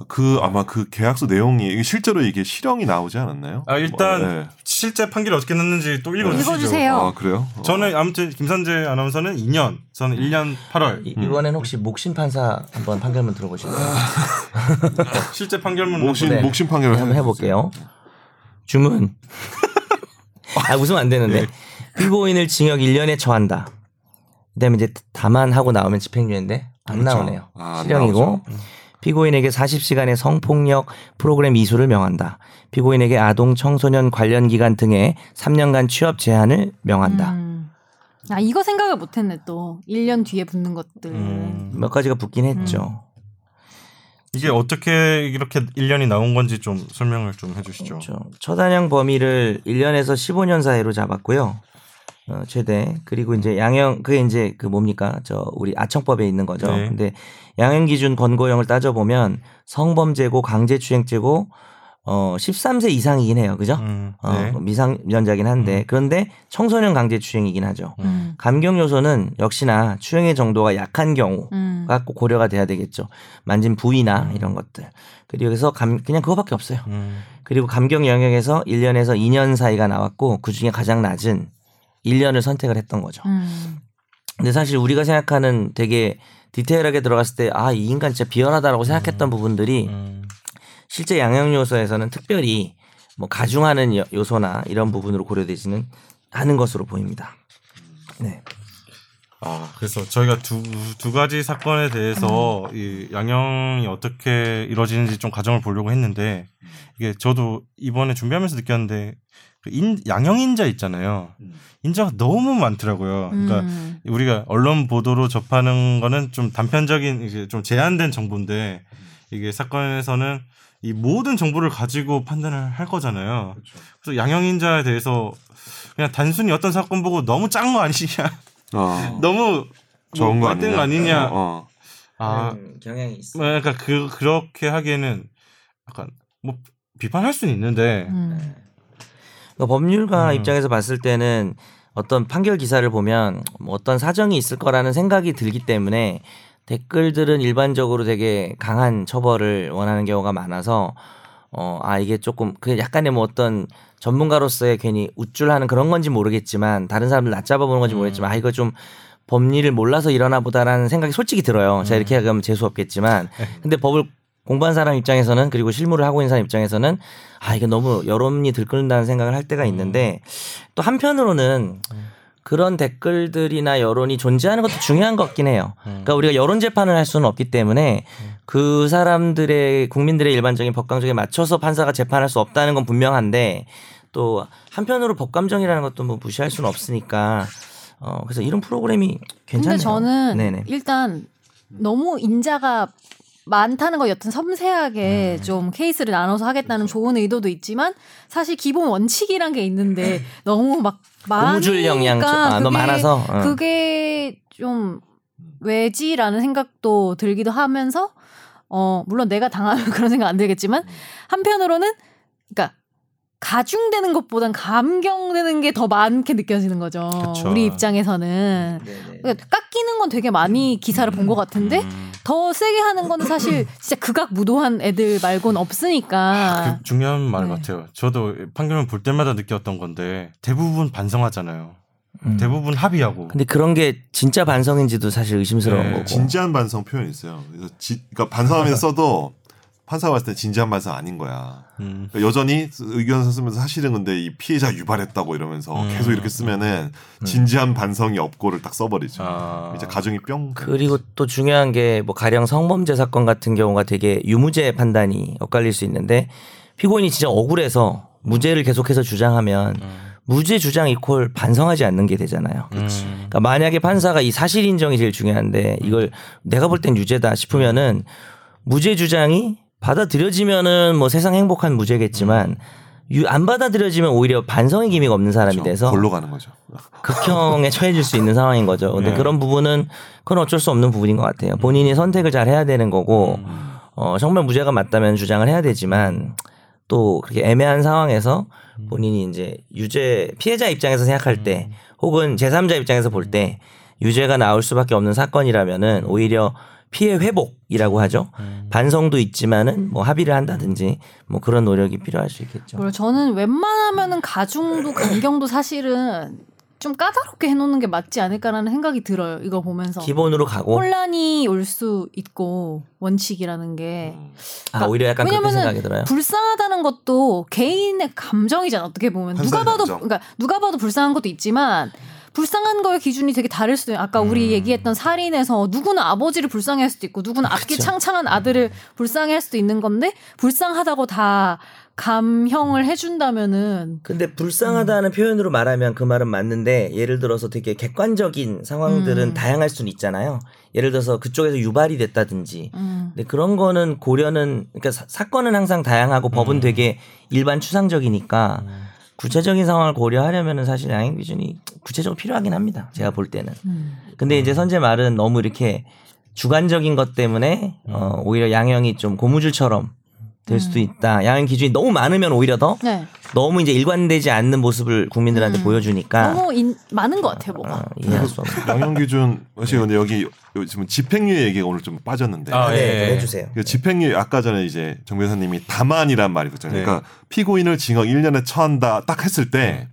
Speaker 4: 그 아마 그 계약서 내용이 이게 실제로 이게 실형이 나오지 않았나요?
Speaker 1: 아 일단
Speaker 4: 뭐, 네.
Speaker 1: 실제 판결이 어떻게 났는지 또 읽어주시죠.
Speaker 3: 읽어주세요.
Speaker 4: 아 그래요? 어.
Speaker 1: 저는 아무튼 김선재 아나운서는 2년, 저는 1년 8월
Speaker 2: 이- 이번엔 혹시 목신 판사 한번 판결문 들어보실래요?
Speaker 1: 아. 실제 판결문
Speaker 4: 목신
Speaker 2: 네.
Speaker 4: 목신 판결을
Speaker 2: 한번 해볼게요. 주문. 아 웃으면 안
Speaker 4: 네.
Speaker 2: 되는데 피고인을 징역 1년에 처한다. 그다음에 이제 다만 하고 나오면 집행유예인데 안
Speaker 4: 그렇죠.
Speaker 2: 나오네요.
Speaker 4: 아, 안
Speaker 2: 실형이고
Speaker 4: 나오죠.
Speaker 2: 피고인에게 40시간의 성폭력 프로그램 이수를 명한다. 피고인에게 아동 청소년 관련 기관 등의 3년간 취업 제한을 명한다.
Speaker 3: 음. 아 이거 생각을 못했네 또 1년 뒤에 붙는 것들.
Speaker 1: 음,
Speaker 2: 몇 가지가 붙긴 했죠.
Speaker 1: 이게 어떻게 이렇게 1년이 나온 건지 좀 설명을 좀 해주시죠.
Speaker 2: 그렇죠. 처단형 범위를 1년에서 15년 사이로 잡았고요. 어, 최대 그리고 이제 양형 그게 이제 그 뭡니까 저 우리 아청법에 있는 거죠.
Speaker 1: 네.
Speaker 2: 근데 양형 기준 권고형을 따져 보면 성범죄고 강제추행죄고 어 13세 이상이긴 해요, 그죠?
Speaker 1: 음,
Speaker 2: 어,
Speaker 1: 네. 음.
Speaker 2: 미성년자긴 한데 그런데 청소년 강제추행이긴 하죠.
Speaker 3: 음.
Speaker 2: 감경 요소는 역시나 추행의 정도가 약한 경우
Speaker 3: 음.
Speaker 2: 가 꼭 고려가 돼야 되겠죠. 만진 부위나 이런 것들. 그리고 여기서 감, 그냥 그거밖에 없어요.
Speaker 1: 음,
Speaker 2: 그리고 감경 영역에서 1년에서 2년 사이가 나왔고 그 중에 가장 낮은 1년을 선택을 했던 거죠.
Speaker 3: 음.
Speaker 2: 근데 사실 우리가 생각하는 되게 디테일하게 들어갔을 때 아, 이 인간 진짜 비열하다라고 생각했던 부분들이
Speaker 1: 음.
Speaker 2: 실제 양형 요소에서는 특별히 뭐 가중하는 여- 요소나 이런 부분으로 고려되지는 않은 것으로 보입니다. 네.
Speaker 1: 아, 그래서 저희가 두, 두 가지 사건에 대해서 이 양형이 어떻게 이루어지는지 좀 과정을 보려고 했는데 이게 저도 이번에 준비하면서 느꼈는데 그 인, 양형인자 있잖아요.
Speaker 2: 음.
Speaker 1: 인자가 너무 많더라고요. 그러니까
Speaker 3: 음.
Speaker 1: 우리가 언론 보도로 접하는 거는 좀 단편적인 이제 좀 제한된 정보인데 이게 사건에서는 이 모든 정보를 가지고 판단을 할 거잖아요.
Speaker 2: 그렇죠.
Speaker 1: 그래서 양형인자에 대해서 그냥 단순히 어떤 사건 보고 너무 짠 거 아니냐,
Speaker 4: 어.
Speaker 1: 너무
Speaker 4: 좋은 거 아니냐?
Speaker 1: 거 뭐, 아니냐.
Speaker 4: 어.
Speaker 1: 아,
Speaker 2: 경향이 있어.
Speaker 1: 뭐 그러니까 그 그렇게 하기에는 약간 뭐 비판할 수는 있는데
Speaker 3: 음.
Speaker 2: 그러니까 법률가
Speaker 1: 음.
Speaker 2: 입장에서 봤을 때는 어떤 판결 기사를 보면 뭐 어떤 사정이 있을 거라는 생각이 들기 때문에 댓글들은 일반적으로 되게 강한 처벌을 원하는 경우가 많아서 어, 아, 이게 조금, 그 약간의 뭐 어떤 전문가로서의 괜히 우쭐하는 그런 건지 모르겠지만 다른 사람들 낮잡아보는 건지 모르겠지만 아, 이거 좀 법리를 몰라서 이러나 보다라는 생각이 솔직히 들어요. 제가 이렇게 하면 재수 없겠지만 근데 법을 공부한 사람 입장에서는 그리고 실무를 하고 있는 사람 입장에서는 아 이게 너무 여론이 들끓는다는 생각을 할 때가 있는데 또 한편으로는 그런 댓글들이나 여론이 존재하는 것도 중요한 것 같긴 해요.
Speaker 1: 음.
Speaker 2: 그러니까 우리가 여론 재판을 할 수는 없기 때문에 그 사람들의 국민들의 일반적인 법감정에 맞춰서 판사가 재판할 수 없다는 건 분명한데 또 한편으로 법감정이라는 것도 뭐 무시할 수는 없으니까 어 그래서 이런 프로그램이 괜찮아요.
Speaker 3: 근데 저는
Speaker 2: 네네.
Speaker 3: 일단 너무 인자가 많다는 거 여튼 섬세하게
Speaker 2: 네.
Speaker 3: 좀 케이스를 나눠서 하겠다는
Speaker 2: 그렇죠.
Speaker 3: 좋은 의도도 있지만 사실 기본 원칙이란 게 있는데 너무 막
Speaker 2: 고무줄 영양 좀- 아, 너무
Speaker 3: 그게-
Speaker 2: 많아서 어.
Speaker 3: 그게 좀 왜지라는 생각도 들기도 하면서 어 물론 내가 당하면 그런 생각 안 들겠지만 한편으로는 그러니까 가중되는 것보단 감경되는 게 더 많게 느껴지는 거죠.
Speaker 1: 그쵸.
Speaker 3: 우리
Speaker 2: 네.
Speaker 3: 입장에서는 그러니까 깎이는 건 되게 많이 기사를 본 것 같은데
Speaker 1: 음.
Speaker 3: 더 세게 하는 거는 사실 진짜 극악무도한 애들 말곤
Speaker 2: 아,
Speaker 3: 없으니까
Speaker 1: 그 중요한 말
Speaker 3: 네.
Speaker 1: 같아요. 저도 판결문 볼 때마다 느꼈던 건데 대부분 반성하잖아요.
Speaker 2: 음.
Speaker 1: 대부분 합의하고.
Speaker 2: 근데 그런 게 진짜 반성인지도 사실 의심스러운
Speaker 1: 네,
Speaker 2: 거고.
Speaker 4: 진지한 반성 표현이 있어요. 그래서 지, 그러니까 반성하면서 써도 판사가 봤을 때 진지한 반성 아닌 거야.
Speaker 1: 음.
Speaker 4: 그러니까 여전히 의견서 쓰면서 사실은 근데 이 피해자 유발했다고 이러면서
Speaker 1: 음.
Speaker 4: 계속 이렇게
Speaker 2: 음,
Speaker 4: 쓰면은 진지한 반성이 없고를 딱 써버리죠.
Speaker 1: 아.
Speaker 4: 이제 가중이 뿅.
Speaker 2: 그리고 또 중요한 게 뭐 가령 성범죄 사건 같은 경우가 되게 유무죄 판단이 엇갈릴 수 있는데 피고인이 진짜 억울해서 무죄를 계속해서 주장하면 무죄 주장 이퀄 반성하지 않는 게 되잖아요.
Speaker 1: 음.
Speaker 2: 그러니까 만약에 판사가 이 사실 인정이 제일 중요한데 이걸 내가 볼 땐 유죄다 싶으면은 무죄 주장이 받아들여지면은 뭐 세상 행복한 무죄겠지만 유- 안 받아들여지면 오히려 반성의 기미가 없는 사람이 돼서
Speaker 4: 그렇죠. 골로 가는 거죠.
Speaker 2: 극형에 처해질 수 있는 상황인 거죠. 근데
Speaker 1: 네.
Speaker 2: 그런 부분은 그건 어쩔 수 없는 부분인 것 같아요. 본인이 선택을 잘 해야 되는 거고 어, 정말 무죄가 맞다면 주장을 해야 되지만 또 그렇게 애매한 상황에서 본인이 이제 유죄 피해자 입장에서 생각할 때 혹은 제3자 입장에서 볼 때 유죄가 나올 수밖에 없는 사건이라면은 오히려 피해 회복이라고 하죠. 반성도 있지만은 뭐 합의를 한다든지 뭐 그런 노력이 필요할 수 있겠죠.
Speaker 3: 물론 저는 웬만하면은 가중도 감경도 사실은 좀 까다롭게 해놓는 게 맞지 않을까라는 생각이 들어요. 이거 보면서
Speaker 2: 기본으로 가고
Speaker 3: 혼란이 올 수 있고 원칙이라는 게 그러니까
Speaker 2: 아 오히려 약간 그렇게
Speaker 3: 왜냐면은
Speaker 2: 생각이 들어요.
Speaker 3: 불쌍하다는 것도 개인의 감정이잖아. 어떻게 보면 누가
Speaker 4: 판사의
Speaker 3: 봐도
Speaker 4: 감정.
Speaker 3: 그러니까 누가 봐도 불쌍한 것도 있지만 불쌍한 거의 기준이 되게 다를 수도 있어요. 아까
Speaker 2: 음.
Speaker 3: 우리 얘기했던 살인에서 누구는 아버지를 불쌍해할 수도 있고 누구는 앞길
Speaker 2: 그쵸.
Speaker 3: 창창한 아들을 불쌍해할 수도 있는 건데 불쌍하다고 다 감형을 해준다면은
Speaker 2: 근데 불쌍하다는
Speaker 3: 음.
Speaker 2: 표현으로 말하면 그 말은 맞는데 예를 들어서 되게 객관적인 상황들은
Speaker 3: 음.
Speaker 2: 다양할 수는 있잖아요. 예를 들어서 그쪽에서 유발이 됐다든지.
Speaker 3: 음,
Speaker 2: 근데 그런 거는 고려는 그러니까 사, 사건은 항상 다양하고 법은
Speaker 3: 음.
Speaker 2: 되게 일반 추상적이니까 구체적인 상황을 고려하려면은 사실 양형 기준이 구체적으로 필요하긴 합니다. 제가 볼 때는.
Speaker 3: 음.
Speaker 2: 근데 이제 선제 말은 너무 이렇게 주관적인 것 때문에
Speaker 3: 음.
Speaker 2: 어, 오히려 양형이 좀 고무줄처럼 될 수도 있다. 양형 기준이 너무 많으면 오히려 더
Speaker 3: 네
Speaker 2: 너무 이제 일관되지 않는 모습을 국민들한테
Speaker 3: 음.
Speaker 2: 보여주니까
Speaker 3: 너무 인- 많은 것 같아요
Speaker 2: 어,
Speaker 3: 뭐가
Speaker 2: 이해할 수 없어요.
Speaker 4: 양형 기준 사실 근데 여기 여기 지금 집행유예 얘기가 오늘 좀 빠졌는데
Speaker 1: 아, 예.
Speaker 2: 네, 해주세요.
Speaker 4: 그 집행유예 아까 전에 이제 정 변호사님이 다만이란 말이 있었잖아요.
Speaker 1: 네.
Speaker 4: 그러니까 피고인을 징역 1년에 처한다 딱 했을
Speaker 2: 네.
Speaker 4: 때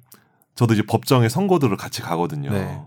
Speaker 4: 저도 이제 법정에 선고들을 같이 가거든요.
Speaker 1: 네.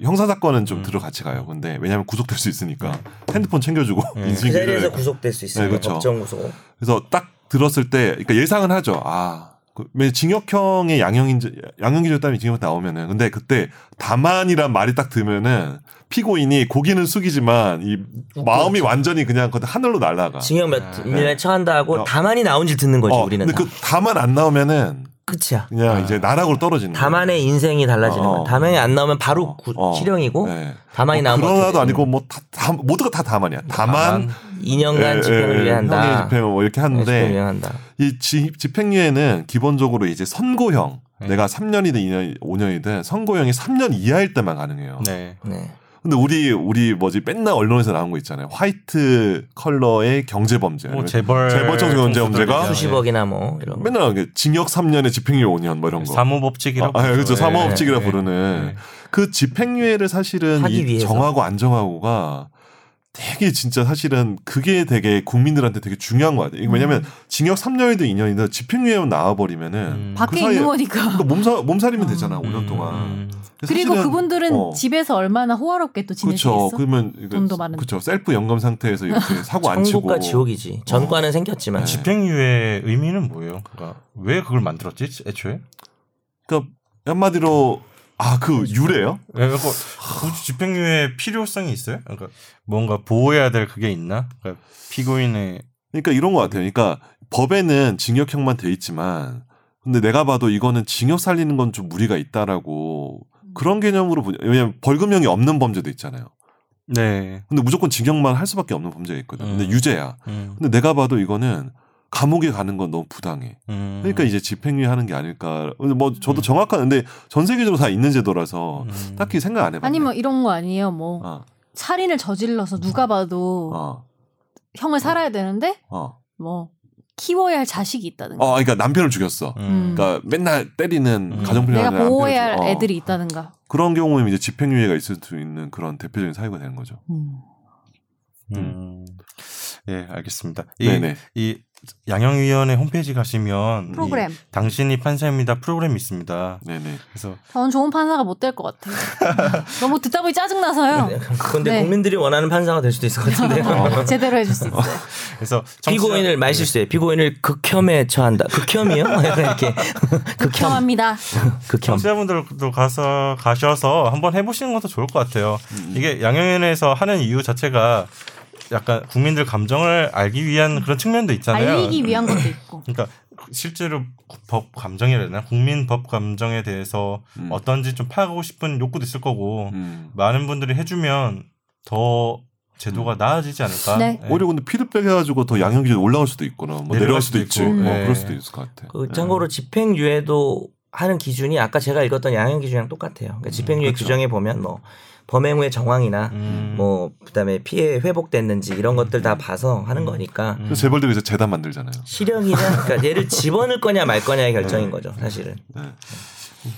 Speaker 4: 형사 사건은 좀
Speaker 1: 음.
Speaker 4: 들어 같이 가요. 근데 왜냐하면 구속될 수 있으니까 핸드폰 챙겨주고
Speaker 1: 네.
Speaker 2: 네. 그 자리에서
Speaker 4: 인수인계를
Speaker 2: 구속될 수 있어요.
Speaker 4: 네, 그렇죠.
Speaker 2: 법정 구속.
Speaker 4: 그래서 딱 들었을 때 그러니까 예상은 하죠. 아, 그, 왜 징역형의 양형인 양형 기준 따면 징역 나오면은 근데 그때 다만이란 말이 딱 들면은 피고인이 고기는 숙이지만 이 마음이 완전히 그냥 그 하늘로 날아가.
Speaker 2: 어, 그렇죠. 징역 몇
Speaker 1: 아,
Speaker 2: 년에 처한다 하고
Speaker 4: 어.
Speaker 2: 다만이 나온지 듣는 거죠
Speaker 4: 어,
Speaker 2: 우리는.
Speaker 4: 근데
Speaker 2: 다.
Speaker 4: 그 다만 안 나오면은
Speaker 2: 끝이야.
Speaker 4: 그냥 이제 나락으로 떨어지는.
Speaker 2: 다만의 인생이 달라지는
Speaker 4: 어,
Speaker 2: 거야.
Speaker 4: 어.
Speaker 2: 다만이 안 나오면 바로
Speaker 4: 어,
Speaker 2: 구-
Speaker 4: 어.
Speaker 2: 실형이고
Speaker 4: 거예요. 네.
Speaker 2: 다만이
Speaker 4: 뭐
Speaker 2: 나오면
Speaker 4: 그런 나도 아니고 뭐 다, 다- 모두가 다 다만이야. 다만
Speaker 2: 2년간 집행을
Speaker 4: 형의
Speaker 2: 위한다. 네,
Speaker 4: 집행 뭐 이렇게
Speaker 2: 집행을
Speaker 4: 하는데
Speaker 2: 위한다.
Speaker 4: 이 지- 집행유예는 기본적으로 이제 선고형
Speaker 1: 네.
Speaker 4: 내가 3년이든 2년 5년이든 선고형이 3년 이하일 때만 가능해요.
Speaker 1: 네.
Speaker 2: 네.
Speaker 4: 근데 우리 우리 뭐지 맨날 언론에서 나온 거 있잖아요. 화이트 컬러의 경제 범죄.
Speaker 1: 뭐 재벌
Speaker 4: 재벌청 경제 문제가
Speaker 1: 총수들이죠.
Speaker 2: 수십억이나 뭐 이런. 거.
Speaker 4: 맨날 이렇게 징역 3년에 집행유예 5년 뭐 이런
Speaker 1: 예.
Speaker 4: 거.
Speaker 1: 어. 사모법칙이라고.
Speaker 4: 아, 아, 그렇죠.
Speaker 1: 부르죠.
Speaker 4: 사모법칙이라
Speaker 1: 예.
Speaker 4: 부르는
Speaker 1: 예.
Speaker 4: 그 집행유예를 사실은
Speaker 2: 하기
Speaker 4: 이
Speaker 2: 위해서.
Speaker 4: 정하고 안 정하고가 되게 진짜 사실은 그게 되게 국민들한테 되게 중요한 거 같아요. 이거 왜냐면 징역 3년이든 2년이든 집행유예만 나와버리면은
Speaker 1: 음.
Speaker 4: 그
Speaker 3: 밖에
Speaker 4: 사이에
Speaker 3: 있는 거니까
Speaker 4: 그러니까 몸살 몸살이면 되잖아
Speaker 1: 음.
Speaker 4: 5년 동안.
Speaker 3: 그리고
Speaker 4: 사실은
Speaker 3: 그분들은
Speaker 4: 어.
Speaker 3: 집에서 얼마나 호화롭게 또 지내시겠어
Speaker 4: 그렇죠. 그러면 이거
Speaker 3: 돈도 많은데.
Speaker 4: 그렇죠. 셀프 연금 상태에서 이렇게 사고 안 치고
Speaker 2: 천국과 어. 지옥이지. 전과는 생겼지만
Speaker 4: 네.
Speaker 1: 어. 집행유예 의미는 뭐예요? 그러니까 왜 그걸 만들었지? 애초에?
Speaker 4: 그러니까 한마디로 아 그 유래요?
Speaker 1: 예, 그거 굳이 집행유예 필요성이 있어요? 그러니까 뭔가 보호해야 될 그게 있나? 그러니까 피고인의
Speaker 4: 그러니까 이런 것 같아요. 그러니까 법에는 징역형만 돼 있지만, 근데 내가 봐도 이거는 징역 살리는 건
Speaker 3: 음.
Speaker 4: 좀 무리가 있다라고 그런 개념으로 보냐. 왜냐면 벌금형이 없는 범죄도 있잖아요.
Speaker 1: 네.
Speaker 4: 근데 무조건 징역만 할 수밖에 없는 범죄가 있거든. 근데
Speaker 1: 음.
Speaker 4: 유죄야.
Speaker 1: 음.
Speaker 4: 근데 내가 봐도 이거는 감옥에 가는 건 너무 부당해.
Speaker 1: 음.
Speaker 4: 그러니까 이제 집행유예 하는 게 아닐까. 근데 뭐 저도
Speaker 1: 음.
Speaker 4: 정확한 근데 전 세계적으로 다 있는 제도라서
Speaker 1: 음.
Speaker 4: 딱히 생각 안 해봤네.
Speaker 3: 아니 뭐 이런 거 아니에요. 뭐
Speaker 4: 어,
Speaker 3: 살인을 저질러서 누가 봐도
Speaker 4: 어,
Speaker 3: 형을 살아야 되는데
Speaker 4: 어.
Speaker 3: 뭐 키워야 할 자식이 있다든가.
Speaker 4: 어, 그러니까 남편을 죽였어.
Speaker 1: 음.
Speaker 4: 그러니까 맨날 때리는
Speaker 1: 음.
Speaker 4: 가정폭력
Speaker 3: 내가 보호해야 할 애들이
Speaker 4: 어.
Speaker 3: 있다든가.
Speaker 4: 그런 경우에 이제 집행유예가 있을 수 있는 그런 대표적인 사유가 되는 거죠.
Speaker 3: 음.
Speaker 1: 음. 예, 알겠습니다. 이,
Speaker 4: 네네.
Speaker 1: 이 양형위원회 홈페이지 가시면 이
Speaker 3: 프로그램.
Speaker 1: 당신이 판사입니다 프로그램이 있습니다.
Speaker 4: 네네.
Speaker 1: 그래서
Speaker 3: 저는 좋은 판사가 못 될 것 같아요. 너무 듣다 보니 짜증 나서요.
Speaker 2: 근데
Speaker 3: 네. 어,
Speaker 2: 국민들이 원하는 판사가 될 수도 있을 것 같은데요.
Speaker 3: 제대로 해줄 수 있어요.
Speaker 1: 그래서
Speaker 2: 피고인을 말실수해. 피고인을 극혐에 처한다. 극혐이요? 약간 이렇게 극혐,
Speaker 3: 극혐합니다.
Speaker 4: 음.
Speaker 2: 극혐.
Speaker 1: 청취자분들도 가서 가셔서 한번 해보시는 것도 좋을 것 같아요.
Speaker 4: 음.
Speaker 1: 이게 양형위원회에서 하는 이유 자체가 약간 국민들 감정을 알기 위한 그런 측면도 있잖아요.
Speaker 3: 알리기 위한 것도 있고.
Speaker 1: 그러니까 실제로 법 감정이라 해야 되나 국민 법 감정에 대해서
Speaker 4: 음.
Speaker 1: 어떤지 좀 파악하고 싶은 욕구도 있을 거고
Speaker 4: 음.
Speaker 1: 많은 분들이 해주면 더 제도가
Speaker 4: 음.
Speaker 1: 나아지지 않을까.
Speaker 3: 네.
Speaker 1: 예.
Speaker 4: 오히려 근데 피드백 해가지고 더 양형 기준 올라올 수도 있거나 뭐
Speaker 1: 내려갈
Speaker 4: 내려갈 수도
Speaker 1: 수도
Speaker 4: 있고
Speaker 1: 있고.
Speaker 4: 뭐
Speaker 1: 네.
Speaker 4: 그럴 수도 있을 것 같아.
Speaker 2: 그 참고로 집행유예도 하는 기준이 아까 제가 읽었던 양형 기준이랑 똑같아요. 그러니까 집행유예
Speaker 4: 그렇죠.
Speaker 2: 규정에 보면 뭐 범행 후의 정황이나
Speaker 1: 음.
Speaker 2: 뭐 그다음에 피해 회복됐는지 이런 것들 다 봐서 하는 거니까
Speaker 1: 음.
Speaker 4: 그래서 재벌들이 이제 재단 만들잖아요.
Speaker 2: 실형이냐 그러니까 얘를 집어넣을 거냐 말 거냐의 결정인 거죠 사실은.
Speaker 1: 네.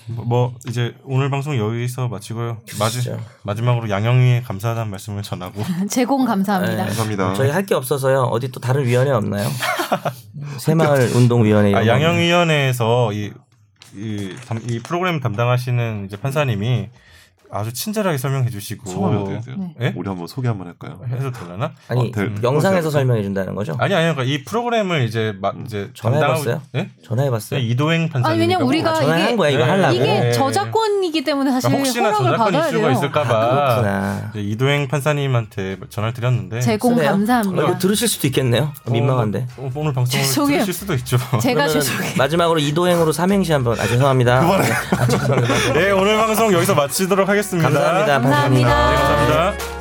Speaker 1: 뭐 이제 오늘 방송 여기서 마치고요. 마지,
Speaker 2: 그렇죠.
Speaker 1: 마지막으로 양형위에 감사하다는 말씀을 전하고
Speaker 3: 제공 감사합니다.
Speaker 2: 네.
Speaker 5: 감사합니다.
Speaker 2: 저희 할 게 없어서요. 어디 또 다른 위원회 없나요? 새마을 운동 위원회.
Speaker 1: 네. 아, 양형위원회에서 이, 이, 담- 이 프로그램 담당하시는 이제 판사님이 아주 친절하게 설명해
Speaker 4: 소감이
Speaker 1: 주시고
Speaker 4: 어떻게 돼요?
Speaker 3: 네.
Speaker 1: 예?
Speaker 4: 우리 한번 뭐 소개 한번 할까요?
Speaker 1: 해도 되려나?
Speaker 2: 아니
Speaker 4: 어, 될-
Speaker 2: 영상에서 설명해 준다는 거죠?
Speaker 1: 아니 아니요. 그러니까 이 프로그램을 이제 마, 이제 담당하고
Speaker 2: 전화해봤어요?
Speaker 1: 예?
Speaker 2: 전화해봤어요.
Speaker 1: 이도행 판사님.
Speaker 3: 아니 왜냐면 우리가
Speaker 2: 아, 전화한
Speaker 3: 이게
Speaker 2: 거야 이거
Speaker 1: 네.
Speaker 2: 하려고.
Speaker 3: 이게
Speaker 1: 네. 그러니까
Speaker 3: 저작권이기 때문에 사실
Speaker 1: 혹시나
Speaker 3: 허락을
Speaker 1: 저작권
Speaker 3: 받아야
Speaker 1: 이슈가
Speaker 3: 돼요.
Speaker 2: 아,
Speaker 1: 있을까봐
Speaker 2: 그렇구나.
Speaker 1: 이제 이도행 판사님한테 전화를 드렸는데
Speaker 3: 제공
Speaker 2: 그래요?
Speaker 3: 감사합니다.
Speaker 2: 이거 들으실 수도 있겠네요.
Speaker 1: 어,
Speaker 2: 민망한데.
Speaker 1: 어, 오늘 방송을
Speaker 3: 죄송해요.
Speaker 1: 들으실 수도 있죠.
Speaker 3: 제가
Speaker 2: 그러면은
Speaker 3: 죄송해요.
Speaker 2: 마지막으로 이도행으로 삼행시 한번. 아 죄송합니다.
Speaker 1: 네 오늘 방송 여기서 마치도록 하겠습니다.
Speaker 2: 감사합니다.
Speaker 3: 감사합니다.
Speaker 1: 네, 감사합니다.